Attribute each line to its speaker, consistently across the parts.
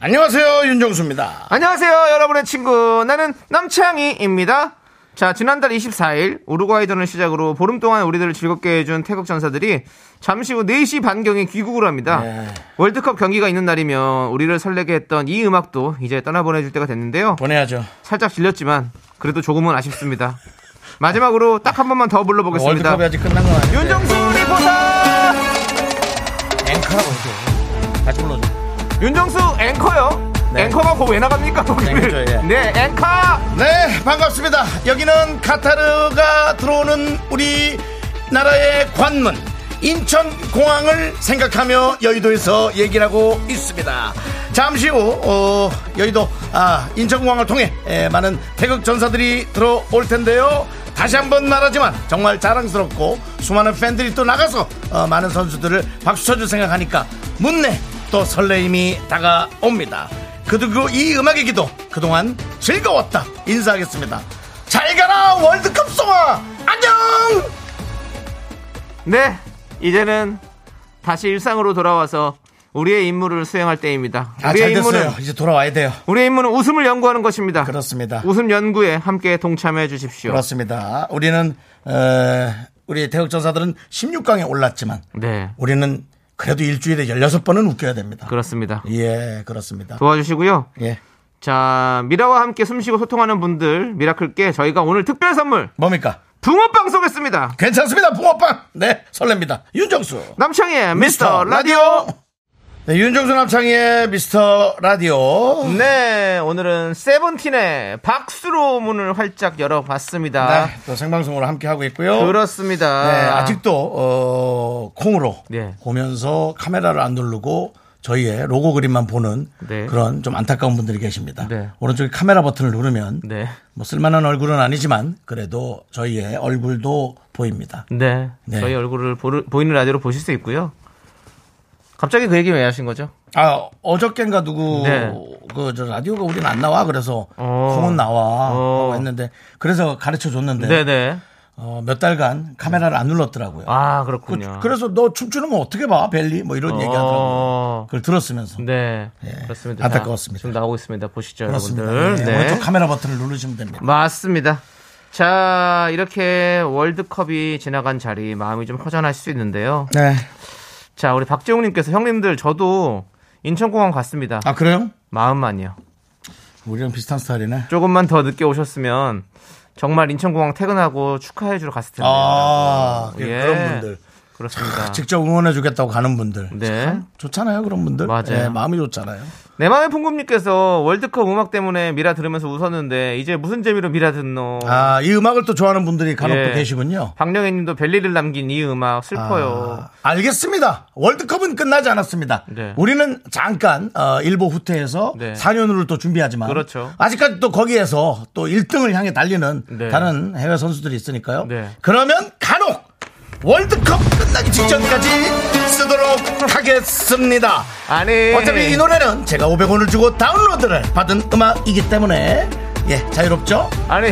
Speaker 1: 안녕하세요 윤정수입니다.
Speaker 2: 안녕하세요, 여러분의 친구. 나는 남창희입니다. 자, 지난달 24일 우루과이전을 시작으로 보름 동안 우리들을 즐겁게 해준 태국 전사들이 잠시 후 4시 반경에 귀국을 합니다.
Speaker 1: 네.
Speaker 2: 월드컵 경기가 있는 날이면 우리를 설레게 했던 이 음악도 이제 떠나보내줄 때가 됐는데요.
Speaker 1: 보내야죠.
Speaker 2: 살짝 질렸지만 그래도 조금은 아쉽습니다. 마지막으로 딱 한 번만 더 불러보겠습니다.
Speaker 1: 월드컵이 아직 끝난 건 아니에요. 네.
Speaker 2: 윤정수 리포터!
Speaker 1: 앵커라고 해줘. 다시 불러줘.
Speaker 2: 윤정수 앵커요.
Speaker 1: 네.
Speaker 2: 앵커가 곧 왜 나갑니까?
Speaker 1: 앵커죠, 예.
Speaker 2: 네, 앵커!
Speaker 1: 네 반갑습니다. 여기는 카타르가 들어오는 우리 나라의 관문 인천 공항을 생각하며 여의도에서 얘기를 하고 있습니다. 잠시 후 어, 여의도 아, 인천 공항을 통해 에, 많은 태극 전사들이 들어올 텐데요. 다시 한번 말하지만 정말 자랑스럽고 수많은 팬들이 또 나가서 어, 많은 선수들을 박수 쳐줄 생각하니까 문내 또 설레임이 다가옵니다. 그리고 이 음악의 기도 그동안 즐거웠다 인사하겠습니다. 잘 가라 월드컵 송아 안녕.
Speaker 2: 네, 이제는 다시 일상으로 돌아와서 우리의 임무를 수행할 때입니다.
Speaker 1: 아, 잘
Speaker 2: 우리의
Speaker 1: 됐어요.
Speaker 2: 임무는
Speaker 1: 이제 돌아와야 돼요.
Speaker 2: 우리의 임무는 웃음을 연구하는 것입니다.
Speaker 1: 그렇습니다.
Speaker 2: 웃음 연구에 함께 동참해 주십시오.
Speaker 1: 그렇습니다. 우리는 어, 우리 태극 전사들은 16강에 올랐지만
Speaker 2: 네,
Speaker 1: 우리는 그래도 일주일에 16번은 웃겨야 됩니다.
Speaker 2: 그렇습니다.
Speaker 1: 예, 그렇습니다.
Speaker 2: 도와주시고요.
Speaker 1: 예.
Speaker 2: 자, 미라와 함께 숨쉬고 소통하는 분들, 미라클께 저희가 오늘 특별 선물
Speaker 1: 뭡니까?
Speaker 2: 붕어빵 쏘겠습니다.
Speaker 1: 괜찮습니다. 붕어빵. 네, 설렙니다. 윤정수.
Speaker 2: 남창희의 미스터 라디오.
Speaker 1: 네, 윤정수 남창희의 미스터 라디오.
Speaker 2: 네, 오늘은 세븐틴의 박수로 문을 활짝 열어봤습니다.
Speaker 1: 네, 또 생방송으로 함께 하고 있고요.
Speaker 2: 아, 그렇습니다.
Speaker 1: 네, 아직도 어, 콩으로
Speaker 2: 네.
Speaker 1: 보면서 카메라를 안 누르고 저희의 로고 그림만 보는
Speaker 2: 네.
Speaker 1: 그런 좀 안타까운 분들이 계십니다.
Speaker 2: 네.
Speaker 1: 오른쪽에 카메라 버튼을 누르면
Speaker 2: 네.
Speaker 1: 뭐 쓸만한 얼굴은 아니지만 그래도 저희의 얼굴도 보입니다.
Speaker 2: 네.
Speaker 1: 네.
Speaker 2: 저희 얼굴을 보이는 라디오로 보실 수 있고요. 갑자기 그 얘기 왜 하신 거죠?
Speaker 1: 아 어저께인가 누구
Speaker 2: 네.
Speaker 1: 그 저 라디오가 우린 안 나와 그래서
Speaker 2: 어.
Speaker 1: 콩은 나와
Speaker 2: 어.
Speaker 1: 하고 했는데 그래서 가르쳐 줬는데
Speaker 2: 네네.
Speaker 1: 어, 몇 달간 카메라를 안 눌렀더라고요.
Speaker 2: 아,
Speaker 1: 그,
Speaker 2: 그렇군요.
Speaker 1: 래서너 춤추는 거 어떻게 봐 벨리 뭐 이런
Speaker 2: 어.
Speaker 1: 얘기하더라고요. 그걸 들었으면서
Speaker 2: 네.
Speaker 1: 예,
Speaker 2: 그렇습니다.
Speaker 1: 안타까웠습니다.
Speaker 2: 자, 지금 나오고 있습니다. 보시죠,
Speaker 1: 그렇습니다.
Speaker 2: 여러분들.
Speaker 1: 네,
Speaker 2: 네.
Speaker 1: 오른쪽 카메라 버튼을 누르시면 됩니다.
Speaker 2: 맞습니다. 자, 이렇게 월드컵이 지나간 자리 마음이 좀 허전하실 수 있는데요.
Speaker 1: 네.
Speaker 2: 자, 우리 박재웅님께서 형님들 저도 인천공항 갔습니다.
Speaker 1: 아 그래요?
Speaker 2: 마음만요.
Speaker 1: 우리랑 비슷한 스타일이네.
Speaker 2: 조금만 더 늦게 오셨으면 정말 인천공항 퇴근하고 축하해주러 갔을 텐데.
Speaker 1: 아 예,
Speaker 2: 예.
Speaker 1: 그런 분들
Speaker 2: 그렇습니다.
Speaker 1: 직접 응원해주겠다고 가는 분들
Speaker 2: 네.
Speaker 1: 좋잖아요 그런 분들.
Speaker 2: 맞아요.
Speaker 1: 예, 마음이 좋잖아요.
Speaker 2: 내 맘의 풍금님께서 월드컵 음악 때문에 미라 들으면서 웃었는데 이제 무슨 재미로 미라 듣노?
Speaker 1: 아 이 음악을 또 좋아하는 분들이 간혹
Speaker 2: 예.
Speaker 1: 또 계시군요.
Speaker 2: 박령애님도 벨리를 남긴 이 음악 슬퍼요.
Speaker 1: 아, 알겠습니다. 월드컵은 끝나지 않았습니다.
Speaker 2: 네.
Speaker 1: 우리는 잠깐 어, 일보 후퇴해서
Speaker 2: 네.
Speaker 1: 4년으로 또 준비하지만
Speaker 2: 그렇죠.
Speaker 1: 아직까지 또 거기에서 또 1등을 향해 달리는
Speaker 2: 네.
Speaker 1: 다른 해외 선수들이 있으니까요.
Speaker 2: 네.
Speaker 1: 그러면 간혹 월드컵 끝나기 직전까지 쓰도록 하겠습니다.
Speaker 2: 아니 예.
Speaker 1: 어차피 이 노래는 제가 500원을 주고 다운로드를 받은 음악이기 때문에 예 자유롭죠.
Speaker 2: 아니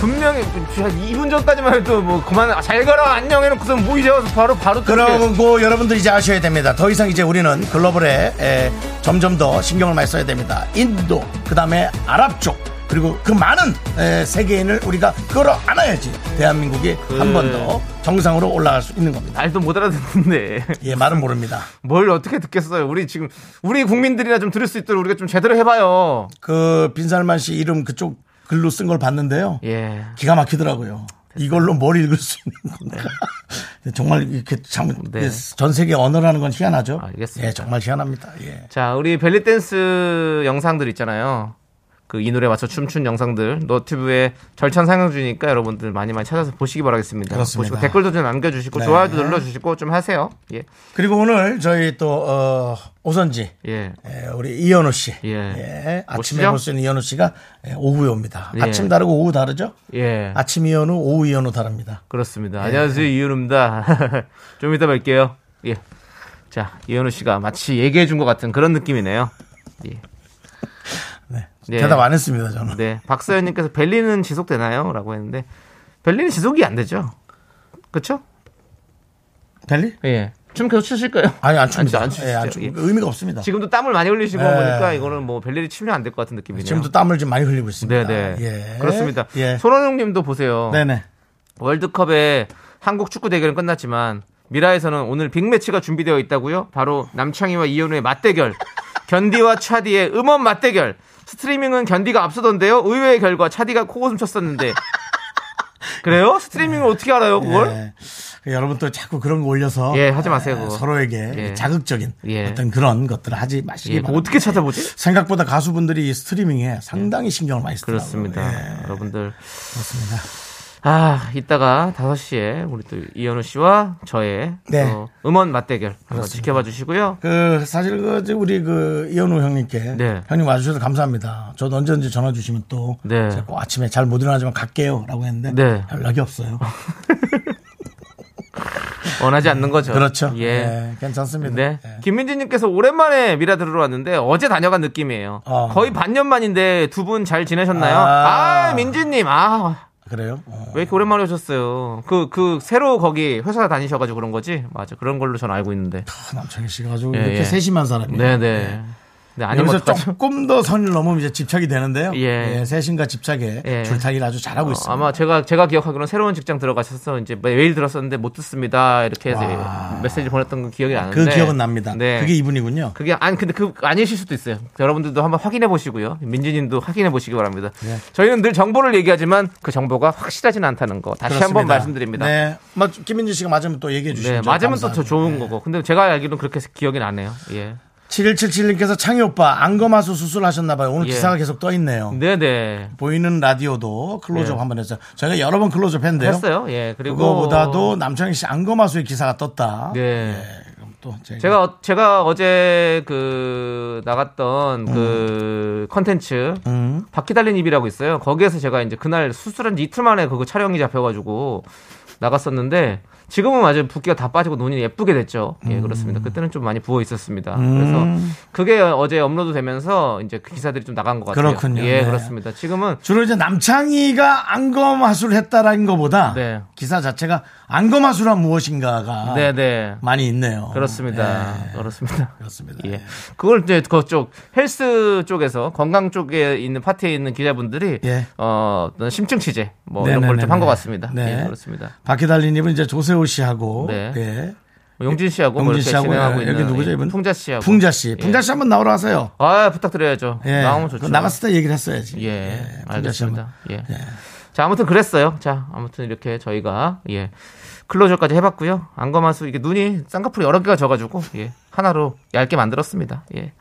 Speaker 2: 분명히 한 2분 전까지만 해도 뭐 그만 잘 가라 안녕 해놓고서 뭐 이제 와서 바로 바로 또 이렇게
Speaker 1: 그러고 뭐 여러분들 이제 아셔야 됩니다. 더 이상 이제 우리는 글로벌에 에, 점점 더 신경을 많이 써야 됩니다. 인도, 그 다음에 아랍 쪽, 그리고 그 많은 에, 세계인을 우리가 끌어안아야지 대한민국이
Speaker 2: 그
Speaker 1: 한 번 더 정상으로 올라갈 수 있는 겁니다.
Speaker 2: 말도 못 알아듣는데
Speaker 1: 예, 말은 모릅니다.
Speaker 2: 뭘 어떻게 듣겠어요? 우리 지금 우리 국민들이나 좀 들을 수 있도록 우리가 좀 제대로 해봐요.
Speaker 1: 그 빈살만 씨 이름 그쪽 글로 쓴 걸 봤는데요.
Speaker 2: 예.
Speaker 1: 기가 막히더라고요. 이걸로 뭘 읽을 수 있는 건가? 정말 이렇게 참,
Speaker 2: 네. 아,
Speaker 1: 전 세계 언어라는 건 희한하죠.
Speaker 2: 알겠습니다.
Speaker 1: 예, 정말 희한합니다. 예.
Speaker 2: 자, 우리 벨리 댄스 영상들 있잖아요. 그 이 노래 맞춰 춤춘 영상들 너튜브에 절찬 상영 중이니까 여러분들 많이 많이 찾아서 보시기 바라겠습니다.
Speaker 1: 그렇습니다.
Speaker 2: 보시고 댓글도 좀 남겨주시고
Speaker 1: 네.
Speaker 2: 좋아요도 눌러주시고 좀 하세요. 예,
Speaker 1: 그리고 오늘 저희 또 어, 오선지
Speaker 2: 예,
Speaker 1: 예, 우리 이현우 씨.
Speaker 2: 예.
Speaker 1: 예, 아침에
Speaker 2: 오시죠?
Speaker 1: 볼 수 있는 이현우 씨가 예, 오후에 옵니다.
Speaker 2: 예.
Speaker 1: 아침 다르고 오후 다르죠?
Speaker 2: 예.
Speaker 1: 아침 예. 이현우, 오후 이현우 다릅니다.
Speaker 2: 그렇습니다. 안녕하세요 이현우입니다. 좀 이따 뵐게요. 예. 자 이현우 씨가 마치 얘기해 준 것 같은 그런 느낌이네요. 예.
Speaker 1: 네.
Speaker 2: 예.
Speaker 1: 대답 안 했습니다, 저는.
Speaker 2: 네, 박서연님께서 벨리는 지속되나요? 라고 했는데, 벨리는 지속이 안 되죠. 그쵸?
Speaker 1: 별리?
Speaker 2: 예. 춤 계속 추실까요?
Speaker 1: 아니, 안 춥니다.
Speaker 2: 안 추시죠?
Speaker 1: 예, 안
Speaker 2: 예.
Speaker 1: 추- 의미가 없습니다.
Speaker 2: 지금도 땀을 많이 흘리시고
Speaker 1: 네.
Speaker 2: 보니까 이거는 뭐 벨리를 치면 안 될 것 같은 느낌이네요.
Speaker 1: 지금도 땀을 좀 많이 흘리고 있습니다.
Speaker 2: 네네.
Speaker 1: 예.
Speaker 2: 그렇습니다.
Speaker 1: 예.
Speaker 2: 손원웅 님도 보세요.
Speaker 1: 네네.
Speaker 2: 월드컵에 한국 축구 대결은 끝났지만 미라에서는 오늘 빅매치가 준비되어 있다고요? 바로 남창희와 이현우의 맞대결. 견디와 차디의 음원 맞대결. 스트리밍은 견디가 앞서던데요. 의외의 결과 차디가 코웃음 쳤었는데. 그래요?
Speaker 1: 네.
Speaker 2: 스트리밍을 어떻게 알아요, 그걸?
Speaker 1: 예. 여러분 또 자꾸 그런 거 올려서
Speaker 2: 예, 하지 마세요, 그거.
Speaker 1: 서로에게
Speaker 2: 예.
Speaker 1: 자극적인
Speaker 2: 예.
Speaker 1: 어떤 그런 것들을 하지 마시기
Speaker 2: 예, 그거
Speaker 1: 바랍니다.
Speaker 2: 어떻게 찾아보지?
Speaker 1: 생각보다 가수분들이 이 스트리밍에 상당히 신경을 많이 쓰더라고요.
Speaker 2: 예.
Speaker 1: 예.
Speaker 2: 그렇습니다. 여러분들.
Speaker 1: 그렇습니다.
Speaker 2: 아, 이따가 5시에 우리 또 이현우 씨와 저의
Speaker 1: 네.
Speaker 2: 또 음원 맞대결 한번 지켜봐 주시고요.
Speaker 1: 그 사실 그 이제 우리 그 이현우 형님께
Speaker 2: 네.
Speaker 1: 형님 와주셔서 감사합니다. 저도 언제든지 전화 주시면 또
Speaker 2: 네.
Speaker 1: 제가 꼭 아침에 잘 못 일어나지만 갈게요라고 했는데
Speaker 2: 네.
Speaker 1: 연락이 없어요.
Speaker 2: 원하지 않는 거죠.
Speaker 1: 그렇죠.
Speaker 2: 예.
Speaker 1: 예, 괜찮습니다.
Speaker 2: 네.
Speaker 1: 예.
Speaker 2: 김민지님께서 오랜만에 미라 들으러 왔는데 어제 다녀간 느낌이에요.
Speaker 1: 어.
Speaker 2: 거의 반년 만인데 두 분 잘 지내셨나요?
Speaker 1: 아.
Speaker 2: 아, 민지님. 아,
Speaker 1: 그래요? 어.
Speaker 2: 왜 이렇게 오랜만에 오셨어요? 그, 그, 새로 거기 회사 다니셔가지고 그런 거지? 맞아. 그런 걸로 전 알고 있는데.
Speaker 1: 아, 남창희 씨가 아주
Speaker 2: 예,
Speaker 1: 이렇게
Speaker 2: 예.
Speaker 1: 세심한 사람이에요.
Speaker 2: 네네. 네, 아니면
Speaker 1: 여기서
Speaker 2: 어떡하죠?
Speaker 1: 조금 더 선을 넘으면 이제 집착이 되는데요.
Speaker 2: 예.
Speaker 1: 예, 세심과 집착에
Speaker 2: 예.
Speaker 1: 줄타기를 아주 잘하고
Speaker 2: 어,
Speaker 1: 있습니다.
Speaker 2: 아마 제가 제가 기억하기로는 새로운 직장 들어가셔서 이제 뭐 메일 들었었는데 못 듣습니다 이렇게 해서
Speaker 1: 와.
Speaker 2: 메시지 보냈던 건 기억이
Speaker 1: 그
Speaker 2: 나는데
Speaker 1: 기억은 납니다.
Speaker 2: 네.
Speaker 1: 그게 이분이군요.
Speaker 2: 그게 아니 근데 그 아니실 수도 있어요. 여러분들도 한번 확인해 보시고요. 민지님도 확인해 보시기 바랍니다.
Speaker 1: 네.
Speaker 2: 저희는 늘 정보를 얘기하지만 그 정보가 확실하진 않다는 거 다시 한번
Speaker 1: 그렇습니다.
Speaker 2: 말씀드립니다. 네.
Speaker 1: 네. 맞, 김민지 씨가 맞으면 또 얘기해 주시면 네.
Speaker 2: 맞으면 또 더
Speaker 1: 감사하고.
Speaker 2: 좋은 거고. 근데 제가 알기로는 그렇게 기억이 나네요. 예.
Speaker 1: 7177님께서 창희 오빠 안검하수 수술하셨나봐요. 오늘
Speaker 2: 예.
Speaker 1: 기사가 계속 떠 있네요.
Speaker 2: 네네.
Speaker 1: 보이는 라디오도 클로즈업
Speaker 2: 예.
Speaker 1: 한번 했어요. 저희가 여러 번 클로즈업 했는데요.
Speaker 2: 했어요. 예. 그리고
Speaker 1: 그거보다도 남창희 씨 안검하수의 기사가 떴다.
Speaker 2: 네.
Speaker 1: 예, 그럼 또 제가,
Speaker 2: 제가 어- 제가 어제 그 나갔던
Speaker 1: 음.
Speaker 2: 그 컨텐츠 바퀴 달린 입이라고 있어요. 거기에서 제가 이제 그날 수술한 지 이틀 만에 그거 촬영이 잡혀가지고 나갔었는데 지금은 아주 붓기가 다 빠지고 눈이 예쁘게 됐죠.
Speaker 1: 음.
Speaker 2: 예 그렇습니다. 그때는 좀 많이 부어 있었습니다. 그래서 그게 어제 업로드 되면서 이제 그 기사들이 좀 나간 것 같아요.
Speaker 1: 그렇군요.
Speaker 2: 예
Speaker 1: 네.
Speaker 2: 그렇습니다. 지금은
Speaker 1: 주로 이제 남창희가 안검하수를 했다라는 것보다
Speaker 2: 네.
Speaker 1: 기사 자체가 안검하수란 무엇인가가
Speaker 2: 네네
Speaker 1: 많이 아. 음. 있네요.
Speaker 2: 그렇습니다.
Speaker 1: 예,
Speaker 2: 그렇습니다.
Speaker 1: 그렇습니다.
Speaker 2: 예. 그걸 이제 그쪽 헬스 쪽에서 건강 쪽에 있는 파티에 있는 기자분들이
Speaker 1: 예.
Speaker 2: 어, 어떤 심층 취재 뭐 이런 걸 좀 한 것 같습니다.
Speaker 1: 네.
Speaker 2: 예, 그렇습니다.
Speaker 1: 바퀴 달린 입은 이제 조세호 씨하고
Speaker 2: 네.
Speaker 1: 예.
Speaker 2: 뭐 용진 씨하고 뭐
Speaker 1: 용진
Speaker 2: 이렇게
Speaker 1: 씨하고
Speaker 2: 진행하고
Speaker 1: 예,
Speaker 2: 있는
Speaker 1: 여기 누구죠
Speaker 2: 예,
Speaker 1: 이분?
Speaker 2: 풍자 씨하고
Speaker 1: 풍자 씨. 풍자
Speaker 2: 예.
Speaker 1: 씨 한번 나오러 가세요. 예.
Speaker 2: 아 부탁드려야죠. 나오면 좋죠.
Speaker 1: 그거 나갔을 때 얘기를 했어야지.
Speaker 2: 예,
Speaker 1: 풍자 씨 한번.
Speaker 2: 알겠습니다. 예. 자, 아무튼 그랬어요. 자, 아무튼 이렇게 저희가 예. 클로저까지 해봤고요. 안검하수 이게 눈이 쌍꺼풀 여러 개가 져가지고 예. 하나로 얇게 만들었습니다. 예.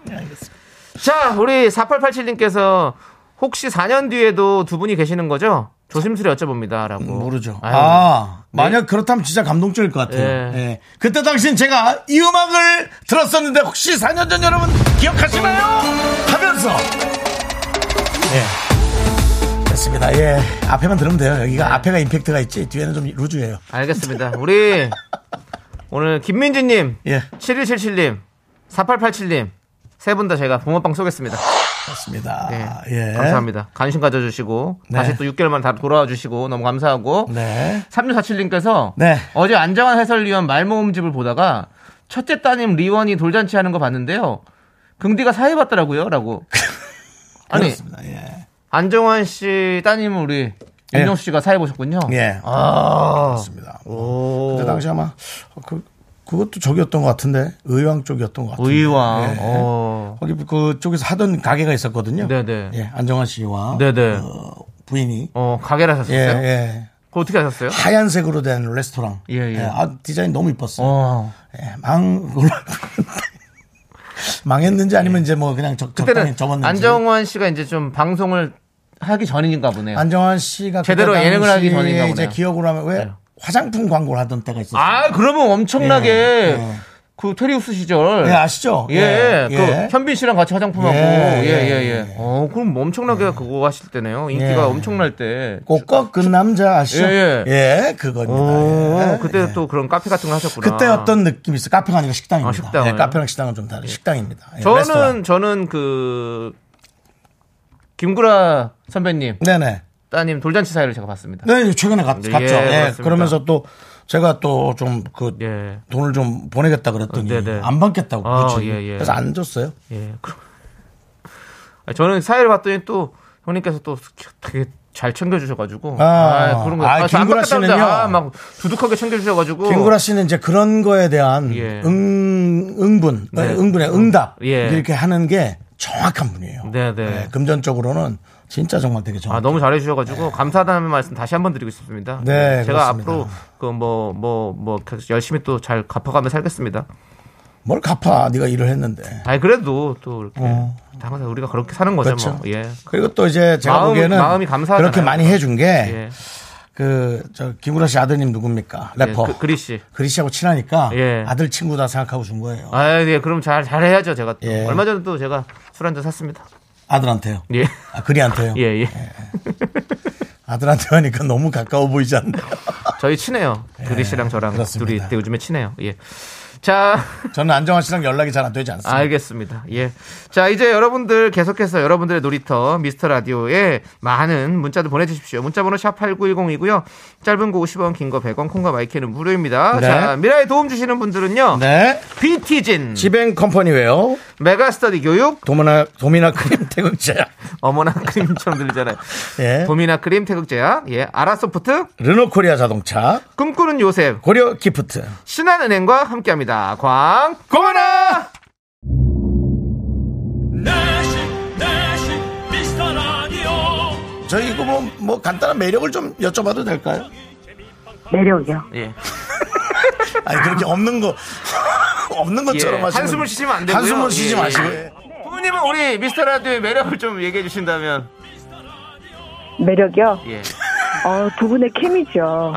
Speaker 2: 자, 우리 4887님께서 혹시 4년 뒤에도 두 분이 계시는 거죠? 조심스레 여쭤봅니다라고.
Speaker 1: 음, 뭐 모르죠.
Speaker 2: 아유, 네.
Speaker 1: 아, 만약 그렇다면 진짜 감동적일 것 같아요.
Speaker 2: 예.
Speaker 1: 예. 그때 당신 제가 이 음악을 들었었는데 혹시 4년 전 여러분 기억하시나요? 하면서. 예. 됐습니다. 예. 앞에만 들으면 돼요. 여기가
Speaker 2: 네.
Speaker 1: 앞에가 임팩트가 있지, 뒤에는 좀 루즈예요.
Speaker 2: 알겠습니다. 우리 오늘 김민지님,
Speaker 1: 예.
Speaker 2: 7177님, 4887님 세 분 다 제가 붕어빵 쏘겠습니다.
Speaker 1: 됐습니다.
Speaker 2: 네.
Speaker 1: 예.
Speaker 2: 감사합니다. 관심 가져주시고
Speaker 1: 네.
Speaker 2: 다시 또 6개월만 다 돌아와 주시고 너무 감사하고
Speaker 1: 네.
Speaker 2: 3647님께서
Speaker 1: 네.
Speaker 2: 어제 안정환 해설위원 말모음집을 보다가 첫째 따님 리원이 돌잔치 하는 거 봤는데요. 긍디가 사회 봤더라고요. 라고. 아니
Speaker 1: 그렇습니다. 예.
Speaker 2: 안정환 씨 따님 우리
Speaker 1: 예.
Speaker 2: 윤정수 씨가 사회 보셨군요.
Speaker 1: 예.
Speaker 2: 아.
Speaker 1: 그렇습니다.
Speaker 2: 오.
Speaker 1: 그때 당시 아마 그, 그것도 저기였던 것 같은데 의왕 쪽이었던 것 같아요.
Speaker 2: 의왕.
Speaker 1: 예.
Speaker 2: 어.
Speaker 1: 거기 그쪽에서 하던 가게가 있었거든요.
Speaker 2: 네네.
Speaker 1: 예, 안정환 씨와
Speaker 2: 네네.
Speaker 1: 어, 부인이
Speaker 2: 어, 가게를
Speaker 1: 예,
Speaker 2: 하셨어요?
Speaker 1: 예.
Speaker 2: 그거 어떻게 하셨어요?
Speaker 1: 하얀색으로 된 레스토랑.
Speaker 2: 예, 예.
Speaker 1: 어. 예, 아, 디자인 너무 이뻤어요.
Speaker 2: 어.
Speaker 1: 예, 망, 망했는지 아니면 이제 뭐 그냥 적, 적당히
Speaker 2: 예. 그때는
Speaker 1: 접었는지.
Speaker 2: 안정환 씨가 이제 좀 방송을 하기 전인가 보네요.
Speaker 1: 안정환 씨가 그때
Speaker 2: 제대로 예능을 하기
Speaker 1: 당시에
Speaker 2: 전인가
Speaker 1: 이제
Speaker 2: 보네요.
Speaker 1: 기억으로 하면 왜
Speaker 2: 네.
Speaker 1: 화장품 광고를 하던 때가 있었어요.
Speaker 2: 아, 그러면 엄청나게
Speaker 1: 예, 예.
Speaker 2: 그 테리우스 시절.
Speaker 1: 예, 아시죠?
Speaker 2: 예,
Speaker 1: 예,
Speaker 2: 그
Speaker 1: 예.
Speaker 2: 현빈 씨랑 같이 화장품하고.
Speaker 1: 예,
Speaker 2: 예, 예, 예.
Speaker 1: 예.
Speaker 2: 어, 그럼 뭐 엄청나게 그거 하실 때네요. 인기가
Speaker 1: 예.
Speaker 2: 엄청날 때.
Speaker 1: 꼭꼭 그 남자 아시죠?
Speaker 2: 예,
Speaker 1: 그겁니다.
Speaker 2: 오,
Speaker 1: 예.
Speaker 2: 그때 또 그런 카페 같은 걸 하셨구나.
Speaker 1: 그때 어떤 느낌이 있어요? 카페가 아니라 식당입니다.
Speaker 2: 아, 식당을.
Speaker 1: 예, 카페랑 식당은 좀 다른 식당입니다. 예,
Speaker 2: 저는
Speaker 1: 레스토랑.
Speaker 2: 저는 그 김구라 선배님
Speaker 1: 네네.
Speaker 2: 따님 돌잔치 사회를 제가 봤습니다.
Speaker 1: 네, 최근에 갔,
Speaker 2: 네,
Speaker 1: 갔죠.
Speaker 2: 예,
Speaker 1: 예,
Speaker 2: 그렇습니다.
Speaker 1: 그러면서 또 제가 또 좀 그
Speaker 2: 예.
Speaker 1: 돈을 좀 보내겠다 그랬더니
Speaker 2: 어, 네, 네.
Speaker 1: 안 받겠다고
Speaker 2: 아,
Speaker 1: 그렇죠.
Speaker 2: 예, 예.
Speaker 1: 그래서 안 줬어요.
Speaker 2: 예. 그럼- 아, 저는 사회를 봤더니 또 형님께서 또 되게 잘 챙겨주셔가지고
Speaker 1: 아,
Speaker 2: 아, 그런 거
Speaker 1: 아,
Speaker 2: 아, 저안
Speaker 1: 김구라
Speaker 2: 바꿨다는데
Speaker 1: 씨는요?
Speaker 2: 아, 막 두둑하게 챙겨주셔가지고
Speaker 1: 김구라 씨는 이제 그런 거에 대한
Speaker 2: 예.
Speaker 1: 응, 응분,
Speaker 2: 네.
Speaker 1: 응분의 응답
Speaker 2: 예.
Speaker 1: 이렇게 하는 게 정확한 분이에요.
Speaker 2: 네, 네.
Speaker 1: 예, 금전적으로는 진짜 정말 되게 정확.
Speaker 2: 아 너무 잘해주셔가지고 감사하다는 말씀 다시 한번 드리고 싶습니다. 예,
Speaker 1: 네,
Speaker 2: 제가
Speaker 1: 그렇습니다.
Speaker 2: 앞으로 그 뭐 뭐 뭐 열심히 또 잘 갚아가며 살겠습니다.
Speaker 1: 뭘 갚아? 네가 일을 했는데.
Speaker 2: 아니 그래도 또 이렇게 항상 우리가 그렇게 사는 거죠
Speaker 1: 어. 그렇죠.
Speaker 2: 뭐. 예.
Speaker 1: 그리고 또 이제 제가
Speaker 2: 마음,
Speaker 1: 보기에는
Speaker 2: 마음이 감사하잖아요.
Speaker 1: 그렇게 많이 해준
Speaker 2: 예.
Speaker 1: 게 그 저 김구라 씨 아드님 누굽니까?
Speaker 2: 예,
Speaker 1: 래퍼.
Speaker 2: 그, 그리 씨.
Speaker 1: 그리 씨하고 친하니까
Speaker 2: 예.
Speaker 1: 아들 친구다 생각하고 준 거예요.
Speaker 2: 아, 예, 그럼 잘, 잘 해야죠, 제가 또.
Speaker 1: 예.
Speaker 2: 얼마 전에 또 제가 술 한잔 샀습니다.
Speaker 1: 아들한테요.
Speaker 2: 예.
Speaker 1: 아, 그리한테요.
Speaker 2: 예, 예.
Speaker 1: 아들한테 하니까 너무 가까워 보이지 않나요?
Speaker 2: 저희 친해요. 그리 씨랑 저랑
Speaker 1: 네, 그렇습니다.
Speaker 2: 둘이 되게 요즘에 친해요. 예. 자,
Speaker 1: 저는 안정환 씨랑 연락이 잘 안 되지 않습니다.
Speaker 2: 알겠습니다. 예. 자, 이제 여러분들 계속해서 여러분들의 놀이터 미스터 라디오에 많은 문자들 보내주십시오. 문자번호 샵8910이고요. 짧은 거 50원, 긴 거 100원, 콩과 마이크는 무료입니다.
Speaker 1: 네.
Speaker 2: 자, 미라에 도움 주시는 분들은요.
Speaker 1: 네.
Speaker 2: BT진,
Speaker 1: 지뱅 컴퍼니웨어,
Speaker 2: 메가스터디 교육,
Speaker 1: 도미나, 도미나 크림 태극제약,
Speaker 2: 어머나 크림처럼 들리잖아요.
Speaker 1: 예.
Speaker 2: 도미나 크림 태극제약, 예, 아라소프트,
Speaker 1: 르노 코리아 자동차,
Speaker 2: 꿈꾸는 요셉,
Speaker 1: 고려 기프트.
Speaker 2: 신한은행과 함께합니다. 광 고마라.
Speaker 3: 네
Speaker 4: 내식 내식 미스터 라디오
Speaker 1: 저희 이거 뭐, 뭐 간단한 매력을 좀 여쭤봐도 될까요?
Speaker 5: 매력이요.
Speaker 2: 예.
Speaker 1: 아니, 그렇게 없는 거, 없는 것처럼
Speaker 2: 예,
Speaker 1: 하시면.
Speaker 2: 한숨을 쉬시면 안 되고요.
Speaker 1: 한숨을 쉬지
Speaker 2: 예,
Speaker 1: 마시고.
Speaker 2: 예. 부모님은 우리 미스터 라디오의 매력을 좀 얘기해 주신다면
Speaker 5: 매력이요?
Speaker 2: 예.
Speaker 5: 어, 두 분의 케미죠.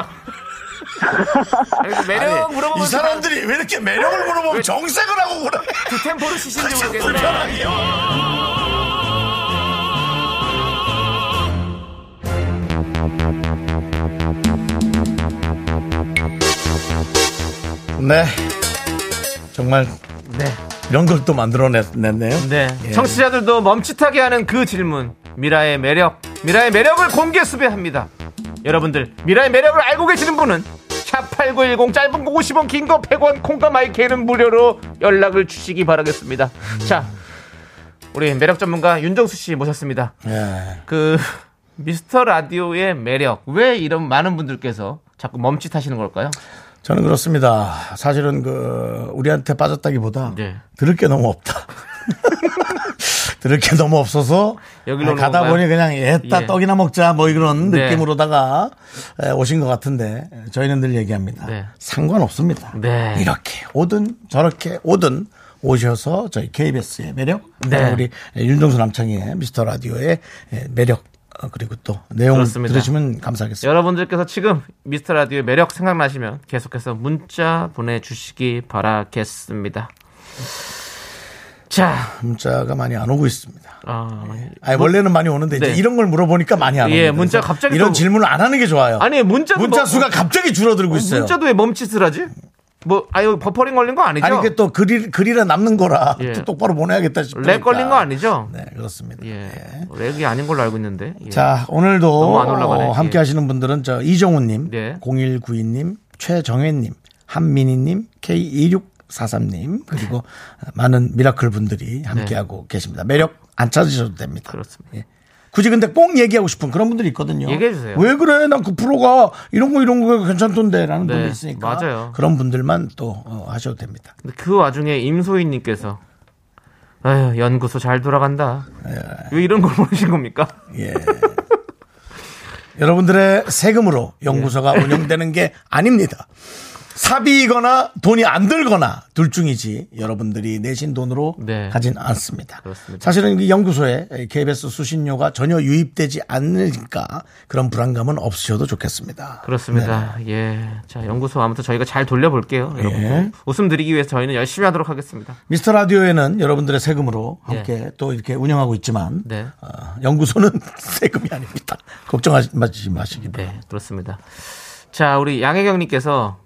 Speaker 2: 아니, 그 매력 물어보면
Speaker 1: 이 사람들이 왜 이렇게 매력을 물어보면 정색을 하고 그래?
Speaker 2: 두 템포를 치신지 모르겠네.
Speaker 1: 불편하게. 네. 정말
Speaker 2: 네.
Speaker 1: 이런 걸 또 만들어냈네요.
Speaker 2: 네.
Speaker 1: 예.
Speaker 2: 청취자들도 멈칫하게 하는 그 질문. 미라의 매력. 미라의 매력을 공개 수배합니다. 여러분들, 미라의 매력을 알고 계시는 분은 샵8910 짧은 거 50원, 긴 거 100원, 콩과 마이크는 무료로 연락을 주시기 바라겠습니다. 자, 우리 매력 전문가 윤정수 씨 모셨습니다.
Speaker 1: 예.
Speaker 2: 그 미스터 라디오의 매력. 왜 이런 많은 분들께서 자꾸 멈칫하시는 걸까요?
Speaker 1: 저는 그렇습니다. 사실은 그 우리한테 빠졌다기보다
Speaker 2: 네.
Speaker 1: 들을 게 너무 없다. 들을 게 너무 없어서
Speaker 2: 여기로 오는
Speaker 1: 가다
Speaker 2: 건가요?
Speaker 1: 보니 그냥 에따
Speaker 2: 예.
Speaker 1: 떡이나 먹자 뭐 이런
Speaker 2: 네.
Speaker 1: 느낌으로다가 에, 오신 것 같은데 저희는 늘 얘기합니다.
Speaker 2: 네.
Speaker 1: 상관없습니다.
Speaker 2: 네.
Speaker 1: 이렇게 오든 저렇게 오든 오셔서 저희 KBS의 매력,
Speaker 2: 네.
Speaker 1: 우리 윤정수 남창희의 미스터 라디오의 에, 매력 어, 그리고 또 내용을
Speaker 2: 그렇습니다.
Speaker 1: 들으시면 감사하겠습니다.
Speaker 2: 여러분들께서 지금 미스터 라디오의 매력 생각나시면 계속해서 문자 보내주시기 바라겠습니다. 자,
Speaker 1: 문자가 많이 안 오고 있습니다.
Speaker 2: 아,
Speaker 1: 아니, 원래는 많이 오는데
Speaker 2: 네.
Speaker 1: 이제 이런 걸 물어보니까 많이 안
Speaker 2: 예,
Speaker 1: 오는데
Speaker 2: 문자 갑자기
Speaker 1: 이런
Speaker 2: 또-
Speaker 1: 질문을 안 하는 게 좋아요.
Speaker 2: 아니 뭐 문자
Speaker 1: 문자 수가 갑자기 줄어들고 있어요.
Speaker 2: 문자도 왜 멈칫을 하지? 뭐 아유 버퍼링 걸린 거 아니죠?
Speaker 1: 아니 그 이게 또 글이 글이라 남는 거라
Speaker 2: 예.
Speaker 1: 또 똑바로 보내야겠다 싶으니
Speaker 2: 렉 걸린 거 아니죠?
Speaker 1: 그러니까. 네, 그렇습니다.
Speaker 2: 예,
Speaker 1: 예.
Speaker 2: 렉이 아닌 걸로 알고 있는데. 예.
Speaker 1: 자,
Speaker 2: 너무
Speaker 1: 오늘도
Speaker 2: 안 올라가네.
Speaker 1: 어, 함께
Speaker 2: 예.
Speaker 1: 하시는 분들은 저 이정훈 님,
Speaker 2: 네.
Speaker 1: 0192 님, 최정혜 님, 한민희 님, K2643 님, 그리고 많은 미라클 분들이 함께 하고 계십니다. 매력 안 찾으셔도 됩니다.
Speaker 2: 네. 그렇습니다.
Speaker 1: 예. 굳이 근데 꼭 얘기하고 싶은 그런 분들이 있거든요.
Speaker 2: 얘기해주세요.
Speaker 1: 왜 그래? 난 그 프로가 이런 거 이런 거 괜찮던데 라는
Speaker 2: 네,
Speaker 1: 분들 있으니까.
Speaker 2: 맞아요.
Speaker 1: 그런 분들만 또 어, 하셔도 됩니다.
Speaker 2: 근데 그 와중에 임소희님께서 아유 연구소 잘 돌아간다. 왜 이런 걸 모르신 겁니까?
Speaker 1: 예.
Speaker 2: 예.
Speaker 1: 여러분들의 세금으로 연구소가 운영되는 게 아닙니다. 사비이거나 돈이 안 들거나 둘 중이지 여러분들이 내신 돈으로
Speaker 2: 네.
Speaker 1: 가진 않습니다.
Speaker 2: 그렇습니다.
Speaker 1: 사실은 이 연구소에 KBS 수신료가 전혀 유입되지 않으니까 그런 불안감은 없으셔도 좋겠습니다.
Speaker 2: 그렇습니다.
Speaker 1: 네.
Speaker 2: 예. 자, 연구소 아무튼 저희가 잘 돌려볼게요.
Speaker 1: 예.
Speaker 2: 여러분. 웃음 드리기 위해서 저희는 열심히 하도록 하겠습니다.
Speaker 1: 미스터 라디오에는 여러분들의 세금으로
Speaker 2: 네.
Speaker 1: 함께 또 이렇게 운영하고 있지만
Speaker 2: 네.
Speaker 1: 어, 연구소는 세금이 아닙니다. 걱정하지 마시- 마시기 바랍니다.
Speaker 2: 네, 그렇습니다. 자, 우리 양혜경님께서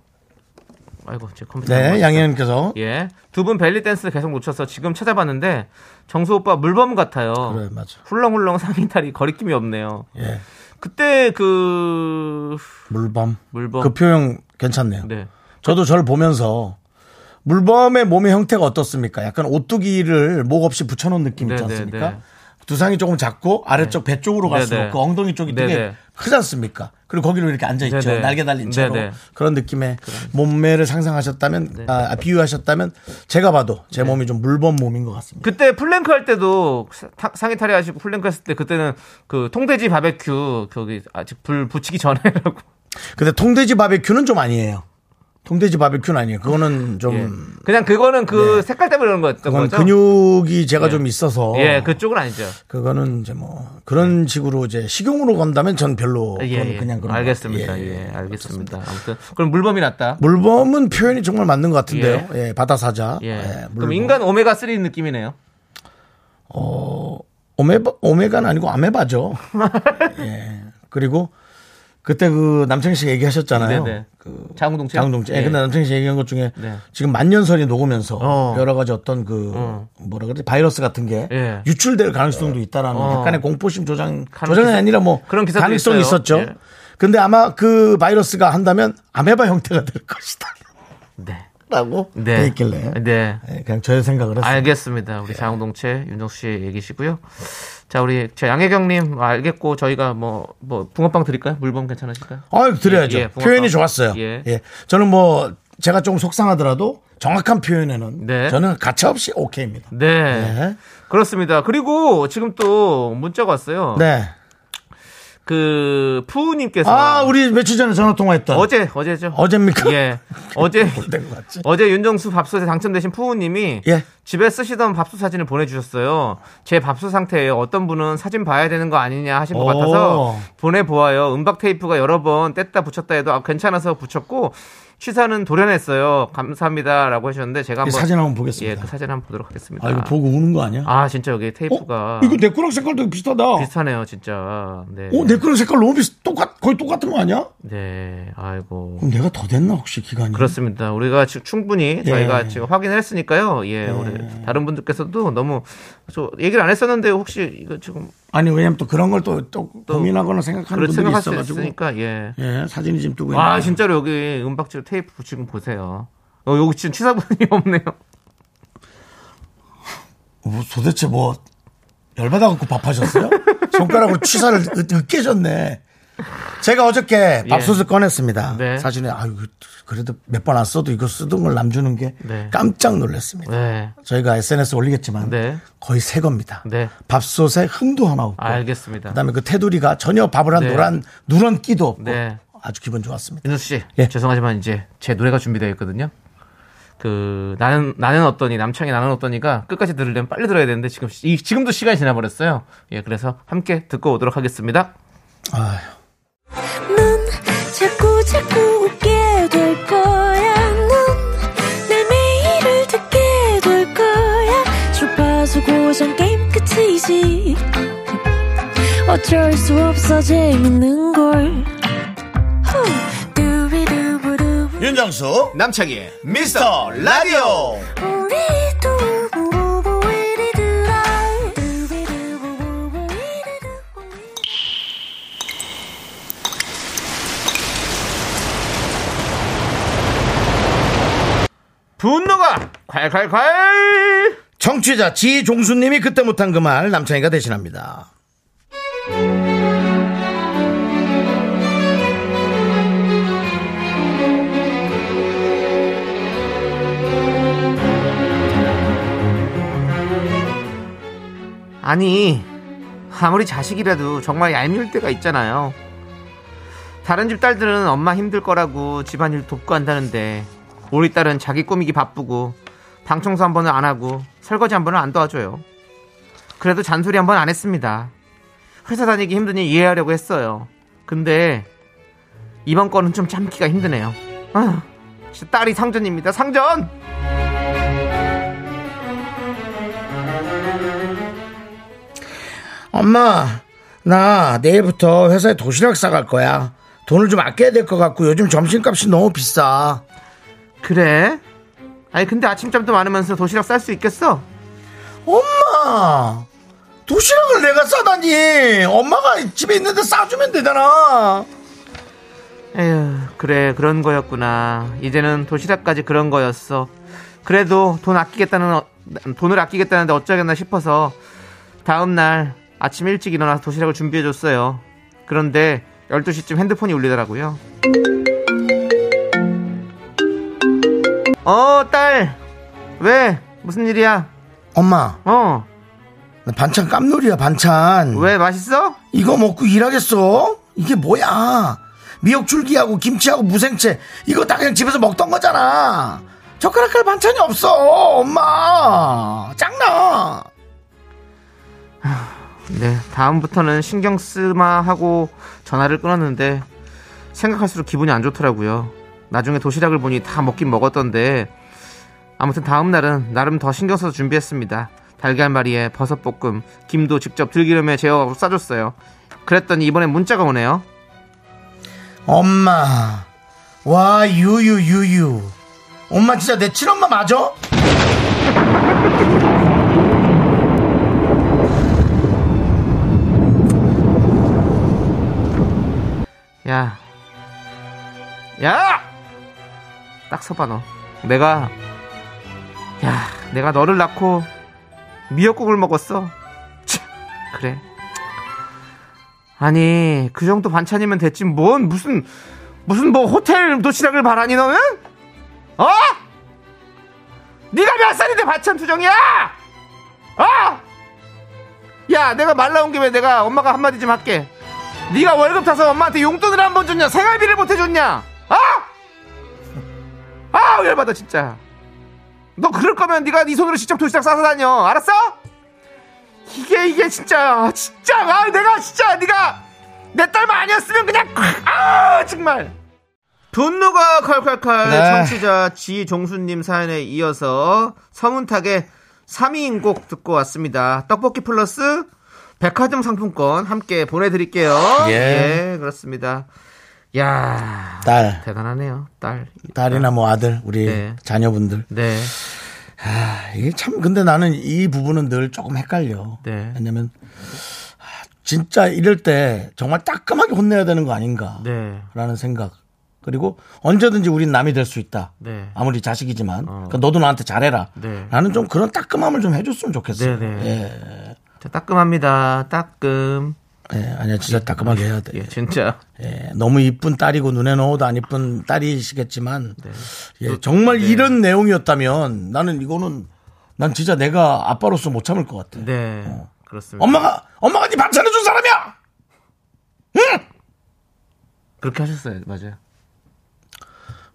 Speaker 2: 아이고, 제 컴퓨터.
Speaker 1: 네, 양희은께서
Speaker 2: 예. 두 분 벨리 댄스 계속 놓쳐서 지금 찾아봤는데 정수 오빠 물범 같아요.
Speaker 1: 그래 맞아.
Speaker 2: 훌렁훌렁 상인다리 거리낌이 없네요.
Speaker 1: 예,
Speaker 2: 그때 그
Speaker 1: 물범.
Speaker 2: 물범.
Speaker 1: 그 표현 괜찮네요.
Speaker 2: 네.
Speaker 1: 저도 저를 보면서 물범의 몸의 형태가 어떻습니까? 약간 오뚜기를 목 없이 붙여놓은 느낌 있지
Speaker 2: 네, 네,
Speaker 1: 않습니까?
Speaker 2: 네.
Speaker 1: 두상이 조금 작고 아래쪽 배 쪽으로
Speaker 2: 네,
Speaker 1: 갈수록
Speaker 2: 네.
Speaker 1: 그 엉덩이 쪽이
Speaker 2: 네,
Speaker 1: 되게
Speaker 2: 네.
Speaker 1: 크지 않습니까? 그리고 거기로 이렇게 앉아있죠.
Speaker 2: 네, 네.
Speaker 1: 날개 달린 채로.
Speaker 2: 네, 네.
Speaker 1: 그런 느낌의 몸매를 상상하셨다면, 아, 비유하셨다면 제가 봐도
Speaker 2: 네.
Speaker 1: 제 몸이 좀 물범 몸인 것 같습니다.
Speaker 2: 그때 플랭크 할 때도 상의탈이 하시고 플랭크 했을 때 그때는 그 통돼지 바베큐 거기 아직 불 붙이기 전에라고
Speaker 1: 근데 통돼지 바베큐는 좀 아니에요. 통돼지 바베큐는 아니에요. 그거는 좀.
Speaker 2: 예. 그냥 그거는 그 색깔 때문에 그런 거였던
Speaker 1: 음. 네. 그건
Speaker 2: 거죠.
Speaker 1: 근육이 제가 좀 있어서
Speaker 2: 예, 그쪽은 아니죠.
Speaker 1: 그거는 이제 뭐 그런 식으로 이제 식용으로 건다면 전 별로
Speaker 2: 네. 예,
Speaker 1: 그건
Speaker 2: 예.
Speaker 1: 그냥 그런 것
Speaker 2: 알겠습니다.
Speaker 1: 같아요.
Speaker 2: 예,
Speaker 1: 예, 예.
Speaker 2: 알겠습니다. 아무튼 그럼 물범이 났다.
Speaker 1: 물범은 표현이 정말 맞는 것 같은데요. 예, 바다사자.
Speaker 2: 예. 그럼
Speaker 1: 물범.
Speaker 2: 인간 오메가 3 느낌이네요.
Speaker 1: 오메바 오메가는 아니고 아메바죠. 예. 그리고 그때 그 남창희 씨 얘기하셨잖아요.
Speaker 2: 네네.
Speaker 1: 그
Speaker 2: 자웅동체.
Speaker 1: 장동재. 예. 근데 남창희 씨 얘기한 것 중에
Speaker 2: 네.
Speaker 1: 지금 만년설이 녹으면서
Speaker 2: 어.
Speaker 1: 여러 가지 어떤 그 뭐라 그러지 바이러스 같은 게
Speaker 2: 예.
Speaker 1: 유출될 가능성도 있다라는
Speaker 2: 어.
Speaker 1: 약간의 공포심 조장
Speaker 2: 가능성-
Speaker 1: 조장이 아니라 뭐
Speaker 2: 그런 기사도
Speaker 1: 가능성이
Speaker 2: 있어요.
Speaker 1: 있었죠.
Speaker 2: 예.
Speaker 1: 근데 아마 그 바이러스가 한다면 아메바 형태가 될 것이다라고
Speaker 2: 네.
Speaker 1: 돼
Speaker 2: 네.
Speaker 1: 있길래
Speaker 2: 네.
Speaker 1: 예, 그냥 저의 생각을 했어요.
Speaker 2: 알겠습니다. 우리 자웅동체 윤정수 씨의 얘기시고요. 자, 우리 저 양혜경님 아, 알겠고 저희가 뭐 뭐 붕어빵 드릴까요? 물범 괜찮으실까요?
Speaker 1: 아유, 드려야죠.
Speaker 2: 예, 예, 고맙다.
Speaker 1: 표현이 좋았어요. 예.
Speaker 2: 예.
Speaker 1: 저는 뭐, 제가 조금 속상하더라도 정확한 표현에는
Speaker 2: 네.
Speaker 1: 저는 가차없이 오케이입니다.
Speaker 2: 네.
Speaker 1: 네.
Speaker 2: 그렇습니다. 그리고 지금 또 문자가 왔어요.
Speaker 1: 네.
Speaker 2: 그 푸우님께서
Speaker 1: 아, 우리 며칠 전에 전화 통화했던.
Speaker 2: 어제 어제죠?
Speaker 1: 어제입니까?
Speaker 2: 예. 어제
Speaker 1: 된것 같지?
Speaker 2: 어제 윤정수 밥솥에 당첨되신 푸우님이
Speaker 1: 예.
Speaker 2: 집에 쓰시던 밥솥 사진을 보내주셨어요. 제 밥솥 상태예요. 어떤 분은 사진 봐야 되는 거 아니냐 하신 것
Speaker 1: 오.
Speaker 2: 같아서 보내보아요. 음박 테이프가 여러 번 뗐다 붙였다 해도 아, 괜찮아서 붙였고 취사는 도려냈어요. 감사합니다. 라고 하셨는데 제가
Speaker 1: 이
Speaker 2: 한번
Speaker 1: 사진 한번
Speaker 2: 예,
Speaker 1: 보겠습니다.
Speaker 2: 그 사진 한번 보도록 하겠습니다.
Speaker 1: 아, 이거 보고 우는 거 아니야?
Speaker 2: 아, 진짜 여기
Speaker 1: 어?
Speaker 2: 테이프가
Speaker 1: 이거 내 거랑 색깔 되게 비슷하다.
Speaker 2: 비슷하네요, 진짜. 네.
Speaker 1: 어, 내 거랑 색깔 너무 비슷, 똑같, 거의 똑같은 거 아니야?
Speaker 2: 네, 아이고.
Speaker 1: 그럼 내가 더 됐나, 혹시 기간이?
Speaker 2: 그렇습니다. 우리가 지금 충분히
Speaker 1: 예.
Speaker 2: 저희가 지금 확인을 했으니까요. 예, 우리 다른 분들께서도 너무 저 얘기를 안 했었는데 혹시 이거 지금
Speaker 1: 아니, 왜냐면 또 그런 걸 또, 또,
Speaker 2: 또
Speaker 1: 고민하거나 생각하는
Speaker 2: 그렇게
Speaker 1: 분들이
Speaker 2: 생각할 수
Speaker 1: 있어가지고.
Speaker 2: 있으니까 예.
Speaker 1: 예, 사진이 지금 뜨고 있네.
Speaker 2: 와 진짜로 여기 은박지로 테이프 붙이고 보세요. 어, 여기 지금 취사분이 없네요.
Speaker 1: 뭐 도대체 뭐 열받아갖고 밥하셨어요? 손가락으로 취사를 으- 으깨졌네. 제가 어저께 밥솥을 꺼냈습니다.
Speaker 2: 예. 네.
Speaker 1: 사진에 아유 그래도 몇 번 안 써도 이거 쓰던 걸 남주는 게
Speaker 2: 네.
Speaker 1: 깜짝 놀랐습니다.
Speaker 2: 네,
Speaker 1: 저희가 SNS 에 올리겠지만
Speaker 2: 네.
Speaker 1: 거의 새 겁니다.
Speaker 2: 네.
Speaker 1: 밥솥에 흠도 하나 없고
Speaker 2: 알겠습니다.
Speaker 1: 그다음에 그 테두리가 전혀 밥을 한
Speaker 2: 네.
Speaker 1: 노란 누런 끼도 없고
Speaker 2: 네.
Speaker 1: 아주 기분 좋았습니다.
Speaker 2: 윤수 씨,
Speaker 1: 예.
Speaker 2: 죄송하지만 이제 제 노래가 준비되어 있거든요. 그 나는 나는 어떠니 남창이 나는 어떠니가 끝까지 들으려면 빨리 들어야 되는데 지금 시- 이, 지금도 시간이 지나버렸어요. 예, 그래서 함께 듣고 오도록 하겠습니다.
Speaker 1: 아유.
Speaker 6: 넌 자꾸 자꾸 웃게 될 거야. 넌내 매일을 듣게 될 거야. 주파수 고정 게임 끝이지. 어쩔 수 없어 재밌는 걸. 후. 두비두부두부.
Speaker 1: 윤정수 남창희 미스터 라디오
Speaker 6: 우리 두부부부 우리들아. 두비두부부부 우리들아.
Speaker 2: 분노가 콸콸콸!
Speaker 1: 정취자 지종수님이 그때 못한 그 말 남창희가 대신합니다.
Speaker 2: 아니 아무리 자식이라도 정말 얄미울 때가 있잖아요. 다른 집 딸들은 엄마 힘들 거라고 집안일 돕고 한다는데 우리 딸은 자기 꾸미기 바쁘고 방 청소 한 번은 안 하고 설거지 한 번은 안 도와줘요. 그래도 잔소리 한 번 안 했습니다. 회사 다니기 힘드니 이해하려고 했어요. 근데 이번 거는 좀 참기가 힘드네요. 아, 진짜 딸이 상전입니다. 상전!
Speaker 1: 엄마, 나 내일부터 회사에 도시락 싸갈 거야. 돈을 좀 아껴야 될 것 같고 요즘 점심값이 너무 비싸.
Speaker 2: 그래? 아니 근데 아침잠도 많으면서 도시락 쌀 수 있겠어?
Speaker 1: 엄마! 도시락을 내가 싸다니! 엄마가 집에 있는데 싸주면 되잖아!
Speaker 2: 에휴 그래 그런 거였구나. 이제는 도시락까지 그런 거였어. 그래도 돈 아끼겠다는 어- 돈을 아끼겠다는데 어쩌겠나 싶어서 다음 날 아침 일찍 일어나서 도시락을 준비해 줬어요. 그런데 12시쯤 핸드폰이 울리더라고요. 어, 딸. 왜? 무슨 일이야?
Speaker 1: 엄마,
Speaker 2: 어.
Speaker 1: 나 반찬 깜놀이야, 반찬.
Speaker 2: 왜 맛있어?
Speaker 1: 이거 먹고 일하겠어? 이게 뭐야? 미역줄기하고 김치하고 무생채. 이거 다 그냥 집에서 먹던 거잖아. 젓가락할 반찬이 없어, 엄마! 짱나!
Speaker 2: 네, 다음부터는 신경 쓰마 하고 전화를 끊었는데 생각할수록 기분이 안 좋더라고요. 나중에 도시락을 보니 다 먹긴 먹었던데 아무튼 다음 날은 나름 더 신경 써서 준비했습니다. 달걀말이에 버섯볶음, 김도 직접 들기름에 재워 싸줬어요. 그랬더니 이번엔 문자가 오네요.
Speaker 1: 엄마. 와, 유유유유. 엄마 진짜 내 친엄마 맞아?
Speaker 2: 야, 야, 딱 서봐 너. 내가, 야, 내가 너를 낳고 미역국을 먹었어. 참, 그래. 아니 그 정도 반찬이면 됐지 뭔 무슨 무슨 뭐 호텔 도시락을 바라니 너는? 어? 네가 몇 살인데 반찬 투정이야? 어? 야 내가 말 나온 김에 내가 엄마가 한마디 좀 할게. 네가 월급 타서 엄마한테 용돈을 한 번 줬냐? 생활비를 못 해줬냐? 아! 아, 열받아 진짜. 너 그럴 거면 네가 네 손으로 직접 도시락 싸서 다녀. 알았어? 이게 이게 진짜 아, 진짜 아 내가 진짜 네가 내 딸만 아니었으면 그냥 아 정말. 분노가 콸콸콸
Speaker 1: 네.
Speaker 2: 청취자 지종수님 사연에 이어서 서문탁의 3위인 곡 듣고 왔습니다. 떡볶이 플러스 백화점 상품권 함께 보내드릴게요.
Speaker 1: 예.
Speaker 2: 예, 그렇습니다. 야
Speaker 1: 딸,
Speaker 2: 대단하네요, 딸.
Speaker 1: 딸이나 뭐 아들, 우리
Speaker 2: 네.
Speaker 1: 자녀분들.
Speaker 2: 네,
Speaker 1: 아, 이게 참, 근데 나는 이 부분은 늘 조금 헷갈려.
Speaker 2: 네.
Speaker 1: 왜냐면, 아, 진짜 이럴 때 정말 따끔하게 혼내야 되는 거 아닌가.
Speaker 2: 네,
Speaker 1: 라는 생각. 그리고 언제든지 우린 남이 될 수 있다.
Speaker 2: 네. 어.
Speaker 1: 아무리 자식이지만. 그러니까 너도 나한테 잘해라.
Speaker 2: 네.
Speaker 1: 라는 좀 그런 따끔함을 좀 해줬으면 좋겠어요.
Speaker 2: 네, 네.
Speaker 1: 예.
Speaker 2: 자, 따끔합니다, 따끔.
Speaker 1: 예, 아니야, 진짜 따끔하게 해야 돼.
Speaker 2: 예, 진짜.
Speaker 1: 예, 너무 이쁜 딸이고 눈에 넣어도 안 이쁜 딸이시겠지만 예, 정말 이런 내용이었다면 나는 이거는 난 진짜 내가 아빠로서 못 참을 것 같아.
Speaker 2: 네, 그렇습니다.
Speaker 1: 엄마가 엄마가 네 반찬 해준 사람이야.
Speaker 2: 그렇게 하셨어요, 맞아요.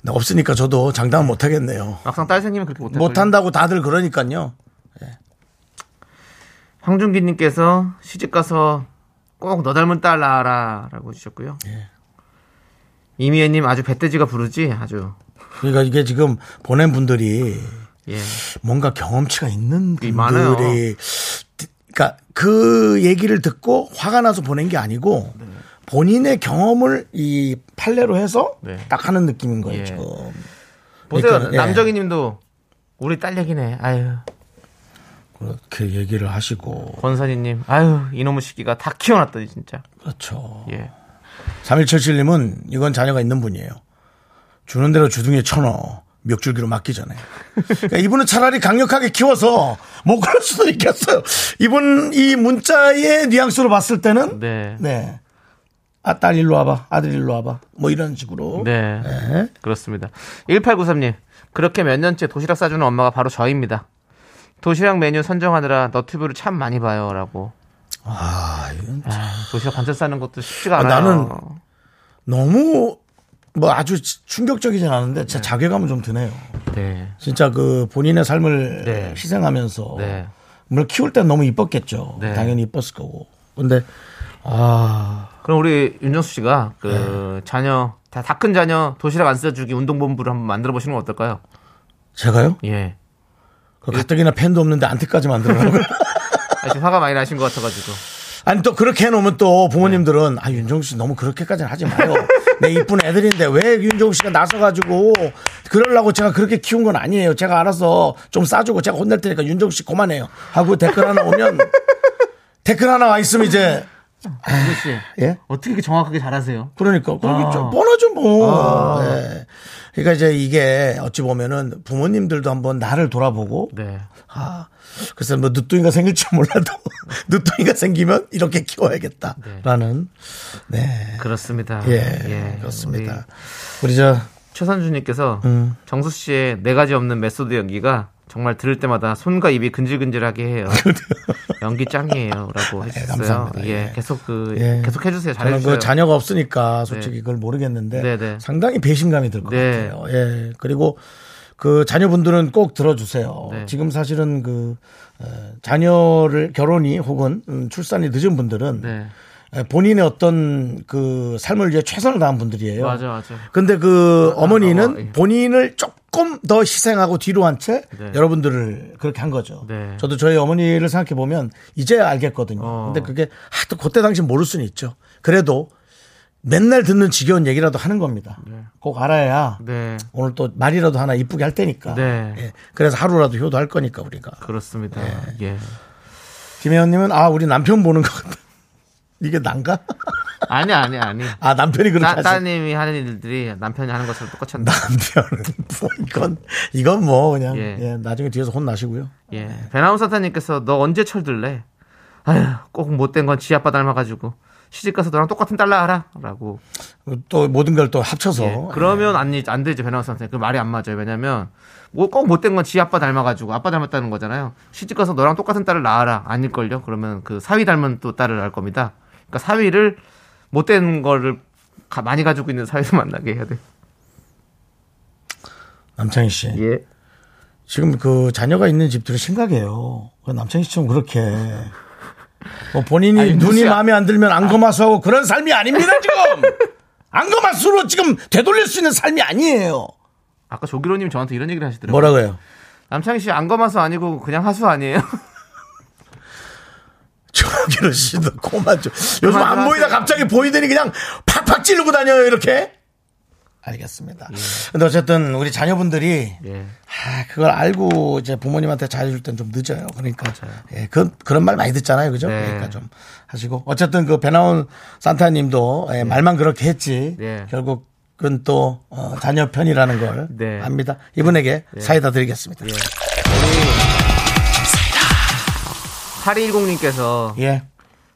Speaker 1: 나 없으니까 저도 장담 못 하겠네요.
Speaker 2: 막상 딸 생기면 그렇게 못할
Speaker 1: 못 한다고 다들 그러니까요.
Speaker 2: 황준기님께서 시집가서 꼭 너 닮은 딸 낳아라 라고 해주셨고요. 이미애님 아주 배돼지가 부르지 아주
Speaker 1: 그러니까 이게 지금 보낸 분들이
Speaker 2: 예
Speaker 1: 뭔가 경험치가 있는
Speaker 2: 이 많아요.
Speaker 1: 분들이 그러니까 그 얘기를 듣고 화가 나서 보낸 게 아니고
Speaker 2: 네.
Speaker 1: 본인의 경험을 이 판례로 해서
Speaker 2: 네.
Speaker 1: 딱 하는 느낌인 거예요.
Speaker 2: 예.
Speaker 1: 지금.
Speaker 2: 보세요
Speaker 1: 그러니까, 예.
Speaker 2: 남정희님도 우리 딸 얘기네 아유
Speaker 1: 그렇게 얘기를 하시고
Speaker 2: 권선희님 아유 이놈의 시기가 다 키워놨더니 진짜
Speaker 1: 그렇죠.
Speaker 2: 예
Speaker 1: 3177님은 이건 자녀가 있는 분이에요. 주는 대로 주둥이에 쳐넣어. 멱줄기로 맞기 전에. 그러니까 이분은 차라리 강력하게 키워서 못 그럴 수도 있겠어요. 이분 이 문자의 뉘앙스로 봤을 때는
Speaker 2: 네.
Speaker 1: 네. 아, 딸 일로 와봐. 아들 일로 와봐. 뭐 이런 식으로.
Speaker 2: 네. 그렇습니다. 1893님. 그렇게 몇 년째 도시락 싸주는 엄마가 바로 저입니다. 도시락 메뉴 선정하느라 너튜브를 참 많이 봐요. 라고.
Speaker 1: 아, 이건
Speaker 2: 아, 도시락 반찬 싸는 것도 쉽지가
Speaker 1: 아,
Speaker 2: 않아요.
Speaker 1: 나는 너무 뭐 아주 충격적이진 않은데 진짜 자괴감은 좀 드네요.
Speaker 2: 네.
Speaker 1: 진짜 그 본인의 삶을
Speaker 2: 네.
Speaker 1: 희생하면서
Speaker 2: 네.
Speaker 1: 물 키울 땐 너무 이뻤겠죠.
Speaker 2: 네.
Speaker 1: 당연히 이뻤을 거고. 근데
Speaker 2: 그럼 우리 윤정수 씨가 그 자녀 다 큰 자녀 도시락 안 싸주기 운동본부를 한번 만들어 보시는 건 어떨까요?
Speaker 1: 제가요?
Speaker 2: 예.
Speaker 1: 그 가뜩이나 팬도 없는데 안티까지 만들어요.
Speaker 2: 아, 지금 화가 많이 나신 것 같아가지고.
Speaker 1: 아니 또 그렇게 해놓으면 또 부모님들은 아 윤정수 씨 너무 그렇게까지는 하지 마요. 내 이쁜 애들인데 왜 윤정수 씨가 나서가지고 그러려고 제가 그렇게 키운 건 아니에요. 제가 알아서 좀 싸주고 제가 혼낼 테니까 윤정수 씨 그만해요. 하고 댓글 하나 오면 댓글 하나 와 있으면 이제
Speaker 2: 윤정 씨
Speaker 1: 예?
Speaker 2: 어떻게 이렇게 정확하게 잘하세요?
Speaker 1: 그러니까 그게
Speaker 2: 아.
Speaker 1: 좀 뻔하죠 뭐. 예. 그러니까 이제 이게 어찌 보면은 부모님들도 한번 나를 돌아보고
Speaker 2: 네.
Speaker 1: 아, 글쎄 뭐 늦둥이가 생길지 몰라도 늦둥이가 생기면 이렇게 키워야겠다라는 네.
Speaker 2: 그렇습니다.
Speaker 1: 예, 그렇습니다. 음. 우리, 저
Speaker 2: 최선주님께서 정수 씨의 네 가지 없는 메소드 연기가 정말 들을 때마다 손과 입이 근질근질하게 해요. 연기 짱이에요라고 해주셨어요.
Speaker 1: 아, 감사합니다.
Speaker 2: 예,
Speaker 1: 예.
Speaker 2: 계속 그
Speaker 1: 예.
Speaker 2: 계속 해주세요.
Speaker 1: 저는
Speaker 2: 잘해주세요.
Speaker 1: 그 자녀가 없으니까 솔직히
Speaker 2: 네.
Speaker 1: 그걸 모르겠는데
Speaker 2: 네, 네.
Speaker 1: 상당히 배신감이 들 것
Speaker 2: 네.
Speaker 1: 같아요. 예, 그리고 그 자녀분들은 꼭 들어주세요.
Speaker 2: 네.
Speaker 1: 지금 사실은 그 어, 자녀를 결혼이 혹은 음, 출산이 늦은 분들은
Speaker 2: 네,
Speaker 1: 예, 본인의 어떤 그 삶을 위해 최선을 다한 분들이에요.
Speaker 2: 맞아, 맞아.
Speaker 1: 근데 그
Speaker 2: 아, 예.
Speaker 1: 어머니는 본인을 조금 더 희생하고 뒤로 한 채
Speaker 2: 네.
Speaker 1: 여러분들을 그렇게 한 거죠.
Speaker 2: 네.
Speaker 1: 저도 저희 어머니를 생각해 보면 이제야 알겠거든요.
Speaker 2: 어.
Speaker 1: 근데 그게 하도 그때 당시 모를 수는 있죠. 그래도 맨날 듣는 지겨운 얘기라도 하는 겁니다. 꼭 알아야
Speaker 2: 네,
Speaker 1: 오늘 또 말이라도 하나 이쁘게 할 테니까.
Speaker 2: 네.
Speaker 1: 예. 그래서 하루라도 효도할 거니까 우리가.
Speaker 2: 그렇습니다. 예.
Speaker 1: 김혜원님은 아 우리 남편 보는 것 같다. 이게 난가?
Speaker 2: 아니, 아니, 아니.
Speaker 1: 아 남편이 그렇게
Speaker 2: 따,
Speaker 1: 하시
Speaker 2: 따님이 하는 일들이 남편이 하는 것처럼 똑같았나?
Speaker 1: 남편은 뭐 이건 이건 뭐 그냥
Speaker 2: 예.
Speaker 1: 예, 나중에 뒤에서 혼나시고요. 네.
Speaker 2: 예. 배나운사타님께서 너 언제 철들래? 아휴, 꼭 못된 건 지 아빠 닮아가지고 시집가서 너랑 똑같은 딸 낳아라라고
Speaker 1: 또 모든 걸 또 합쳐서
Speaker 2: 예, 그러면 안, 이- 안 되죠 변호사한테 그 말이 안 맞아요 왜냐면 뭐 꼭 못된 건 지 아빠 닮아가지고 아빠 닮았다는 거잖아요 시집 가서 너랑 똑같은 딸을 낳아라 아닐걸요 그러면 그 사위 닮은 또 딸을 낳을 겁니다 그러니까 사위를 못된 거를 가- 많이 가지고 있는 사위도 만나게 해야 돼
Speaker 1: 남창희 씨
Speaker 2: 예.
Speaker 1: 지금 그 자녀가 있는 집들이 심각해요. 그 남창희 씨처럼 그렇게 뭐 본인이
Speaker 2: 아니,
Speaker 1: 눈이
Speaker 2: 무슨-
Speaker 1: 마음에 안 들면 안검하수하고 그런 삶이 아닙니다 지금 안검하수로 지금 되돌릴 수 있는 삶이 아니에요.
Speaker 2: 아까 조기로님 저한테 이런 얘기를 하시더라고요
Speaker 1: 뭐라고요?
Speaker 2: 남창희 씨 안검하수 아니고 그냥 하수 아니에요
Speaker 1: 조기로 씨도 고만 좀 요즘 안
Speaker 2: 그만
Speaker 1: 보이다
Speaker 2: 하세요.
Speaker 1: 갑자기 보이더니 그냥 팍팍 찌르고 다녀요 이렇게. 예. 알겠습니다. 근데 어쨌든 우리 자녀분들이
Speaker 2: 예.
Speaker 1: 아, 그걸 알고 이제 부모님한테 잘해줄 땐 좀 늦어요. 그러니까 예, 그, 그런 말 많이 듣잖아요, 그죠?
Speaker 2: 네.
Speaker 1: 그러니까 좀 하시고 어쨌든 그 배나온 산타님도 예, 말만 그렇게 했지
Speaker 2: 네.
Speaker 1: 결국. 그건 또 어, 자녀 편이라는 걸
Speaker 2: 네.
Speaker 1: 압니다. 이분에게 사이다 드리겠습니다.
Speaker 2: 8210님께서
Speaker 1: 예.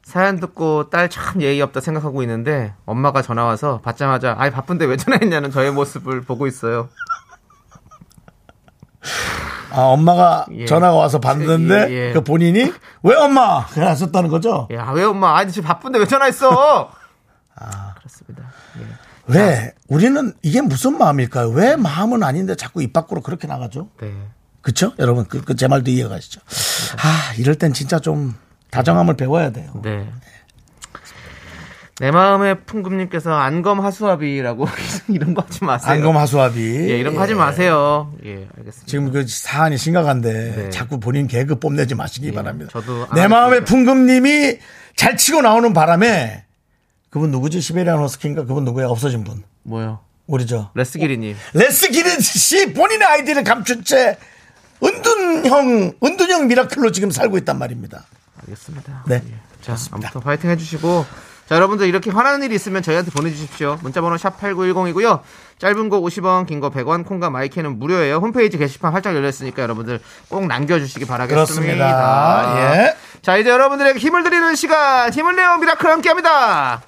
Speaker 2: 사연 듣고 딸 참 예의 없다 생각하고 있는데 엄마가 전화 와서 받자마자 아이 바쁜데 왜 전화했냐는 저의 모습을 보고 있어요.
Speaker 1: 아, 엄마가
Speaker 2: 예.
Speaker 1: 전화가 와서 봤는데
Speaker 2: 예, 예.
Speaker 1: 그 본인이 왜 엄마 그래 하셨다는 거죠?
Speaker 2: 야 왜 엄마 아이 지금 바쁜데 왜 전화했어? 그렇습니다. 예.
Speaker 1: 왜 우리는 이게 무슨 마음일까요? 왜 마음은 아닌데 자꾸 입 밖으로 그렇게 나가죠?
Speaker 2: 네.
Speaker 1: 그쵸? 여러분, 그, 그 제 말도 이해가시죠? 아, 이럴 땐 진짜 좀 다정함을 배워야 돼요.
Speaker 2: 예. 네. 내 마음의 풍금님께서 안검 하수합이라고 이런 거 하지 마세요.
Speaker 1: 안검 하수합이.
Speaker 2: 예, 이런 거 하지 마세요. 예, 알겠습니다.
Speaker 1: 지금 그 사안이 심각한데
Speaker 2: 네. 예,
Speaker 1: 자꾸 본인 개그 뽐내지 마시기 바랍니다.
Speaker 2: 저도 아, 예. 안
Speaker 1: 내 마음의
Speaker 2: 하겠습니다.
Speaker 1: 풍금님이 잘 치고 나오는 바람에 그분 누구지? 시베리안 허스키인가? 그분 누구야? 없어진 분.
Speaker 2: 뭐요?
Speaker 1: 우리 저.
Speaker 2: 레스기리님.
Speaker 1: 어? 레스기린 씨 본인의 아이디를 감춘 채 은둔형, 은둔형 미라클로 지금 살고 있단 말입니다.
Speaker 2: 알겠습니다.
Speaker 1: 네.
Speaker 2: 예. 자, 아무튼 파이팅 해주시고. 자, 여러분들 이렇게 화나는 일이 있으면 저희한테 보내주십시오. 문자번호 샵8910이고요. 짧은 거 50원, 긴 거 100원, 콩과 마이크는 무료예요. 홈페이지 게시판 활짝 열렸으니까 여러분들 꼭 남겨주시기 바라겠습니다.
Speaker 1: 그렇습니다. 예.
Speaker 2: 자, 이제 여러분들에게 힘을 드리는 시간, 힘을 내요 미라클 함께 합니다.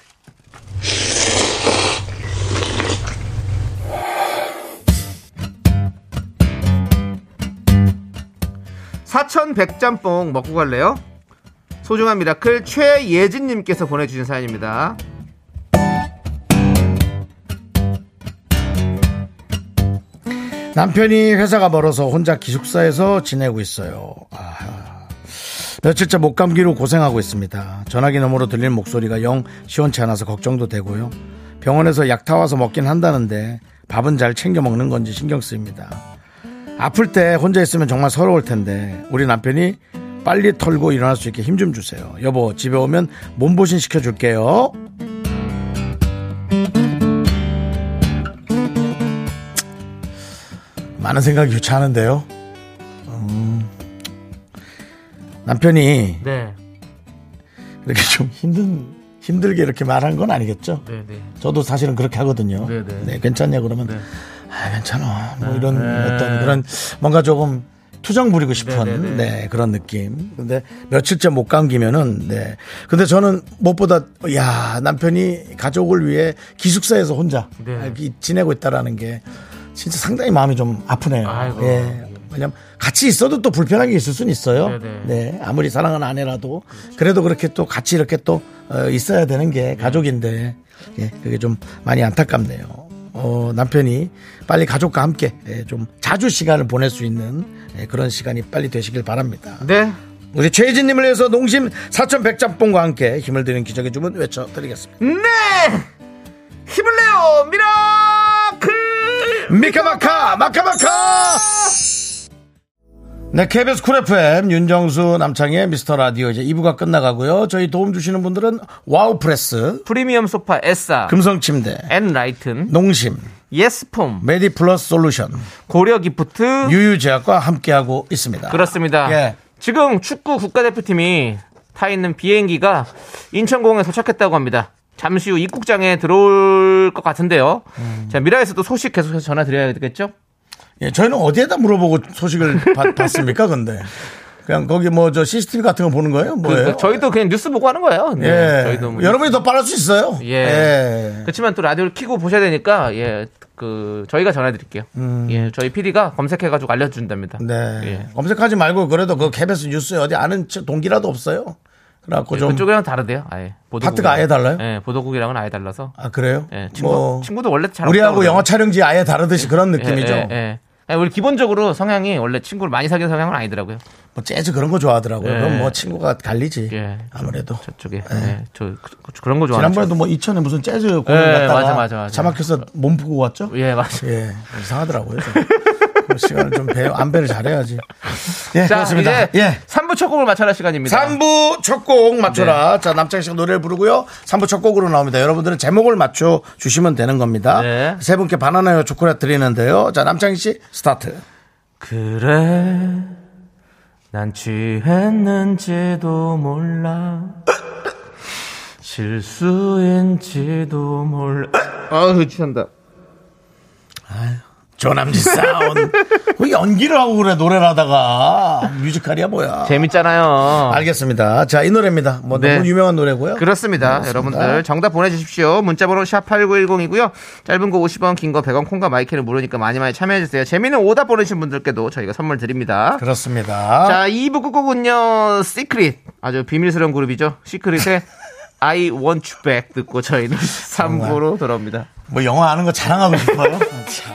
Speaker 2: 사천 백짬뽕 먹고 갈래요? 소중한 미라클 최예진님께서 보내주신 사연입니다.
Speaker 1: 남편이 회사가 멀어서 혼자 기숙사에서 지내고 있어요. 아, 며칠째 목감기로 고생하고 있습니다. 전화기 너머로 들릴 목소리가 영 시원치 않아서 걱정도 되고요. 병원에서 약 타와서 먹긴 한다는데 밥은 잘 챙겨 먹는 건지 신경 쓰입니다. 아플 때 혼자 있으면 정말 서러울 텐데 우리 남편이 빨리 털고 일어날 수 있게 힘 좀 주세요. 여보 집에 오면 몸보신 시켜줄게요. 많은 생각이 교차하는데요. 음, 남편이
Speaker 2: 네,
Speaker 1: 이렇게 좀 힘든 힘들게 이렇게 말한 건 아니겠죠?
Speaker 2: 네, 네.
Speaker 1: 저도 사실은 그렇게 하거든요.
Speaker 2: 네, 네.
Speaker 1: 괜찮냐 그러면
Speaker 2: 네.
Speaker 1: 아 괜찮아 뭐 이런
Speaker 2: 네.
Speaker 1: 어떤 그런 뭔가 조금 투정 부리고 싶은 네,
Speaker 2: 네, 네, 네.
Speaker 1: 그런 느낌. 근데 며칠째 못 감기면은 네. 근데 저는 무엇보다 야 남편이 가족을 위해 기숙사에서 혼자
Speaker 2: 네.
Speaker 1: 이렇게 지내고 있다라는 게 진짜 상당히 마음이 좀 아프네요.
Speaker 2: 아이고.
Speaker 1: 예. 왜냐면 같이 있어도 또 불편한 게 있을 수는 있어요.
Speaker 2: 네, 네.
Speaker 1: 네, 아무리 사랑하는 아내라도 그래도 그렇게 또 같이 이렇게 또 어, 있어야 되는 게 가족인데 예, 그게 좀 많이 안타깝네요. 어, 남편이 빨리 가족과 함께 예, 좀 자주 시간을 보낼 수 있는 예, 그런 시간이 빨리 되시길 바랍니다.
Speaker 2: 네,
Speaker 1: 우리 최혜진님을 위해서 농심 4,100짬뽕과 함께 힘을 드리는 기적의 주문 외쳐드리겠습니다.
Speaker 2: 네. 힘을 내요, 미라클.
Speaker 1: 네, 미카마카 마카마카 네, KBS 쿨 FM 윤정수 남창의 미스터 라디오 이제 2부가 끝나가고요. 저희 도움 주시는 분들은 와우 프레스,
Speaker 2: 프리미엄 소파 에싸,
Speaker 1: 금성 침대,
Speaker 2: 엔라이튼,
Speaker 1: 농심,
Speaker 2: 예스폼,
Speaker 1: 메디 플러스 솔루션,
Speaker 2: 고려 기프트.
Speaker 1: 유유제약과 함께하고 있습니다.
Speaker 2: 그렇습니다.
Speaker 1: 예.
Speaker 2: 지금 축구 국가대표팀이 타 있는 비행기가 인천공항에 도착했다고 합니다. 잠시 후 입국장에 들어올 것 같은데요.
Speaker 1: 음.
Speaker 2: 자, 미라에서도 소식 계속해서 전화드려야겠죠?
Speaker 1: 예, 저희는 어디에다 물어보고 소식을 받, 봤습니까, 근데? 그냥 거기 뭐 저 CCTV 같은 거 보는 거예요? 뭐예요?
Speaker 2: 그러니까 저희도 그냥 뉴스 보고 하는 거예요. 네,
Speaker 1: 예.
Speaker 2: 저희도 뭐
Speaker 1: 여러분이 더 빠를 수 있어요.
Speaker 2: 예. 그렇지만 또 라디오를 켜고 보셔야 되니까 예. 그 저희가 전화드릴게요. 예, 저희 PD가 검색해가지고 알려준답니다.
Speaker 1: 음. 네.
Speaker 2: 예.
Speaker 1: 검색하지 말고 그래도 그 KBS 뉴스에 어디 아는 저 동기라도 없어요. 그래갖고 좀.
Speaker 2: 예, 그쪽이랑 다르대요. 아예 보도국
Speaker 1: 파트가 아예 달라요?
Speaker 2: 예, 보도국이랑은 아예 달라서.
Speaker 1: 아, 그래요? 뭐
Speaker 2: 예, 친구 친구도 원래 잘
Speaker 1: 우리하고
Speaker 2: 없다고
Speaker 1: 영화 촬영지 아예 다르듯이 그런
Speaker 2: 예,
Speaker 1: 느낌이죠.
Speaker 2: 예, 예. 아니, 우리 기본적으로 성향이 원래 친구를 많이 사귀는 성향은 아니더라고요.
Speaker 1: 뭐 재즈 그런 거 좋아하더라고요.
Speaker 2: 예.
Speaker 1: 그럼 뭐 친구가 갈리지.
Speaker 2: 예.
Speaker 1: 아무래도.
Speaker 2: 저쪽에. 예, 저 그- 그런 거 좋아하는.
Speaker 1: 지난번에도 뭐 이천에 무슨 재즈 공연
Speaker 2: 예,
Speaker 1: 갔다가
Speaker 2: 맞아, 맞아, 맞아.
Speaker 1: 자막해서 몸 푸고 왔죠?
Speaker 2: 친구. 예, 맞습니다.
Speaker 1: 예, 이상하더라고요. 좀. 그 시간을 좀 배, 안배를 잘해야지. 예,
Speaker 2: 자,
Speaker 1: 그렇습니다.
Speaker 2: 이제
Speaker 1: 예.
Speaker 2: 3부 첫 곡을 맞춰라 시간입니다.
Speaker 1: 3부 첫 곡 맞춰라. 자, 남창희 씨가 노래를 부르고요. 3부 첫 곡으로 나옵니다. 여러분들은 제목을 맞춰 주시면 되는 겁니다.
Speaker 2: 네.
Speaker 1: 세 분께 바나나요 초콜릿 드리는데요. 자, 남창희 씨 스타트.
Speaker 2: 그래 난 취했는지도 몰라 실수인지도 몰라 아유 취한다
Speaker 1: 조남지 사운. 왜 연기를 하고 그래, 노래를 하다가. 뮤지컬이야, 뭐야.
Speaker 2: 재밌잖아요
Speaker 1: 알겠습니다. 자, 이 노래입니다. 뭐
Speaker 2: 네.
Speaker 1: 너무 유명한 노래고요.
Speaker 2: 그렇습니다 여러분들 정답 보내주십시오 문자번호 샵8910이고요 짧은 거 50원 긴 거 100원 콩과 마이크는 무료니까 많이 많이 참여해주세요 재미있는 오답 보내신 분들께도 저희가 선물 드립니다
Speaker 1: 그렇습니다.
Speaker 2: 자, 2부 끝곡은요, 시크릿. 아주 비밀스러운 그룹이죠. 시크릿의 I want you back 듣고 저희는 3부로 돌아옵니다.
Speaker 1: 뭐 영화 아는 거 자랑하고 싶어요? 자.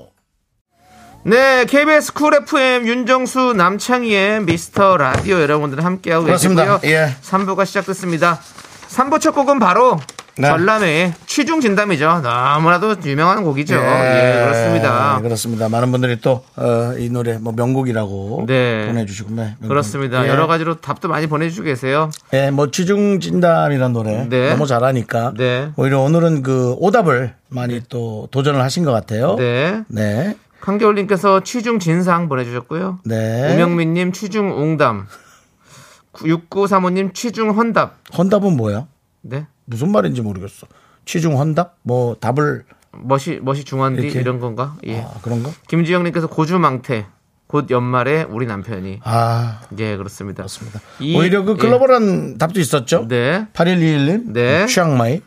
Speaker 2: 네, KBS 쿨 FM 윤정수 남창희의 미스터 라디오 여러분들 함께하고
Speaker 1: 그렇습니다.
Speaker 2: 계시고요.
Speaker 1: 예.
Speaker 2: 3부가 시작됐습니다. 3부 첫 곡은 바로
Speaker 1: 네.
Speaker 2: 전람회의 취중진담이죠. 너무나도 유명한 곡이죠. 예, 그렇습니다.
Speaker 1: 예, 그렇습니다. 많은 분들이 또, 어, 이 노래, 뭐, 명곡이라고.
Speaker 2: 네.
Speaker 1: 보내주시고, 네. 명곡.
Speaker 2: 그렇습니다.
Speaker 1: 예.
Speaker 2: 여러 가지로 답도 많이 보내주고 계세요.
Speaker 1: 예, 뭐, 취중진담이란 노래.
Speaker 2: 네.
Speaker 1: 너무 잘하니까.
Speaker 2: 네.
Speaker 1: 오히려 오늘은 그 오답을 많이 또 도전을 하신 것 같아요.
Speaker 2: 네.
Speaker 1: 네.
Speaker 2: 강겨울님께서 취중 진상 보내주셨고요.
Speaker 1: 네.
Speaker 2: 우명민님 취중 웅담. 6935님 취중 헌답.
Speaker 1: 헌답은 뭐야?
Speaker 2: 네.
Speaker 1: 무슨 말인지 모르겠어. 취중 헌답? 뭐, 답을,
Speaker 2: 멋이, 멋이 중한디
Speaker 1: 이렇게?
Speaker 2: 이런 건가? 예.
Speaker 1: 아, 그런가?
Speaker 2: 김지영님께서 고주망태. 곧 연말에 우리 남편이
Speaker 1: 아,
Speaker 2: 예 그렇습니다.
Speaker 1: 그렇습니다.
Speaker 2: 이-
Speaker 1: 오히려 그
Speaker 2: 예.
Speaker 1: 글로벌한 답도 있었죠.
Speaker 2: 네.
Speaker 1: 8121님.
Speaker 2: 네.
Speaker 1: 취향마이.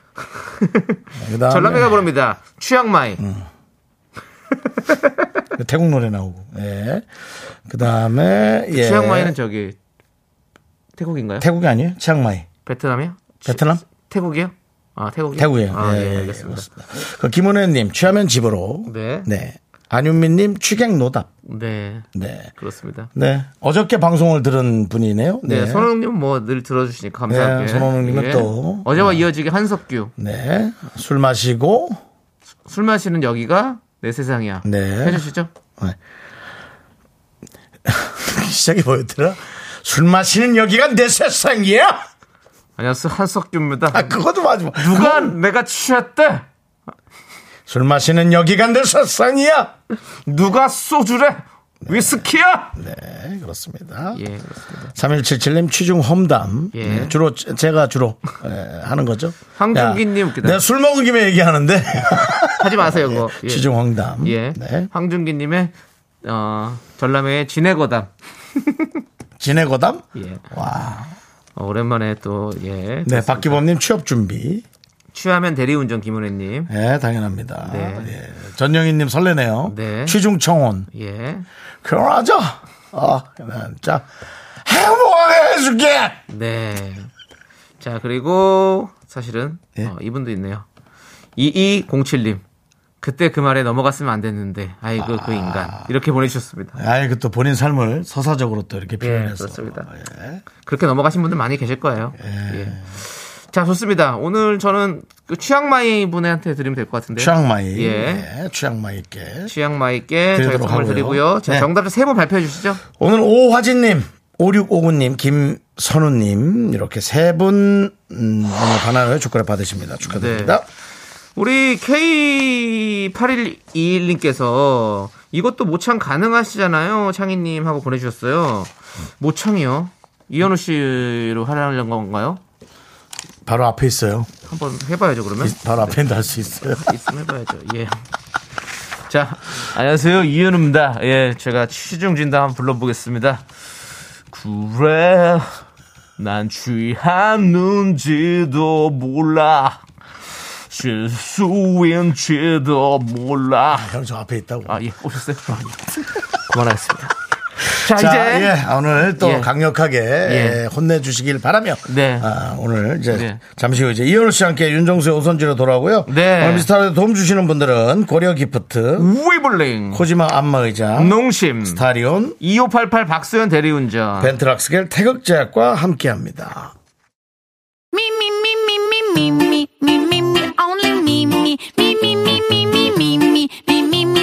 Speaker 1: 그다음에 음.
Speaker 2: 전남매가 부릅니다. 취향마이.
Speaker 1: 태국 노래 나오고. 예. 그 다음에, 예.
Speaker 2: 취향마이는 저기 태국인가요?
Speaker 1: 태국이 아니에요? 치앙마이.
Speaker 2: 베트남이요?
Speaker 1: 베트남?
Speaker 2: 태국이요? 아 태국이요?
Speaker 1: 태국이에요.
Speaker 2: 아, 예,
Speaker 1: 예,
Speaker 2: 알겠습니다.
Speaker 1: 그렇습니다. 그 김은혜님, 취하면 집으로.
Speaker 2: 네.
Speaker 1: 네. 안윤민님, 취객 노답.
Speaker 2: 네
Speaker 1: 네.
Speaker 2: 그렇습니다.
Speaker 1: 네. 어저께 방송을 들은 분이네요.
Speaker 2: 네, 손흥님 뭐 늘 들어주시니까 감사하게.
Speaker 1: 네, 손흥민은 또.
Speaker 2: 어제와 이어지게 한석규
Speaker 1: 네. 술 마시고.
Speaker 2: 술 마시는 여기가 내 세상이야.
Speaker 1: 네.
Speaker 2: 해주시죠.
Speaker 1: 시작이 뭐였더라? 술 마시는 여기가 내 세상이야?
Speaker 2: 안녕하세요 한석규입니다.
Speaker 1: 아, 그것도 맞아.
Speaker 2: 누가 내가 취했대?
Speaker 1: 술 마시는 여기가 내 세상이야?
Speaker 2: 누가 소주래? 위스키야?
Speaker 1: 네, 그렇습니다.
Speaker 2: 예, 그렇습니다.
Speaker 1: 3177님 취중 험담.
Speaker 2: 예.
Speaker 1: 네, 주로, 제- 제가 주로 예, 하는 거죠.
Speaker 2: 황준기님
Speaker 1: 야,
Speaker 2: 웃기다.
Speaker 1: 내가 술 먹은 김에 얘기하는데.
Speaker 2: 하지 마세요, 그거. 예.
Speaker 1: 취중 험담.
Speaker 2: 예.
Speaker 1: 아, 네.
Speaker 2: 황준기님의 어, 전남의 진해거담.
Speaker 1: 진해고담. 네,
Speaker 2: 예.
Speaker 1: 와.
Speaker 2: 어, 오랜만에 또 예.
Speaker 1: 네, 박기범님 취업 준비.
Speaker 2: 취하면 대리운전 김은혜님.
Speaker 1: 네, 당연합니다.
Speaker 2: 네.
Speaker 1: 예. 전영희님 설레네요.
Speaker 2: 네.
Speaker 1: 취중 청혼.
Speaker 2: 예.
Speaker 1: 결혼하자. 아, 난 진짜 행복하게 해줄게.
Speaker 2: 네. 자 그리고 사실은
Speaker 1: 예.
Speaker 2: 어, 이분도 있네요. 2207님. 그때 그 말에 넘어갔으면 안 됐는데. 아이고 그 인간. 이렇게 보내주셨습니다.
Speaker 1: 아예 그 또 본인 삶을 서사적으로 또 이렇게
Speaker 2: 예,
Speaker 1: 표현해서.
Speaker 2: 그렇습니다.
Speaker 1: 예.
Speaker 2: 그렇게 넘어가신 분들 많이 계실 거예요. 예. 자, 좋습니다. 오늘 저는 그 취향마이 분한테 드리면 될 것 같은데요.
Speaker 1: 취향마이.
Speaker 2: 예.
Speaker 1: 예, 취향마이께.
Speaker 2: 취향마이께 저희
Speaker 1: 드리도록
Speaker 2: 선물
Speaker 1: 하고요.
Speaker 2: 드리고요. 자,
Speaker 1: 네.
Speaker 2: 정답을 세 번 발표해 주시죠.
Speaker 1: 오늘 오화진님, 5659님, 김선우님, 이렇게 세 분, 음, 오늘 바나나의 초콜릿 받으십니다. 축하드립니다.
Speaker 2: 우리 K8121님께서 이것도 모창 가능하시잖아요. 창희님 하고 보내주셨어요. 모창이요? 이현우 씨로 하려는 건가요?
Speaker 1: 바로 앞에 있어요.
Speaker 2: 한번 해봐야죠, 그러면.
Speaker 1: 이- 바로 앞에 있는데 할 수 있어요.
Speaker 2: 있으면 해봐야죠. 예. 자, 안녕하세요. 이현우입니다. 예, 제가 취중 진담 한번 불러보겠습니다. 그래, 난 취했는지도 몰라. 실수인지도 몰라.
Speaker 1: 형 저 앞에 있다고.
Speaker 2: 아, 예, 오셨어요? 아, 예. 그만하겠습니다. 자,
Speaker 1: 자,
Speaker 2: 이제.
Speaker 1: 예, 오늘 또
Speaker 2: 예.
Speaker 1: 강력하게 예, 혼내주시길 바라며
Speaker 2: 네.
Speaker 1: 아, 오늘 이제
Speaker 2: 네.
Speaker 1: 잠시 후 이제 이현우 씨와 함께 윤정수의 오선지로 돌아오고요.
Speaker 2: 네.
Speaker 1: 오늘 미스터라디오 도움 주시는 분들은 고려 기프트,
Speaker 2: 웨이블링,
Speaker 1: 코지마 안마의자,
Speaker 2: 농심,
Speaker 1: 스타리온,
Speaker 2: 2588 박소연 대리운전.
Speaker 1: 벤트락스겔 태극제약과 함께합니다.
Speaker 7: Me, me, me, me, me, me, me, me, me, me, only me, me, me, me, me, me, me, me, me, me, me, me,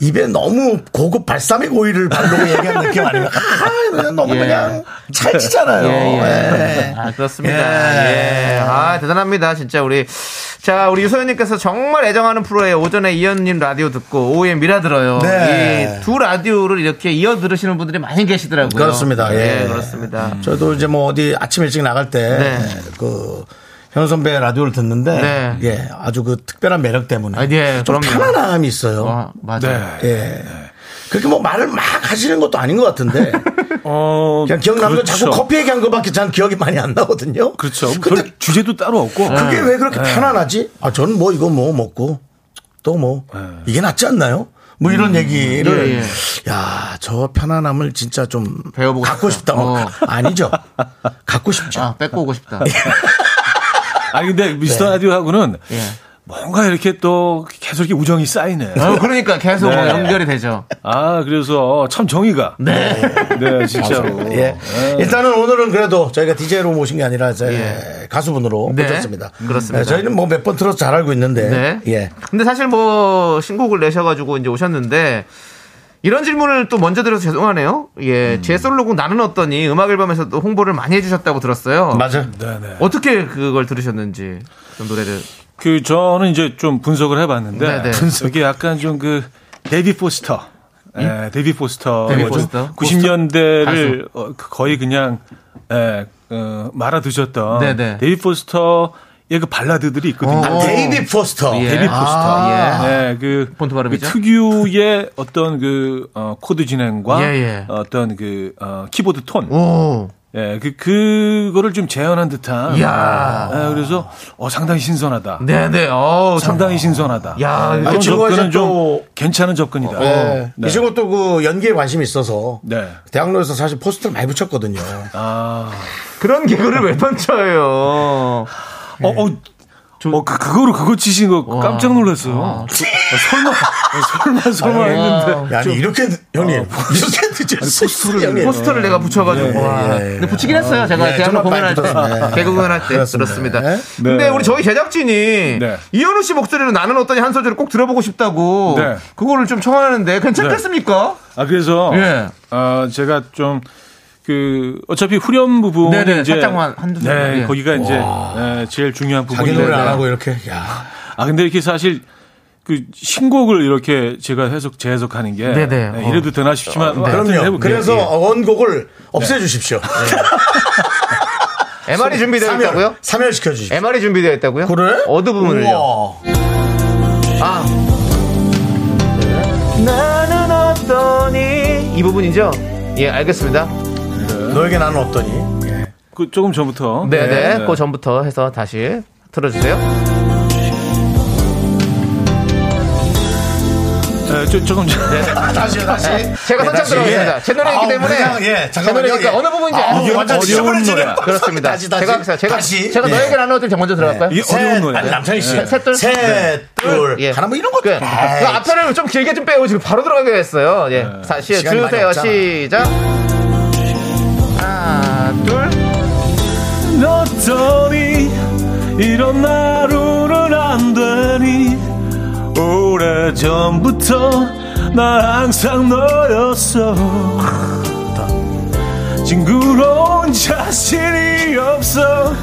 Speaker 1: 입에 너무 고급 발사믹 오일을 바르고 얘기하는 느낌 아니에요? 아, 그냥 너무
Speaker 2: 예.
Speaker 1: 그냥 찰지잖아요.
Speaker 2: 예, 예.
Speaker 1: 예.
Speaker 2: 아, 그렇습니다.
Speaker 1: 예.
Speaker 2: 예. 아, 대단합니다. 진짜 우리. 자, 우리 유소연님께서 정말 애정하는 프로에 오전에 이현님 라디오 듣고 오후에 미라 들어요.
Speaker 1: 네.
Speaker 2: 이 두 라디오를 이렇게 이어 들으시는 분들이 많이 계시더라고요.
Speaker 1: 그렇습니다. 예.
Speaker 2: 예, 그렇습니다.
Speaker 1: 저도 이제 뭐 어디 아침 일찍 나갈
Speaker 2: 네.
Speaker 1: 때 그 현우 선배 라디오를 듣는데
Speaker 2: 네.
Speaker 1: 예 아주 그 특별한 매력 때문에
Speaker 2: 아, 예,
Speaker 1: 좀
Speaker 2: 그럼요.
Speaker 1: 편안함이 있어요.
Speaker 2: 어, 맞아요.
Speaker 1: 예. 그렇게 뭐 말을 막 하시는 것도 아닌 것 같은데
Speaker 8: 어,
Speaker 1: 그냥 기억나는 건 자꾸
Speaker 8: 그렇죠.
Speaker 1: 커피 얘기한 것밖에 전 기억이 많이 안 나거든요.
Speaker 8: 그렇죠.
Speaker 1: 근데
Speaker 8: 별 주제도 따로 없고
Speaker 1: 그게
Speaker 2: 네.
Speaker 1: 왜 그렇게 편안하지? 아 저는 뭐 이거 뭐 먹고 또 뭐 이게 낫지 않나요? 뭐 이런 얘기를
Speaker 2: 네. 예,
Speaker 1: 야 저 편안함을 진짜 좀
Speaker 2: 배워보고
Speaker 1: 갖고 싶다.
Speaker 2: 싶다.
Speaker 1: 뭐
Speaker 2: 어.
Speaker 1: 아니죠. 갖고 싶죠.
Speaker 2: 아, 뺏고 오고 싶다.
Speaker 1: 예.
Speaker 8: 아니 근데 미스터 라디오하고는
Speaker 2: 예.
Speaker 8: 뭔가 이렇게 또 계속 이렇게 우정이 쌓이네.
Speaker 2: 어, 그러니까 계속
Speaker 8: 네.
Speaker 2: 연결이 되죠.
Speaker 8: 아, 그래서 참 정의가. 네. 네, 진짜로.
Speaker 1: 예. 일단은 오늘은 그래도 저희가 DJ로 모신 게 아니라 이제 가수분으로
Speaker 2: 네.
Speaker 1: 모셨습니다.
Speaker 2: 그렇습니다.
Speaker 1: 네, 저희는 뭐 몇 번 들어서 잘 알고 있는데.
Speaker 2: 네.
Speaker 1: 예.
Speaker 2: 근데 사실 뭐 신곡을 내셔가지고 이제 오셨는데 이런 질문을 또 먼저 드려서 죄송하네요. 예, 제 솔로곡 나는 어떠니 음악 앨범에서도 홍보를 많이 해주셨다고 들었어요.
Speaker 1: 맞아.
Speaker 8: 네, 네.
Speaker 2: 어떻게 그걸 들으셨는지 좀 노래를
Speaker 8: 그 저는 이제 좀 분석을 해봤는데
Speaker 2: 네네.
Speaker 8: 이게 약간 좀 그 데이비 포스터, 에, 데이비 포스터,
Speaker 2: 예? 데이비 포스터?
Speaker 8: 90년대를 거의 그냥 에, 어, 말아 드셨던
Speaker 2: 네네.
Speaker 8: 데이비 포스터의 그 발라드들이 있거든요.
Speaker 1: 아, 데이비 포스터.
Speaker 2: 어. 예.
Speaker 8: 데뷔 포스터.
Speaker 2: 아,
Speaker 8: 네, 그,
Speaker 2: 본토 발음이죠?
Speaker 8: 그 특유의 어떤 그 어, 코드 진행과
Speaker 2: 예, 예.
Speaker 8: 어떤 그 어, 키보드 톤,
Speaker 2: 오,
Speaker 8: 예, 그 그거를 좀 재현한 듯한.
Speaker 2: 이야.
Speaker 8: 예, 그래서 어 상당히 신선하다.
Speaker 2: 네네, 어,
Speaker 8: 상당히 신선하다.
Speaker 2: 야,
Speaker 8: 이런
Speaker 1: 그 친구가 이제
Speaker 8: 접근은 좀
Speaker 1: 또-
Speaker 8: 괜찮은 접근이다.
Speaker 2: 어.
Speaker 1: 예.
Speaker 8: 네.
Speaker 1: 이 친구 또그 연기에 관심이 있어서
Speaker 8: 네.
Speaker 1: 대학로에서 사실 포스터를 많이 붙였거든요.
Speaker 8: 아,
Speaker 2: 그런 개그를 왜 던져요?
Speaker 8: 어, 어, 어, 그, 그거로 그거 치신 거 깜짝 놀랐어요.
Speaker 1: 아,
Speaker 8: 어, 설마, 어, 설마, 설마 했는데.
Speaker 1: 야, 아니, 이렇게 늦- 형님 이렇게 늦었어.
Speaker 8: 포스터를
Speaker 1: 형님.
Speaker 2: 예. 포스터를 내가 붙여가지고 와.
Speaker 1: 예, 예, 예.
Speaker 2: 근데 붙이긴 했어요. 제가
Speaker 1: 예,
Speaker 2: 대학로
Speaker 1: 정말 많이
Speaker 2: 공연할 때,
Speaker 1: 붙었어요. 예.
Speaker 2: 개그 공연할 때
Speaker 1: 그렇습니다.
Speaker 2: 그렇습니다.
Speaker 1: 네.
Speaker 2: 근데
Speaker 8: 네.
Speaker 2: 우리 저희 제작진이
Speaker 8: 네.
Speaker 2: 이현우 씨 목소리로 나는 어떠니 한 소절을 꼭 들어보고 싶다고
Speaker 8: 네.
Speaker 2: 그거를 좀 청하는데 괜찮겠습니까?
Speaker 8: 아, 그래서,
Speaker 1: 네.
Speaker 2: 예.
Speaker 8: 어, 제가 좀, 그, 어차피 후렴 부분.
Speaker 2: 네네,
Speaker 8: 이제,
Speaker 2: 살짝만 한두 줄.
Speaker 8: 네,
Speaker 2: 예.
Speaker 8: 거기가 이제, 예, 제일 중요한
Speaker 1: 자기
Speaker 8: 부분인데.
Speaker 1: 노래 안 하고 이렇게 야.
Speaker 8: 아, 근데 이렇게 사실, 그, 신곡을 이렇게 제가 해석, 재해석하는 게.
Speaker 2: 네네.
Speaker 8: 예, 이래도 되나 싶지만. 뭐 하여튼
Speaker 1: 어. 그럼요.
Speaker 8: 해볼게요.
Speaker 1: 그래서
Speaker 8: 예.
Speaker 1: 원곡을 없애 주십시오.
Speaker 2: MR이 준비되어 있다고요?
Speaker 1: 사멸 시켜 주십시오.
Speaker 2: MR이 준비되어 있다고요?
Speaker 1: 그래?
Speaker 2: 어느 부분을요?
Speaker 1: 우와.
Speaker 2: 아. 나는 어떠니 이 부분이죠? 예, 알겠습니다.
Speaker 1: 너에게 나는 없더니.
Speaker 8: 그, 조금 전부터.
Speaker 2: 네, 네.
Speaker 8: 예.
Speaker 2: 그 전부터 해서 다시 틀어주세요.
Speaker 8: 예, 조- 조금 전.
Speaker 1: 다시요, 네. 다시. 예.
Speaker 2: 제가 선착 들어가겠습니다. 제 노래이기
Speaker 1: 아우,
Speaker 2: 때문에
Speaker 1: 그냥, 예,
Speaker 2: 제
Speaker 1: 잠깐만요.
Speaker 2: 노래니까
Speaker 1: 예.
Speaker 2: 어느 부분인지
Speaker 1: 아,
Speaker 2: 알아요.
Speaker 1: 이게 완전
Speaker 8: 어려운
Speaker 1: 지저분해지는
Speaker 8: 노래야.
Speaker 1: 거야.
Speaker 2: 그렇습니다.
Speaker 1: 다시, 다시.
Speaker 2: 제가 제가 제가,
Speaker 1: 다시.
Speaker 2: 제가
Speaker 1: 예.
Speaker 2: 너에게 나눠 드릴 먼저 들어갈까요?
Speaker 8: 이게 어려운 노래.
Speaker 1: 아니, 남창희 씨.
Speaker 2: 셋, 셋, 둘.
Speaker 1: 셋, 둘.
Speaker 2: 예.
Speaker 1: 하나 뭐 이런
Speaker 2: 그,
Speaker 1: 것도.
Speaker 2: 그
Speaker 1: 아이,
Speaker 2: 앞에를 좀 길게 좀 빼고 지금 바로 들어가게 했어요. 예. 다시
Speaker 1: 시간이 많이
Speaker 2: 주세요.
Speaker 1: 없잖아.
Speaker 2: 시작. 하나, 둘.
Speaker 8: 어쩌니 이런 하루는 안 되니 오래 전부터 나 항상 너였어 징그러운 자신이 없어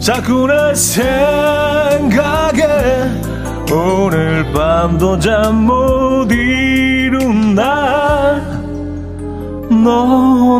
Speaker 8: 자꾸 내 생각에 오늘 밤도 잠 못 이룬 날넌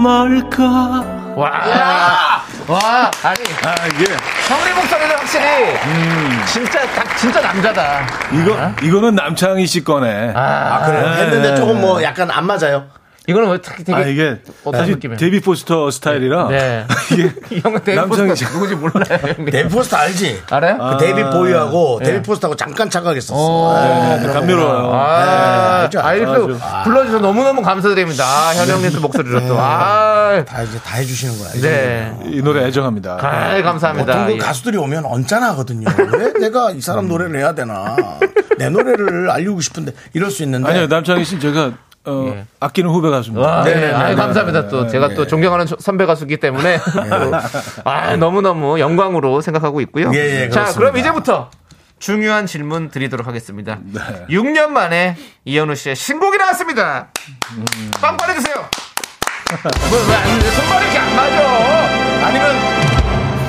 Speaker 8: 알까
Speaker 2: 와. 와, 아니,
Speaker 8: 아, 예.
Speaker 2: 형님 목소리는 확실히
Speaker 1: 음,
Speaker 2: 진짜 딱 진짜 남자다. 아?
Speaker 8: 이거 이거는 남창희 씨 거네.
Speaker 1: 아, 그래요? 했는데 조금 뭐 약간 안 맞아요.
Speaker 2: 이거는 왜 특히 되게
Speaker 8: 아 이게
Speaker 2: 어떤
Speaker 8: 사실
Speaker 2: 느낌이에요?
Speaker 8: 데뷔 포스터 스타일이라
Speaker 2: 네.
Speaker 8: 이게
Speaker 2: 이 형은 데뷔
Speaker 8: 남성이
Speaker 2: 포스터 누군지 몰라요. 형님.
Speaker 1: 데뷔 포스터 알지?
Speaker 2: 알아요?
Speaker 1: 그 데뷔 보이하고 데뷔 포스터하고 잠깐
Speaker 2: 오.
Speaker 1: 착각했었어. 예.
Speaker 8: 네, 감미로워요.
Speaker 2: 아,
Speaker 1: 네, 알죠,
Speaker 2: 아, 이렇게 또 불러주셔서 너무너무 감사드립니다. 아, 현영님 목소리로 또. 아,
Speaker 1: 다 이제 다 해주시는 거야.
Speaker 2: 네.
Speaker 8: 이 노래 애정합니다.
Speaker 2: 아, 감사합니다.
Speaker 1: 보통 그
Speaker 2: 예.
Speaker 1: 가수들이 오면 언짢아하거든요. 왜 내가 이 사람 노래를 해야 되나? 내 노래를 알리고 싶은데 이럴 수 있는데.
Speaker 8: 아니요 남창희 씨는 제가 어,
Speaker 2: 네. 예.
Speaker 8: 아끼는 후배 가수입니다.
Speaker 2: 와,
Speaker 1: 네,
Speaker 2: 네,
Speaker 1: 네,
Speaker 2: 아유,
Speaker 1: 네,
Speaker 2: 감사합니다. 또 제가 또 존경하는 조- 선배 가수기 때문에 또, 아 너무너무 영광으로 생각하고 있고요.
Speaker 1: 예, 예,
Speaker 2: 자,
Speaker 1: 그렇습니다.
Speaker 2: 그럼 이제부터 중요한 질문 드리도록 하겠습니다.
Speaker 1: 네.
Speaker 2: 6년 만에 이현우 씨의 신곡이 나왔습니다.
Speaker 1: 음.
Speaker 2: 빵 빠르세요. 손발이 이렇게 안 맞아.
Speaker 1: 아니면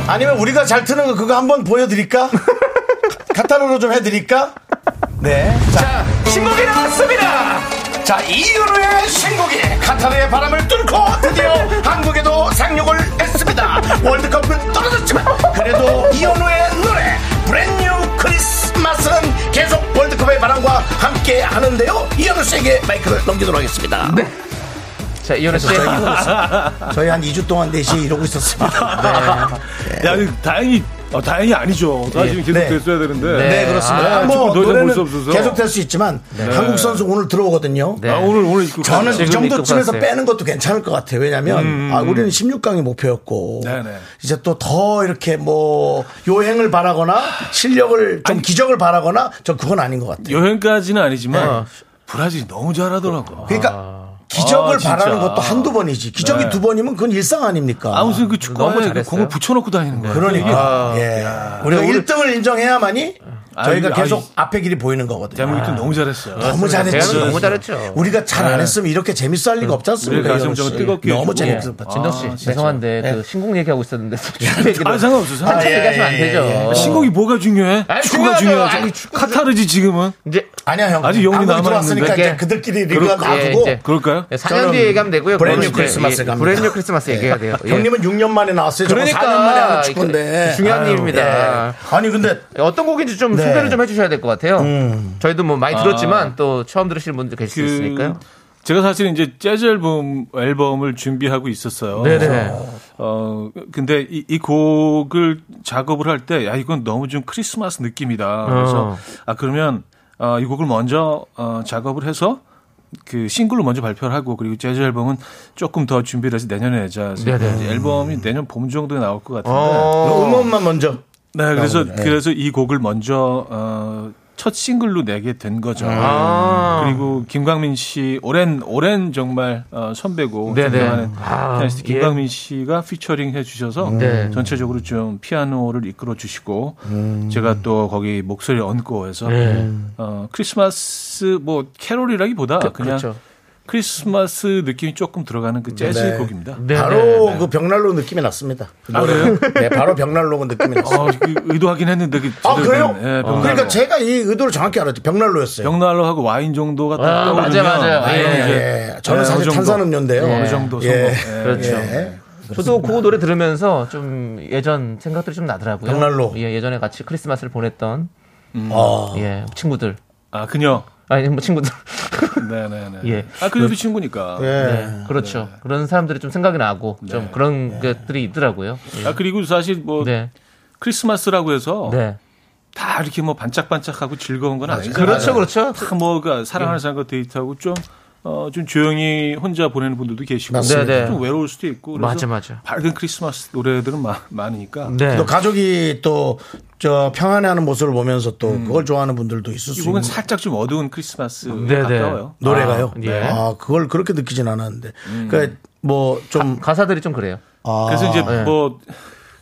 Speaker 1: 아니면 우리가 잘 트는 거 그거 한번 보여드릴까? 카타로로 좀 해드릴까? 네.
Speaker 2: 자, 신곡이 나왔습니다.
Speaker 1: 자 이윤우의 신곡이 카타르의 바람을 뚫고 드디어 한국에도 상륙을 했습니다. 월드컵은 떨어졌지만 그래도 이윤우의 노래 브랜뉴 크리스마스는 계속 월드컵의 바람과 함께 하는데요. 이현우 씨에게 마이크를 넘기도록 하겠습니다.
Speaker 2: 자, 이현우
Speaker 1: 아,
Speaker 2: 씨.
Speaker 1: 저희 한 2주 동안 4시에 이러고 있었습니다. 네.
Speaker 8: 야, 이거 다행히 어, 다행히 아니죠. 사실 계속
Speaker 1: 네.
Speaker 8: 됐어야 되는데.
Speaker 2: 네.
Speaker 1: 네, 그렇습니다.
Speaker 8: 아,
Speaker 1: 뭐
Speaker 8: 조금 더 이상 볼수
Speaker 1: 노래는
Speaker 8: 없어서.
Speaker 1: 계속 될 수 네. 있지만 한국 선수 오늘 들어오거든요.
Speaker 2: 네.
Speaker 8: 아, 오늘 오늘 입고
Speaker 1: 저는 이
Speaker 2: 지금
Speaker 1: 정도쯤에서
Speaker 2: 입고 갔어요.
Speaker 1: 빼는 것도 괜찮을 것 같아요. 왜냐하면 아, 우리는 16강이 목표였고
Speaker 8: 음, 네네.
Speaker 1: 이제 또 더 이렇게 뭐 요행을 바라거나 실력을 좀 기적을 바라거나 저 그건 아닌 것 같아요.
Speaker 8: 여행까지는 아니지만
Speaker 2: 어.
Speaker 8: 브라질이 너무 잘하더라고.
Speaker 1: 그러니까 기적을
Speaker 8: 아, 진짜. 네.
Speaker 1: 바라는 것도 한두 번이지 기적이 두 번이면 그건 일상 아닙니까?
Speaker 8: 아무튼 아, 그 축구에 그
Speaker 2: 잘했어요.
Speaker 8: 공을 붙여놓고 다니는 거예요.
Speaker 1: 그러니까 예. 우리가 1등을 인정해야만이
Speaker 8: 아,
Speaker 1: 저희가
Speaker 8: 이거-
Speaker 1: 계속
Speaker 8: 아이.
Speaker 1: 앞에 길이 보이는 거거든요. 아.
Speaker 8: 대한민국 팀 너무 잘했어요.
Speaker 1: 너무 잘했지.
Speaker 2: 대한민국 아. 너무 잘했죠.
Speaker 1: 우리가 잘 안 했으면 이렇게 재밌어 할 리가 없지
Speaker 8: 네. 음. 우리
Speaker 1: 않습니까?
Speaker 8: 가슴
Speaker 1: 이현우 씨?
Speaker 8: 좀 뜨겁게
Speaker 1: 너무
Speaker 8: 해주고.
Speaker 2: 예.
Speaker 1: 재밌어.
Speaker 2: 진동 씨, 죄송한데
Speaker 1: 네.
Speaker 2: 그 신곡 얘기하고 있었는데 축구 얘기를
Speaker 8: 아, 상관없어요.
Speaker 2: 같이
Speaker 8: 상관없어요.
Speaker 2: 얘기하시면 안
Speaker 1: 예, 예,
Speaker 2: 되죠.
Speaker 8: 아, 신곡이 뭐가 중요해?
Speaker 2: 아니,
Speaker 8: 축구가
Speaker 2: 중요하죠.
Speaker 8: 중요하죠.
Speaker 2: 아니, 축구-
Speaker 8: 카타르지 지금은
Speaker 2: 이제
Speaker 1: 아니야 형.
Speaker 8: 아직 영혼이
Speaker 1: 한국이
Speaker 8: 남아있는데. 예.
Speaker 1: 들어왔으니까 이제
Speaker 2: 이게-
Speaker 1: 그들끼리 리그가
Speaker 2: 그렇- 예,
Speaker 1: 놔두고
Speaker 2: 이제.
Speaker 8: 그럴까요?
Speaker 2: 4년 뒤에 얘기하면 되고요.
Speaker 1: 브랜뉴
Speaker 2: 그거는 이제
Speaker 1: 크리스마스
Speaker 2: 예,
Speaker 1: 갑니다.
Speaker 2: 브랜뉴 크리스마스 얘기가 돼요. 예.
Speaker 1: 형님은 6년 만에 나왔어요. 저는
Speaker 8: 그러니까
Speaker 1: 4년 만에 하는 축구인데.
Speaker 2: 그 중요한
Speaker 1: 아유,
Speaker 2: 일입니다.
Speaker 1: 예. 아니 근데
Speaker 2: 어떤 곡인지 좀
Speaker 1: 네.
Speaker 2: 소개를 좀 해주셔야 될 것 같아요. 저희도 뭐 많이 들었지만 또 처음 들으시는 분들 계실 수 있으니까요.
Speaker 8: 제가 사실 이제 재즈 앨범 앨범을 준비하고 있었어요.
Speaker 2: 네네.
Speaker 8: 어 근데 이, 이 곡을 작업을 할 때 야 이건 너무 좀 크리스마스 느낌이다. 그래서
Speaker 2: 어.
Speaker 8: 아 그러면 어, 이 곡을 먼저 어, 작업을 해서 그 싱글로 먼저 발표를 하고 그리고 재즈 앨범은 조금 더 준비를 해서 내년에 내자. 그래서
Speaker 2: 네네. 어.
Speaker 8: 이제 앨범이 내년 봄 정도에 나올 것 같은데.
Speaker 1: 그 음원만 먼저.
Speaker 8: 네, 그래서 그래서 이 곡을 먼저 어, 첫 싱글로 내게 된
Speaker 1: 음.
Speaker 8: 거죠.
Speaker 2: 아.
Speaker 8: 그리고 김광민 씨 오랜 오랜 정말 어, 선배고
Speaker 2: 네네.
Speaker 8: 존경하는
Speaker 2: 아,
Speaker 8: 피아니스트
Speaker 2: 예.
Speaker 8: 김광민 씨가 피처링 해주셔서
Speaker 2: 네.
Speaker 8: 전체적으로 좀 피아노를 이끌어 주시고
Speaker 1: 음.
Speaker 8: 제가 또 거기 목소리 를 얹고 해서
Speaker 2: 네.
Speaker 8: 어, 크리스마스 뭐 캐롤이라기보다 그, 냥
Speaker 2: 그렇죠.
Speaker 8: 크리스마스 느낌이 조금 들어가는 그 재즈
Speaker 1: 네.
Speaker 8: 곡입니다.
Speaker 2: 네,
Speaker 1: 바로
Speaker 2: 네, 네.
Speaker 1: 그 벽난로 느낌이 났습니다.
Speaker 8: 아, 그래요?
Speaker 1: 네, 바로 벽난로 느낌이 났어요.
Speaker 8: 어, 그 의도하긴 했는데 그
Speaker 1: 아
Speaker 8: 제대로
Speaker 1: 그래요?
Speaker 8: 된, 예, 병나로.
Speaker 1: 그러니까 제가 이 의도를 정확히 알았죠. 벽난로였어요.
Speaker 8: 네. 벽난로하고 와인 정도가 딱
Speaker 2: 아,
Speaker 8: 떠오르면
Speaker 2: 맞아요, 맞아요.
Speaker 8: 아,
Speaker 2: 예,
Speaker 8: 이제
Speaker 1: 예, 저는
Speaker 8: 어느
Speaker 1: 사실
Speaker 8: 정도.
Speaker 1: 탄산음료인데요.
Speaker 8: 어느 정도 성공.
Speaker 1: 예.
Speaker 8: 예.
Speaker 2: 그렇죠.
Speaker 1: 예.
Speaker 2: 저도 그 노래 들으면서 좀 예전 생각들이 좀 나더라고요.
Speaker 1: 정말로?
Speaker 2: 예, 예전에 같이 크리스마스를 보냈던
Speaker 8: 음.
Speaker 1: 어.
Speaker 2: 예 친구들.
Speaker 8: 아 그녀.
Speaker 2: 아니 뭐 친구들.
Speaker 8: 네네네.
Speaker 2: 예.
Speaker 8: 아 그녀도 친구니까.
Speaker 1: 예.
Speaker 2: 네, 그렇죠. 그런 사람들이 좀 생각이 나고 좀 그런 것들이 있더라고요. 예.
Speaker 8: 아 그리고 사실 뭐
Speaker 2: 네,
Speaker 8: 크리스마스라고 해서
Speaker 2: 네.
Speaker 8: 다 이렇게 뭐 반짝반짝하고 즐거운 건 아니잖아요.
Speaker 2: 그렇죠, 그렇죠.
Speaker 8: 다뭐 그 사랑하는 사람과 데이트하고 좀. 어, 좀 조용히 혼자 보내는 분들도 계시고
Speaker 2: 맞습니다. 네네.
Speaker 8: 좀 외로울 수도 있고 그래서
Speaker 2: 맞아, 맞아.
Speaker 8: 밝은 크리스마스 노래들은 마- 많으니까
Speaker 2: 네.
Speaker 1: 또 가족이 또 저 평안해하는 모습을 보면서 또 그걸 좋아하는 분들도 있을 수
Speaker 8: 음. 이
Speaker 1: 있는
Speaker 8: 곡은 살짝 좀 어두운 크리스마스
Speaker 2: 네네.
Speaker 8: 가까워요.
Speaker 1: 노래가요. 아,
Speaker 2: 아, 예.
Speaker 1: 그걸 그렇게 느끼진 않았는데.
Speaker 8: 음.
Speaker 1: 그러니까 뭐좀 아,
Speaker 2: 가사들이 좀 그래요.
Speaker 8: 그래서 이제
Speaker 2: 네.
Speaker 8: 뭐,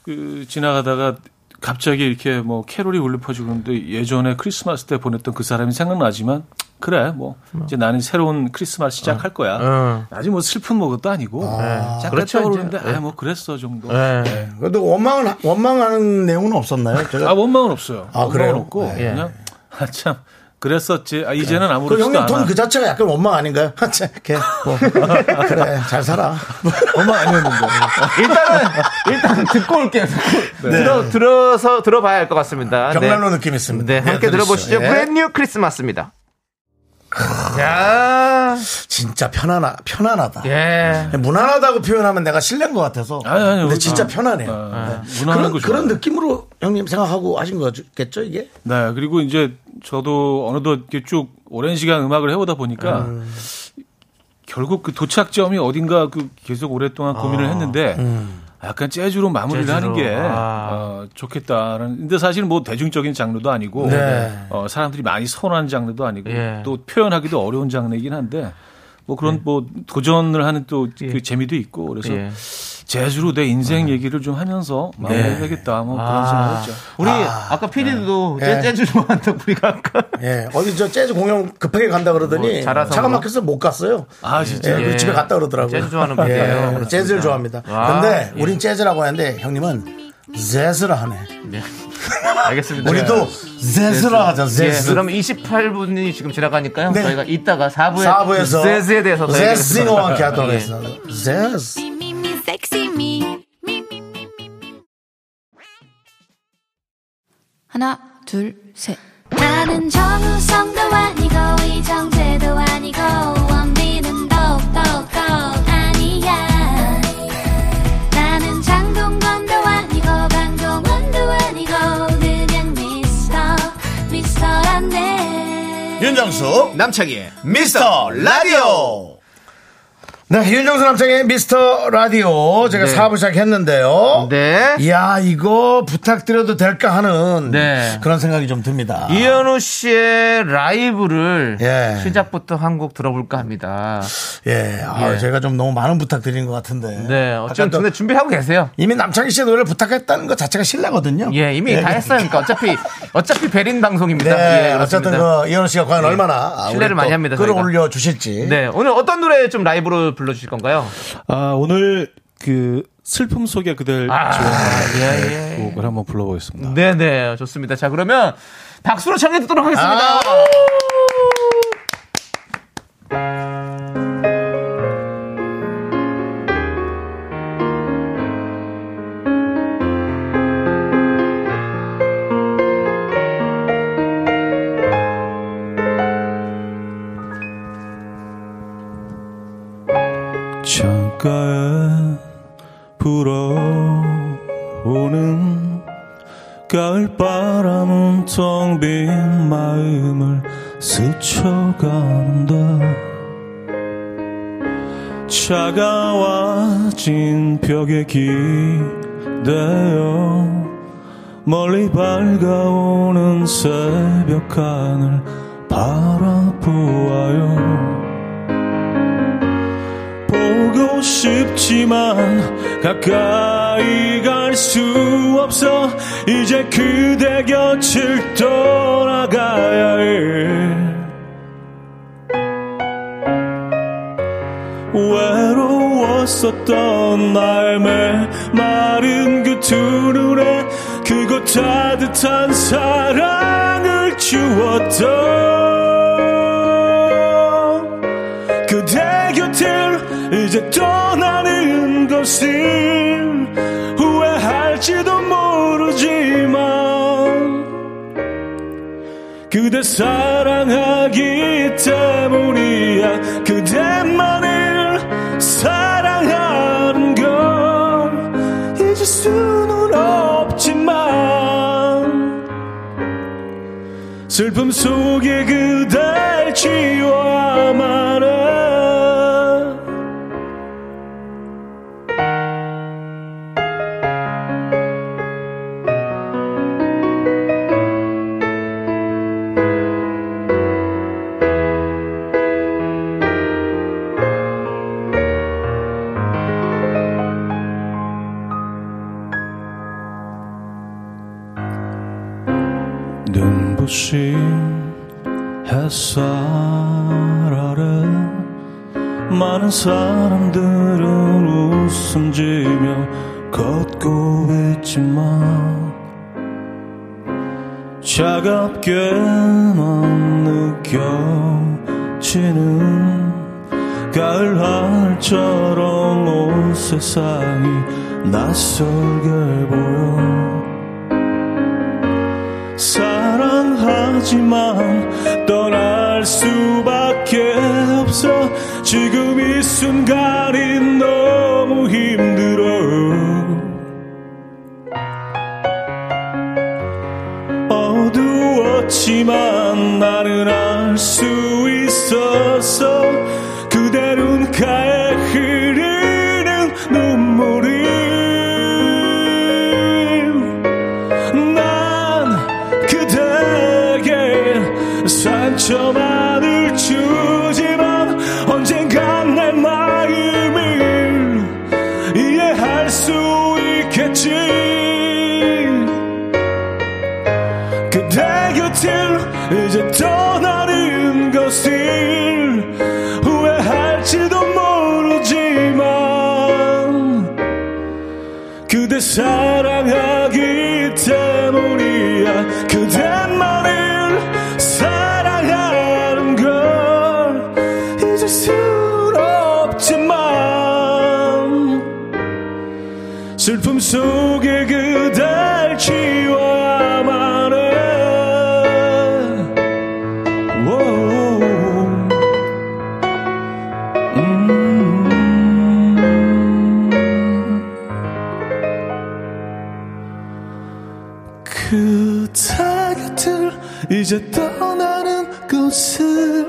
Speaker 8: 그, 지나가다가 갑자기 이렇게 뭐 캐롤이 울려 퍼지고 그러는데 예전에 크리스마스 때 보냈던 그 사람이 생각나지만 그래 뭐
Speaker 1: 음.
Speaker 8: 이제 나는 새로운 크리스마스 시작할 거야.
Speaker 2: 어.
Speaker 8: 아직 뭐 슬픈 뭐 것도 아니고 잠깐
Speaker 2: 그렇죠,
Speaker 8: 그
Speaker 2: 이제.
Speaker 8: 오는데 아 뭐 그랬어 정도.
Speaker 1: 네.
Speaker 2: 예.
Speaker 1: 그래도 원망은 원망하는 내용은 없었나요? 제가
Speaker 8: 아 원망은 없어요.
Speaker 1: 아,
Speaker 8: 원망은
Speaker 1: 그래요?
Speaker 8: 없고
Speaker 2: 예.
Speaker 8: 그냥 아 참 그랬었지. 아 이제는
Speaker 1: 그
Speaker 8: 아무렇지도
Speaker 1: 형님
Speaker 8: 않아.
Speaker 1: 돈 그 자체가 약간 원망 아닌가요? 하체 걔 뭐. 그래 잘 살아.
Speaker 8: 원망 아니었는데.
Speaker 2: 일단은 일단 듣고 올게요. 듣고. 들어 들어서
Speaker 8: 아,
Speaker 2: 들어봐야 할 것 같습니다.
Speaker 1: 네. 경란로
Speaker 2: 네.
Speaker 1: 느낌 있습니다. 예, 그렇죠.
Speaker 2: 네, 함께
Speaker 1: 들으시죠.
Speaker 2: 들어보시죠.
Speaker 1: 예.
Speaker 2: 브랜뉴 크리스마스입니다. 야,
Speaker 1: 진짜 편안하, 편안하다.
Speaker 2: 예.
Speaker 1: 무난하다고 표현하면 내가 실례인 것 같아서.
Speaker 8: 아니, 아니,
Speaker 1: 근데
Speaker 8: 우선-
Speaker 1: 진짜 편안해요.
Speaker 8: 아,
Speaker 1: 네.
Speaker 8: 무난한
Speaker 1: 그런,
Speaker 8: 거 좋아요.
Speaker 1: 그런 느낌으로 형님 생각하고 하신 거겠죠, 이게?
Speaker 8: 네, 그리고 이제 저도 어느덧 이렇게 쭉 오랜 시간 음악을 해오다 보니까 결국 그 도착점이 어딘가 그 계속 오랫동안 고민을 했는데 약간 재즈로 마무리를
Speaker 2: 재즈로.
Speaker 8: 하는 게
Speaker 2: 아.
Speaker 8: 어, 좋겠다라는. 근데 사실 뭐 대중적인 장르도 아니고
Speaker 1: 네.
Speaker 8: 어, 사람들이 많이 선호하는 장르도 아니고
Speaker 2: 예.
Speaker 8: 또 표현하기도 어려운 장르이긴 한데 뭐 그런 뭐 도전을 하는 또 그
Speaker 2: 예.
Speaker 8: 재미도 있고 그래서
Speaker 2: 예. 음.
Speaker 8: 재즈로 내 인생 얘기를 좀 하면서
Speaker 2: 네.
Speaker 8: 마무리해야겠다 뭐 그런 생각을 했죠.
Speaker 2: 우리 아, 까 피디도
Speaker 1: 네.
Speaker 2: 재즈 좋아한다 우리가 아까
Speaker 1: 예. 어디 저 재즈 공연 급하게 간다 그러더니
Speaker 2: 뭐 자라서
Speaker 1: 차가
Speaker 2: 뭐.
Speaker 1: 막혀서 못 갔어요.
Speaker 8: 아 진짜.
Speaker 1: 예, 그래서
Speaker 2: 예.
Speaker 1: 집에 갔다 그러더라고요.
Speaker 2: 재즈 좋아하는 분이에요.
Speaker 1: 예, 재즈를 좋아합니다.
Speaker 2: 와.
Speaker 1: 근데
Speaker 2: 예.
Speaker 1: 우린 재즈라고 하는데 형님은 재즈를 하네.
Speaker 2: 알겠습니다.
Speaker 1: 우리도 재즈를 하자.
Speaker 2: 예,
Speaker 1: 재즈.
Speaker 2: 그럼 28분이 지금 지나가니까요.
Speaker 1: 네.
Speaker 2: 저희가 이따가 4부에
Speaker 1: 사부에서
Speaker 2: 재즈에 대해서 더 얘기하겠습니다.
Speaker 1: 재즈노와 함께 하도록
Speaker 2: 예.
Speaker 1: 하겠습니다. 재즈.
Speaker 9: Me, me, me, sexy me. Me, me, me, me, me.
Speaker 7: 하나, 둘, 셋.
Speaker 6: 나는 정우성도 아니고 이정재도 아니고 원빈은 더욱더 아니야 나는 장동건도 아니고 강동원도 아니고 그냥 미스터 미스터란데
Speaker 1: 윤정수 남창희의 미스터 라디오 네 윤정수 남창희의 미스터 라디오 제가
Speaker 2: 네.
Speaker 1: 사부 시작했는데요
Speaker 2: 네.
Speaker 1: 이야 이거 부탁드려도 될까 하는
Speaker 2: 네.
Speaker 1: 그런 생각이 좀 듭니다
Speaker 2: 아. 이현우 씨의 라이브를
Speaker 1: 예.
Speaker 2: 시작부터 한 곡 들어볼까 합니다.
Speaker 1: 예, 아,
Speaker 2: 예.
Speaker 1: 제가 좀 너무 많은 부탁드린 것 같은데
Speaker 2: 네, 어쨌든
Speaker 1: 예. 아까 또
Speaker 2: 근데 준비하고 계세요.
Speaker 1: 이미 남창희 씨의 노래를 부탁했다는 것 자체가 신뢰거든요
Speaker 2: 예, 이미 다 했어요. 그러니까 어차피 어차피 베린 방송입니다.
Speaker 1: 네,
Speaker 2: 예, 그렇습니다. 예,
Speaker 1: 어쨌든 그 이현우 씨가 과연 얼마나
Speaker 2: 신뢰를 많이 합니다, 저희가.
Speaker 1: 끌어올려 주실지
Speaker 2: 네, 오늘 어떤 노래 좀 라이브로 불러주실 건가요?
Speaker 8: 아, 오늘 그 슬픔 속에 그댈
Speaker 2: 아,
Speaker 8: 좋아하는
Speaker 2: 예, 예.
Speaker 8: 곡을 한번 불러보겠습니다.
Speaker 2: 네, 네, 좋습니다. 자, 그러면 박수로 청해 듣도록 하겠습니다.
Speaker 8: 아. 창가에 불어오는 가을바람은 텅 빈 마음을 스쳐간다 차가워진 벽에 기대어 멀리 밝아오는 새벽 하늘 바라보아요 보고 싶지만 가까이 갈 수 없어 이제 그대 곁을 떠나가야 해 외로웠었던 날매 마른 그 두 눈에 그곳 따뜻한 사랑을 주었던 그대 곁을 이제 떠나는 것을 후회할지도 모르지만 그대 사랑하기 때문이야 그대만을 사랑하는 걸 잊을 수는 없지만 슬픔 속에 그댈 지워야만 해 눈부신 햇살 아래 많은 사람들은 웃음 지며 걷고 있지만 차갑게만 느껴지는 가을 하늘처럼 온 세상이 낯설게 보여 사랑하지만 떠날
Speaker 3: 할 수밖에 없어 지금 이 순간이 너무 힘들어 어두웠지만 나는 알 수 있었어 그대 눈가에 흐르는 눈물을 난 그대에게 상처만을 주지만 언젠간 내 마음을 이해할 수 있겠지 그대 곁을 이제 떠나는 것을 후회할지도 모르지만 그대 사랑하기 때문이야 그대만을 사랑하는 걸 잊을 순 없지만 슬픔 속에 그댈 지워야만 해 워우. 음. 그대 곁을 이제 떠나는 것을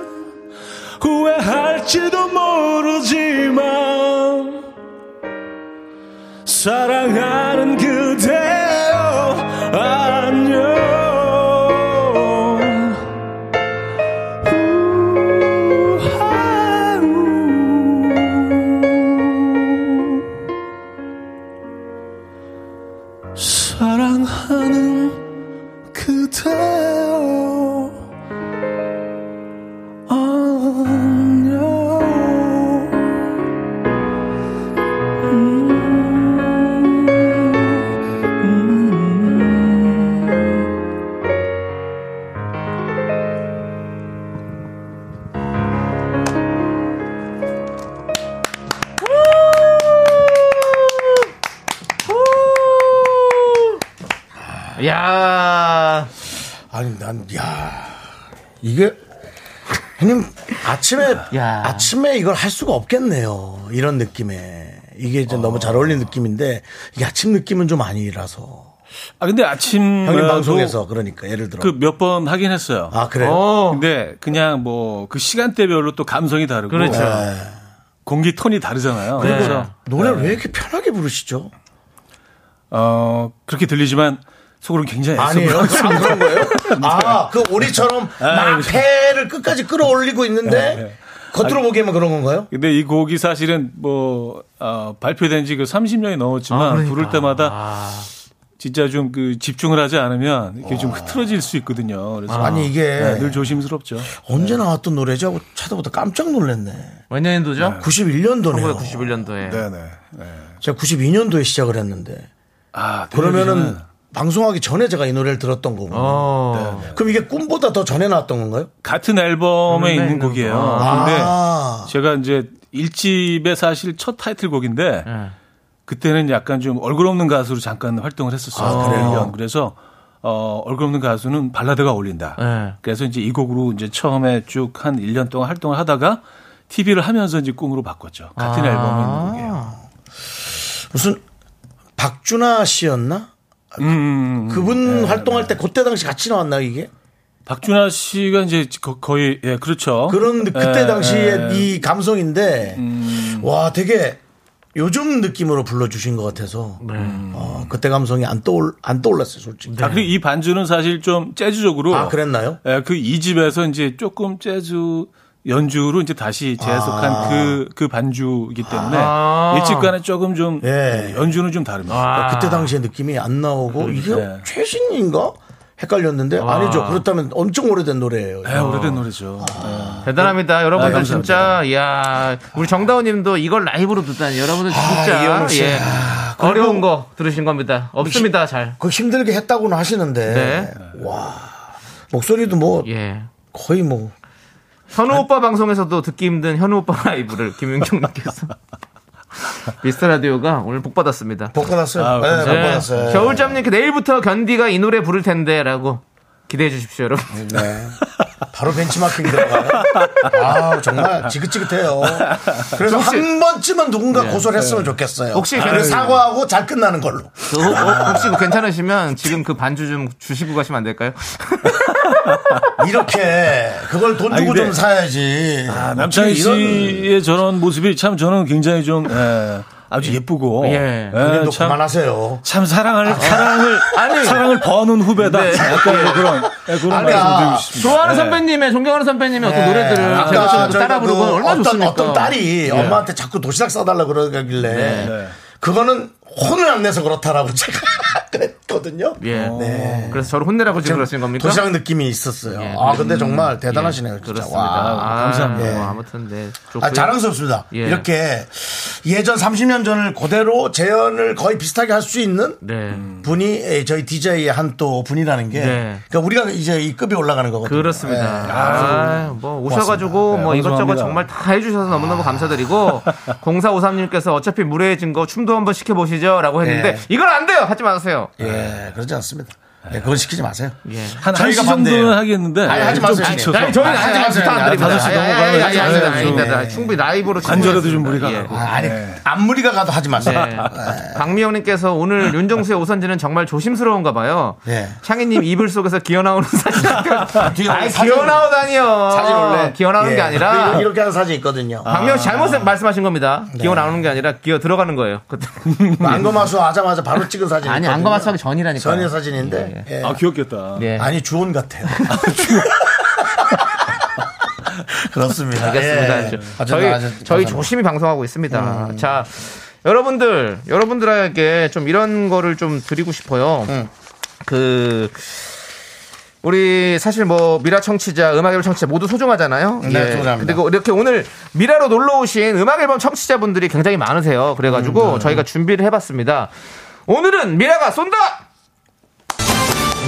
Speaker 3: 후회할지도 모르지만 사랑하는 그대여 안녕 우하우. 사랑하는 그대여 안녕
Speaker 10: 야
Speaker 1: 아니 난 야 이게 형님 아침에
Speaker 10: 야.
Speaker 1: 아침에 이걸 할 수가 없겠네요. 이런 느낌에 이게 이제 너무 잘 어울리는 느낌인데 이게 아침 느낌은 좀 아니라서
Speaker 8: 아 근데 아침
Speaker 1: 형님 방송에서 그러니까 예를 들어
Speaker 8: 그몇 번 하긴 했어요.
Speaker 1: 아 그래요.
Speaker 10: 어.
Speaker 8: 근데 그냥 뭐 그 시간대별로 또 감성이 다르고 어.
Speaker 10: 그렇죠.
Speaker 8: 공기 톤이 다르잖아요. 그래서
Speaker 1: 노래를
Speaker 2: 네.
Speaker 1: 왜 이렇게 편하게 부르시죠?
Speaker 8: 어 그렇게 들리지만 속으로는 굉장히 애써
Speaker 1: 아니에요.
Speaker 8: 부르고
Speaker 1: 아, 그런 거예요? 아, 그렇죠. 네, 그 오리처럼 막
Speaker 8: 무슨-
Speaker 1: 패를 끝까지 끌어올리고 있는데 겉으로 보기에는 그런 건가요?
Speaker 8: 근데 이 곡이 사실은 뭐 어, 발표된 지 그 30년이 넘었지만 부를 때마다 진짜 좀 그 집중을 하지 않으면 이게 좀 흐트러질 수 있거든요. 그래서
Speaker 1: 아니 이게
Speaker 8: 아. 네, 늘 조심스럽죠.
Speaker 1: 언제 나왔던 노래지 하고 찾아보다 깜짝 놀랐네.
Speaker 10: 몇 년도죠?
Speaker 1: 91년도네요.
Speaker 10: 1991년도에.
Speaker 8: 네네.
Speaker 1: 제가 92년도에 시작을 했는데
Speaker 8: 아
Speaker 1: 네, 그러면은 방송하기 전에 제가 이 노래를 들었던 거군요.
Speaker 10: 어.
Speaker 1: 그럼 이게 꿈보다 더 전에 나왔던 건가요?
Speaker 8: 같은 앨범에 있는
Speaker 10: 있는
Speaker 8: 곡이에요.
Speaker 1: 아.
Speaker 8: 근데 제가 이제 1집에 사실 첫 타이틀곡인데 그때는 약간 좀 얼굴 없는 가수로 잠깐 활동을 했었어요. 아, 그래요. 그래서 어, 얼굴 없는 가수는 발라드가 어울린다.
Speaker 10: 네.
Speaker 8: 그래서 이제 이 곡으로 이제 처음에 쭉 한 1년 동안 활동을 하다가 TV를 하면서 이제 꿈으로 바꿨죠. 같은 앨범에 있는 곡이에요.
Speaker 1: 무슨 박준하 씨였나?
Speaker 8: 음, 음, 음.
Speaker 1: 그분 활동할 때 그때 당시 같이 나왔나 이게?
Speaker 8: 박준하 씨가 이제 거- 거의 예, 그렇죠.
Speaker 1: 그런
Speaker 8: 예,
Speaker 1: 그때 당시의
Speaker 8: 예. 음.
Speaker 1: 이 감성인데 와 되게 요즘 느낌으로 불러주신 것 같아서
Speaker 8: 네.
Speaker 1: 어, 그때 감성이 안 떠올 안 떠올랐어요 솔직히.
Speaker 8: 아, 그리고 이 반주는 사실 좀 재즈적으로
Speaker 1: 아 그랬나요?
Speaker 8: 예, 그 2집에서 이제 조금 재즈 연주로 이제 다시 재해석한
Speaker 1: 아.
Speaker 8: 그, 그 반주이기 때문에
Speaker 10: 아.
Speaker 8: 일찍 간에 조금 좀
Speaker 1: 예.
Speaker 8: 연주는 좀 다릅니다.
Speaker 1: 그러니까 그때 당시의 느낌이 안 나오고 이게
Speaker 8: 아. 네.
Speaker 1: 최신인가? 헷갈렸는데 아니죠. 그렇다면 엄청 오래된 노래예요.
Speaker 8: 예, 오래된 노래죠.
Speaker 1: 아.
Speaker 10: 대단합니다. 여러분들
Speaker 8: 감사합니다.
Speaker 10: 진짜 이야 우리 정다운 님도 이걸 라이브로 듣다니 여러분들 진짜
Speaker 1: 이현우 씨.
Speaker 10: 예. 어려운 거 들으신 겁니다. 없습니다. 잘.
Speaker 1: 그 힘들게 했다고는 하시는데
Speaker 8: 네.
Speaker 1: 와 목소리도 뭐
Speaker 10: 예.
Speaker 1: 거의 뭐
Speaker 10: 현우 오빠 방송에서도 듣기 힘든 현우 오빠 라이브를 김윤경 님께서 미스터 라디오가 오늘 복 받았습니다.
Speaker 1: 복받았어요
Speaker 8: 아,
Speaker 10: 네.
Speaker 1: 네, 복받았어요.
Speaker 10: 겨울잠님 그 내일부터 견디가 이 노래 부를 텐데라고 기대해 주십시오 여러분.
Speaker 1: 네. 바로 벤치마킹 들어가요. 아 정말 지긋지긋해요. 그래서 한 번쯤은 누군가 고소를 했으면 좋겠어요.
Speaker 2: 네. 혹시
Speaker 1: 그래서
Speaker 2: 아유.
Speaker 1: 사과하고 잘 끝나는 걸로.
Speaker 2: 그, 어, 어, 혹시 그 괜찮으시면 지금 그 반주 좀 주시고 가시면 안 될까요?
Speaker 1: 이렇게 그걸 돈
Speaker 8: 아니,
Speaker 1: 주고
Speaker 8: 근데-
Speaker 1: 좀 사야지.
Speaker 8: 아, 남창희
Speaker 1: 어떻게
Speaker 8: 씨의 저런 모습이 참 저는 굉장히 좀 예, 아주 예쁘고
Speaker 2: 예.
Speaker 1: 이런 너
Speaker 8: 참,
Speaker 1: 그만하세요.
Speaker 8: 참 사랑을
Speaker 1: 아.
Speaker 8: 사랑을 사랑을 버는 후배다. 약간 뭐 그런 예, 그런
Speaker 1: 네. 아니야.
Speaker 8: 말씀 드리고 싶습니다.
Speaker 2: 좋아하는
Speaker 8: 예.
Speaker 2: 선배님의 존경하는 선배님의 어떤
Speaker 1: 네.
Speaker 2: 그 노래들을
Speaker 1: 아까
Speaker 2: 저희가 좀
Speaker 1: 저희가
Speaker 2: 따라
Speaker 1: 그
Speaker 2: 부르고 얼마나
Speaker 1: 어떤,
Speaker 2: 좋습니까? 예. 네.
Speaker 1: 어떤 딸이 엄마한테 자꾸 도시락 싸달라 그러길래
Speaker 8: 네.
Speaker 1: 그거는 혼을 안 내서 그렇다라고 제가 그랬거든요.
Speaker 2: 예.
Speaker 1: 네.
Speaker 2: 그래서 저를 혼내라고 지금 예, 그러신 겁니까?
Speaker 1: 도시락 느낌이 있었어요.
Speaker 2: 예,
Speaker 1: 아
Speaker 2: 그래-
Speaker 1: 근데 정말
Speaker 2: 예,
Speaker 1: 대단하시네요. 진짜.
Speaker 2: 그렇습니다.
Speaker 1: 와.
Speaker 2: 아,
Speaker 8: 감사합니다.
Speaker 2: 뭐
Speaker 1: 예.
Speaker 2: 아무튼 네. 좋고요.
Speaker 1: 아, 자랑스럽습니다.
Speaker 2: 예.
Speaker 1: 이렇게 예전 30년 전을 그대로 재현을 거의 비슷하게 할 수 있는
Speaker 2: 네.
Speaker 1: 분이 에, 저희 DJ의 한 또 분이라는 게
Speaker 2: 네.
Speaker 1: 그러니까 우리가 이제 이 급이 올라가는 거거든요.
Speaker 2: 그렇습니다.
Speaker 1: 예.
Speaker 2: 아, 뭐 오셔가지고
Speaker 8: 네,
Speaker 2: 뭐 이것저것
Speaker 8: 감사합니다.
Speaker 2: 정말 다 해주셔서 너무너무 감사드리고 0453님께서 어차피 무례해진 거 춤도 한번 시켜보시죠라고 했는데
Speaker 1: 예.
Speaker 2: 이건 안 돼요. 하지 마세요.
Speaker 1: 예, 그러지 않습니다. 예, 그건 시키지 마세요.
Speaker 2: 네. 예.
Speaker 8: 한
Speaker 1: 저희가
Speaker 8: 1시
Speaker 1: 반대예요.
Speaker 8: 정도는 하겠는데
Speaker 1: 아니, 하지
Speaker 8: 좀
Speaker 1: 마세요.
Speaker 8: 지쳐서.
Speaker 1: 아니,
Speaker 2: 저희는
Speaker 1: 하지 마세요.
Speaker 2: 부탁드립니다.
Speaker 1: 다섯 시
Speaker 2: 아니,
Speaker 8: 넘어가면
Speaker 2: 아니, 아니, 아니,
Speaker 8: 자연스럽게
Speaker 2: 아니,
Speaker 8: 좀,
Speaker 2: 아니, 아니, 충분히 라이브로
Speaker 8: 관절에도 좀
Speaker 2: 충분히
Speaker 8: 무리가
Speaker 2: 했습니다.
Speaker 8: 가고.
Speaker 1: 아, 아니
Speaker 8: 예.
Speaker 1: 앞무리가 가도 하지 마세요.
Speaker 2: 네. 박미영님께서 오늘 윤종수의 오선지는 정말 조심스러운가 봐요.
Speaker 1: 네.
Speaker 2: 창희님 이불 속에서 기어나오는 사진.
Speaker 1: 뒤에
Speaker 2: 아니,
Speaker 1: 사진-
Speaker 2: 기어나오다니요.
Speaker 1: 사진 올래.
Speaker 2: 기어나오는
Speaker 1: 예.
Speaker 2: 게 아니라.
Speaker 1: 이렇게 하는 사진 있거든요. 아.
Speaker 2: 박명 씨 잘못 말씀하신 겁니다. 기어 나오는 게 아니라 기어 들어가는 거예요. 그때.
Speaker 1: 뭐 안검하수 하자마자 바로 찍은 사진.
Speaker 2: 아니,
Speaker 1: 있거든요.
Speaker 2: 안검 하수하기 전이라니까요.
Speaker 1: 전의 사진인데. 예.
Speaker 8: 아 귀엽겠다.
Speaker 2: 예.
Speaker 1: 아니 주온 같아요. 그렇습니다.
Speaker 2: 알겠습니다.
Speaker 1: 예.
Speaker 2: 저-
Speaker 1: 아,
Speaker 2: 저희
Speaker 1: 아, 저-
Speaker 2: 저희
Speaker 1: 아,
Speaker 2: 조심히 방송하고 있습니다. 자, 여러분들 여러분들에게 좀 이런 거를 좀 드리고 싶어요. 그 우리 사실 뭐 미라 청취자, 음악 앨범 청취자 모두 소중하잖아요. 예.
Speaker 1: 네, 소중합니다.
Speaker 2: 그리고 이렇게 오늘 미라로 놀러 오신 음악 앨범 청취자분들이 굉장히 많으세요. 그래가지고 저희가 준비를 해봤습니다. 오늘은 미라가 쏜다.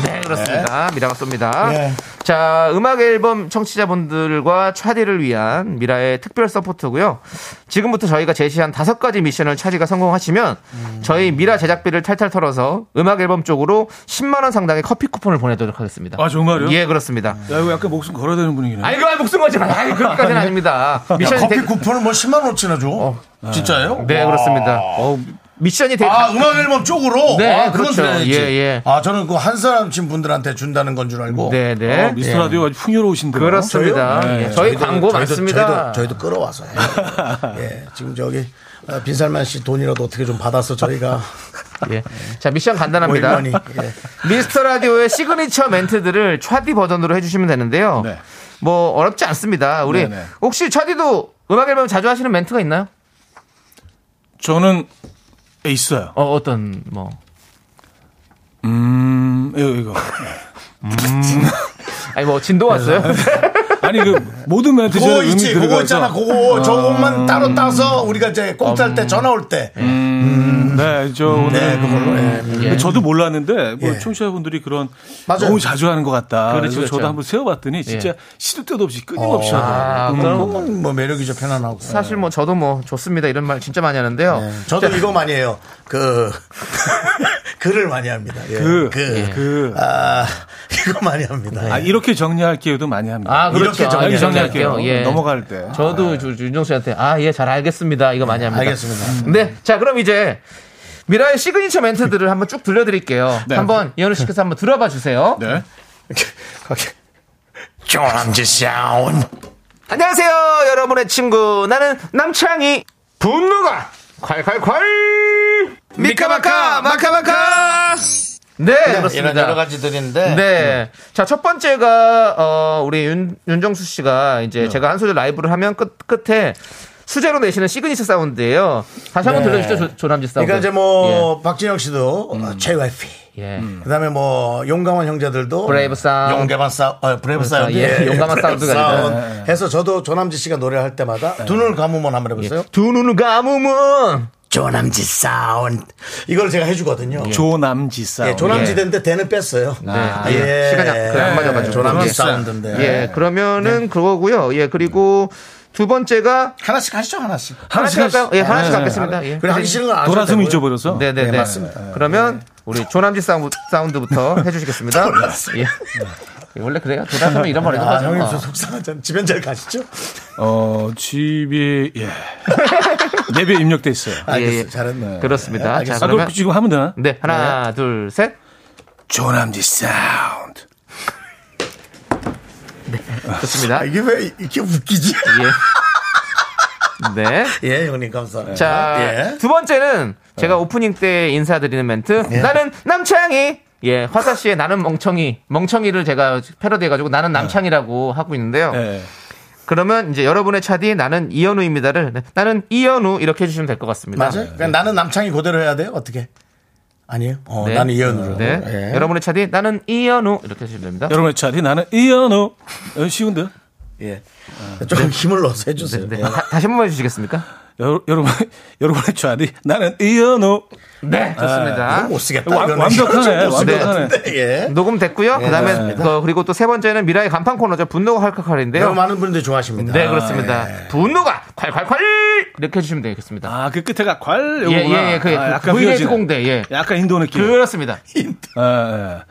Speaker 2: 네, 그렇습니다. 미라가 쏩니다.
Speaker 1: 네.
Speaker 2: 자, 음악 앨범 청취자분들과 차디를 위한 미라의 특별 서포트고요. 지금부터 저희가 제시한 다섯 가지 미션을 차디가 성공하시면
Speaker 1: 음.
Speaker 2: 저희 미라 제작비를 탈탈 털어서 음악 앨범 쪽으로 10만 원 상당의 커피 쿠폰을 보내도록 하겠습니다.
Speaker 8: 아 정말요?
Speaker 2: 예, 그렇습니다.
Speaker 1: 네.
Speaker 8: 야 이거 약간 목숨 걸어야 되는 분위기네.
Speaker 2: 아니, 그만 목숨 걸지 마요. 아니, 그렇게까지는 아닙니다.
Speaker 1: 야,
Speaker 2: 미션이
Speaker 1: 커피
Speaker 2: 되게-
Speaker 1: 쿠폰을 뭐 10만 원치나 줘? 진짜예요?
Speaker 2: 네,
Speaker 1: 와.
Speaker 2: 그렇습니다. 어, 미션이 되게
Speaker 1: 아, 음악 앨범 쪽으로?
Speaker 2: 네,
Speaker 1: 아, 그건
Speaker 2: 그렇죠.
Speaker 1: 드려야지.
Speaker 2: 예, 예.
Speaker 1: 아, 저는 그 한 사람씩 분들한테 준다는 건 줄 알고.
Speaker 2: 네,
Speaker 8: 어,
Speaker 2: 네.
Speaker 1: 예.
Speaker 8: 미스터 라디오 아주 풍요로우신데요.
Speaker 2: 그렇습니다.
Speaker 8: 저요?
Speaker 2: 예,
Speaker 8: 네.
Speaker 2: 저희
Speaker 1: 저희도-
Speaker 2: 광고
Speaker 1: 저희도- 저희도,
Speaker 2: 많습니다.
Speaker 1: 저희도 끌어와서. 해요. 예, 지금 저기, 어, 빈살만 씨 돈이라도 어떻게 좀 받아서 저희가.
Speaker 2: 예. 자, 미션
Speaker 1: 뭐
Speaker 2: 간단합니다.
Speaker 1: 일만이. 예.
Speaker 2: 미스터 라디오의 시그니처 멘트들을 차디 버전으로 해주시면 되는데요.
Speaker 8: 네.
Speaker 2: 뭐 어렵지 않습니다. 우리
Speaker 8: 네, 네.
Speaker 2: 혹시 차디도 음악 앨범 자주 하시는 멘트가 있나요?
Speaker 8: 저는 예, 있어요.
Speaker 2: 어 어떤 뭐
Speaker 8: 음, 이거, 이거.
Speaker 2: 아니 뭐 진동 왔어요?
Speaker 8: 아니, 그, 모든 멘트
Speaker 1: 그거
Speaker 8: 저는 의미
Speaker 1: 있지, 그거
Speaker 8: 들어가서.
Speaker 1: 있잖아. 그거 저것만 따로 따서 우리가 이제 꽁짤 때 전화 올 때.
Speaker 8: 음, 네, 저 오늘.
Speaker 1: 네, 그걸로. 예.
Speaker 2: 예.
Speaker 8: 뭐 저도 몰랐는데, 뭐,
Speaker 1: 예.
Speaker 8: 청취자분들이 그런.
Speaker 1: 맞아요.
Speaker 8: 너무 자주 하는 것 같다. 그래서
Speaker 2: 그렇죠, 그렇죠.
Speaker 8: 저도 한번 세워봤더니, 진짜
Speaker 2: 예.
Speaker 8: 시도 때도 없이 끊임없이
Speaker 1: 어,
Speaker 2: 아,
Speaker 8: 하더라고요. 음.
Speaker 2: 그럼
Speaker 1: 그건 뭐 매력이죠, 편안하고.
Speaker 2: 사실 뭐 저도 뭐 좋습니다 이런 말 진짜 많이 하는데요.
Speaker 1: 예. 저도 이거 많이 해요. 그 글을 많이 합니다. 예.
Speaker 8: 그,
Speaker 1: 그,
Speaker 8: 그.
Speaker 1: 아 이거 많이 합니다. 예.
Speaker 8: 아, 이렇게 정리할 기회도 많이 합니다.
Speaker 2: 아 그렇죠.
Speaker 1: 이렇게
Speaker 2: 아,
Speaker 1: 정리-
Speaker 2: 이렇게
Speaker 8: 정리할게요.
Speaker 2: 정리할게요. 예.
Speaker 8: 넘어갈 때.
Speaker 2: 저도 저- 저 윤정 씨한테 아 예 잘 알겠습니다 이거 많이 합니다.
Speaker 1: 알겠습니다.
Speaker 2: 네, 자 그럼 이제 미라의 시그니처 멘트들을 한번 쭉 들려드릴게요.
Speaker 8: 네.
Speaker 2: 한번 이현우 씨께서 한번 들어봐 주세요.
Speaker 8: 네.
Speaker 1: 조남지 샤운
Speaker 2: 안녕하세요, 여러분의 친구. 나는 남창희. 분노가 콸콸콸! 미카마카! 마카마카! 네,
Speaker 1: 이런
Speaker 2: 그렇습니다.
Speaker 1: 여러 가지들인데
Speaker 2: 네. 자, 첫 번째가, 어, 우리 윤, 윤정수 씨가 이제 제가 한 소절 라이브를 하면 끝, 끝에 수제로 내시는 시그니처 사운드예요 다시 한번
Speaker 1: 네.
Speaker 2: 들려주시죠, 조- 조남지 사운드.
Speaker 1: 그러니까 이제 뭐 박진영 씨도 어, JYP
Speaker 2: 예. 예.
Speaker 1: 그다음에 뭐 용감한 형제들도
Speaker 2: 브레이브 사운드.
Speaker 1: 용감한 사 어, 브레이브 사운드
Speaker 2: 예, 용감한
Speaker 1: 브레이브
Speaker 2: 사운드가 예. 아니라.
Speaker 1: 사운드 해서 저도 조남지 씨가 노래할 때마다 두 눈을 감으면 한번 해보세요.
Speaker 2: 예. 두 눈을 감으면
Speaker 1: 조남지 사운드 이걸 제가 해주거든요.
Speaker 8: 조남지 싸움.
Speaker 1: 예, 조남지대인데 대는 뺐어요.
Speaker 2: 예. 아, 예. 시간이 안- 그래, 안 맞아가지고.
Speaker 1: 조남지
Speaker 2: 예.
Speaker 1: 사운드인데.
Speaker 2: 예, 그러면은 그거고요. 예, 그리고 두 번째가
Speaker 1: 하나씩 하시죠, 하나씩.
Speaker 2: 하나씩 할까요? 예, 하나씩 갖겠습니다. 예.
Speaker 1: 아, 그래, 하기 싫은 건안 하셔도
Speaker 8: 돌아서면
Speaker 1: 되고요.
Speaker 8: 잊어버려서.
Speaker 2: 네, 네, 네.
Speaker 1: 맞습니다.
Speaker 2: 그러면 우리 조남지 사운드, 사운드부터 해주시겠습니다. 예. 원래 그래요. 어. 대답하면 이런 말 해도
Speaker 1: 네. 아,
Speaker 2: 맞아.
Speaker 1: 형님 저 속상하잖아. 집엔 잘 가시죠?
Speaker 8: 어, 집이, 예. 내비에 입력돼 있어요.
Speaker 1: 알겠어요.
Speaker 2: 예.
Speaker 1: 잘했네.
Speaker 2: 그렇습니다.
Speaker 1: 알겠습니다.
Speaker 2: 자,
Speaker 8: 아,
Speaker 2: 그러면
Speaker 8: 그럼 지금 하면 되나?
Speaker 2: 네 하나 둘 셋.
Speaker 8: 조남지 사운드.
Speaker 2: 좋습니다.
Speaker 1: 아, 이게 왜 이렇게 웃기지?
Speaker 2: 예. 네.
Speaker 1: 예, 형님 감사합니다.
Speaker 2: 자,
Speaker 1: 예.
Speaker 2: 두 번째는 제가 오프닝 때 인사드리는 멘트. 나는 남창이. 예, 화사 씨의 나는 멍청이. 멍청이를 제가 패러디해가지고 나는 남창이라고 하고 있는데요.
Speaker 8: 예.
Speaker 2: 그러면 이제 여러분의 차디 나는 이현우입니다를 네, 나는 이현우 이렇게 해주시면 될 것 같습니다.
Speaker 8: 네.
Speaker 1: 맞아요. 그냥 나는 남창이 그대로 해야 돼요. 어떻게? 아니에요. 어,
Speaker 2: 네.
Speaker 1: 나는 이현으로.
Speaker 2: 네.
Speaker 1: 예.
Speaker 2: 여러분의 차디 나는 이현우 이렇게 해주시면 됩니다.
Speaker 8: 여러분의 차디 나는 이현우. 어, 쉬운데?
Speaker 1: 예. 조금 힘을 넣어서 해주세요.
Speaker 2: 네.
Speaker 1: 예.
Speaker 2: 다, 다시 한 번 해주시겠습니까?
Speaker 8: 여, 여러분, 여러분의 차디 나는 이현우.
Speaker 2: 네,
Speaker 1: 아, 이거 뭐
Speaker 2: 좋습니다.
Speaker 1: 못 쓰겠다.
Speaker 8: 와-
Speaker 1: 이거는.
Speaker 8: 완벽하네.
Speaker 1: 이거 못 쓰겠다.
Speaker 8: 완벽하네.
Speaker 1: 예.
Speaker 2: 녹음 됐고요. 그다음에 그, 그리고 또 세 번째는 미라의 간판 코너죠.
Speaker 1: 너무
Speaker 2: 분노가 칼칼칼인데요.
Speaker 1: 많은 분들이 좋아하십니다. 예.
Speaker 2: 네, 그렇습니다. 분노가 콸콸콸 이렇게 해주시면 되겠습니다.
Speaker 8: 아, 그 끝에가 괄
Speaker 2: 예,
Speaker 8: 요거구나.
Speaker 2: 예, 예, 그게
Speaker 8: 아,
Speaker 2: 그
Speaker 8: 약간
Speaker 2: V8
Speaker 8: 휘어지네.
Speaker 2: 공대, 예.
Speaker 8: 약간 인도 느낌.
Speaker 2: 그렇습니다.
Speaker 8: 예, 예.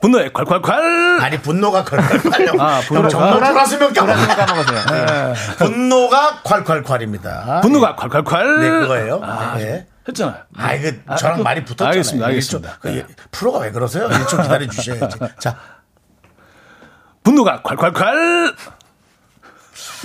Speaker 8: 분노의 콸콸콸.
Speaker 1: 아니 분노가 콸콸콸.
Speaker 8: 아, 분노가.
Speaker 1: 정말 돌았으면
Speaker 2: 돌아서면
Speaker 1: 까먹어.
Speaker 2: 까먹으세요. 예.
Speaker 1: 분노가
Speaker 2: 아,
Speaker 1: 콸콸콸입니다.
Speaker 8: 분노가 콸콸콸.
Speaker 1: 네, 그거예요.
Speaker 8: 아,
Speaker 1: 예.
Speaker 8: 했잖아요.
Speaker 1: 아, 이거
Speaker 8: 아,
Speaker 1: 저랑
Speaker 8: 또-
Speaker 1: 많이 붙었잖아요.
Speaker 8: 알겠습니다,
Speaker 1: 일초-
Speaker 8: 알겠습니다.
Speaker 1: 그 예, 프로가 왜 그러세요? 1초 기다려 주셔야지. 자,
Speaker 8: 분노가 콸콸콸.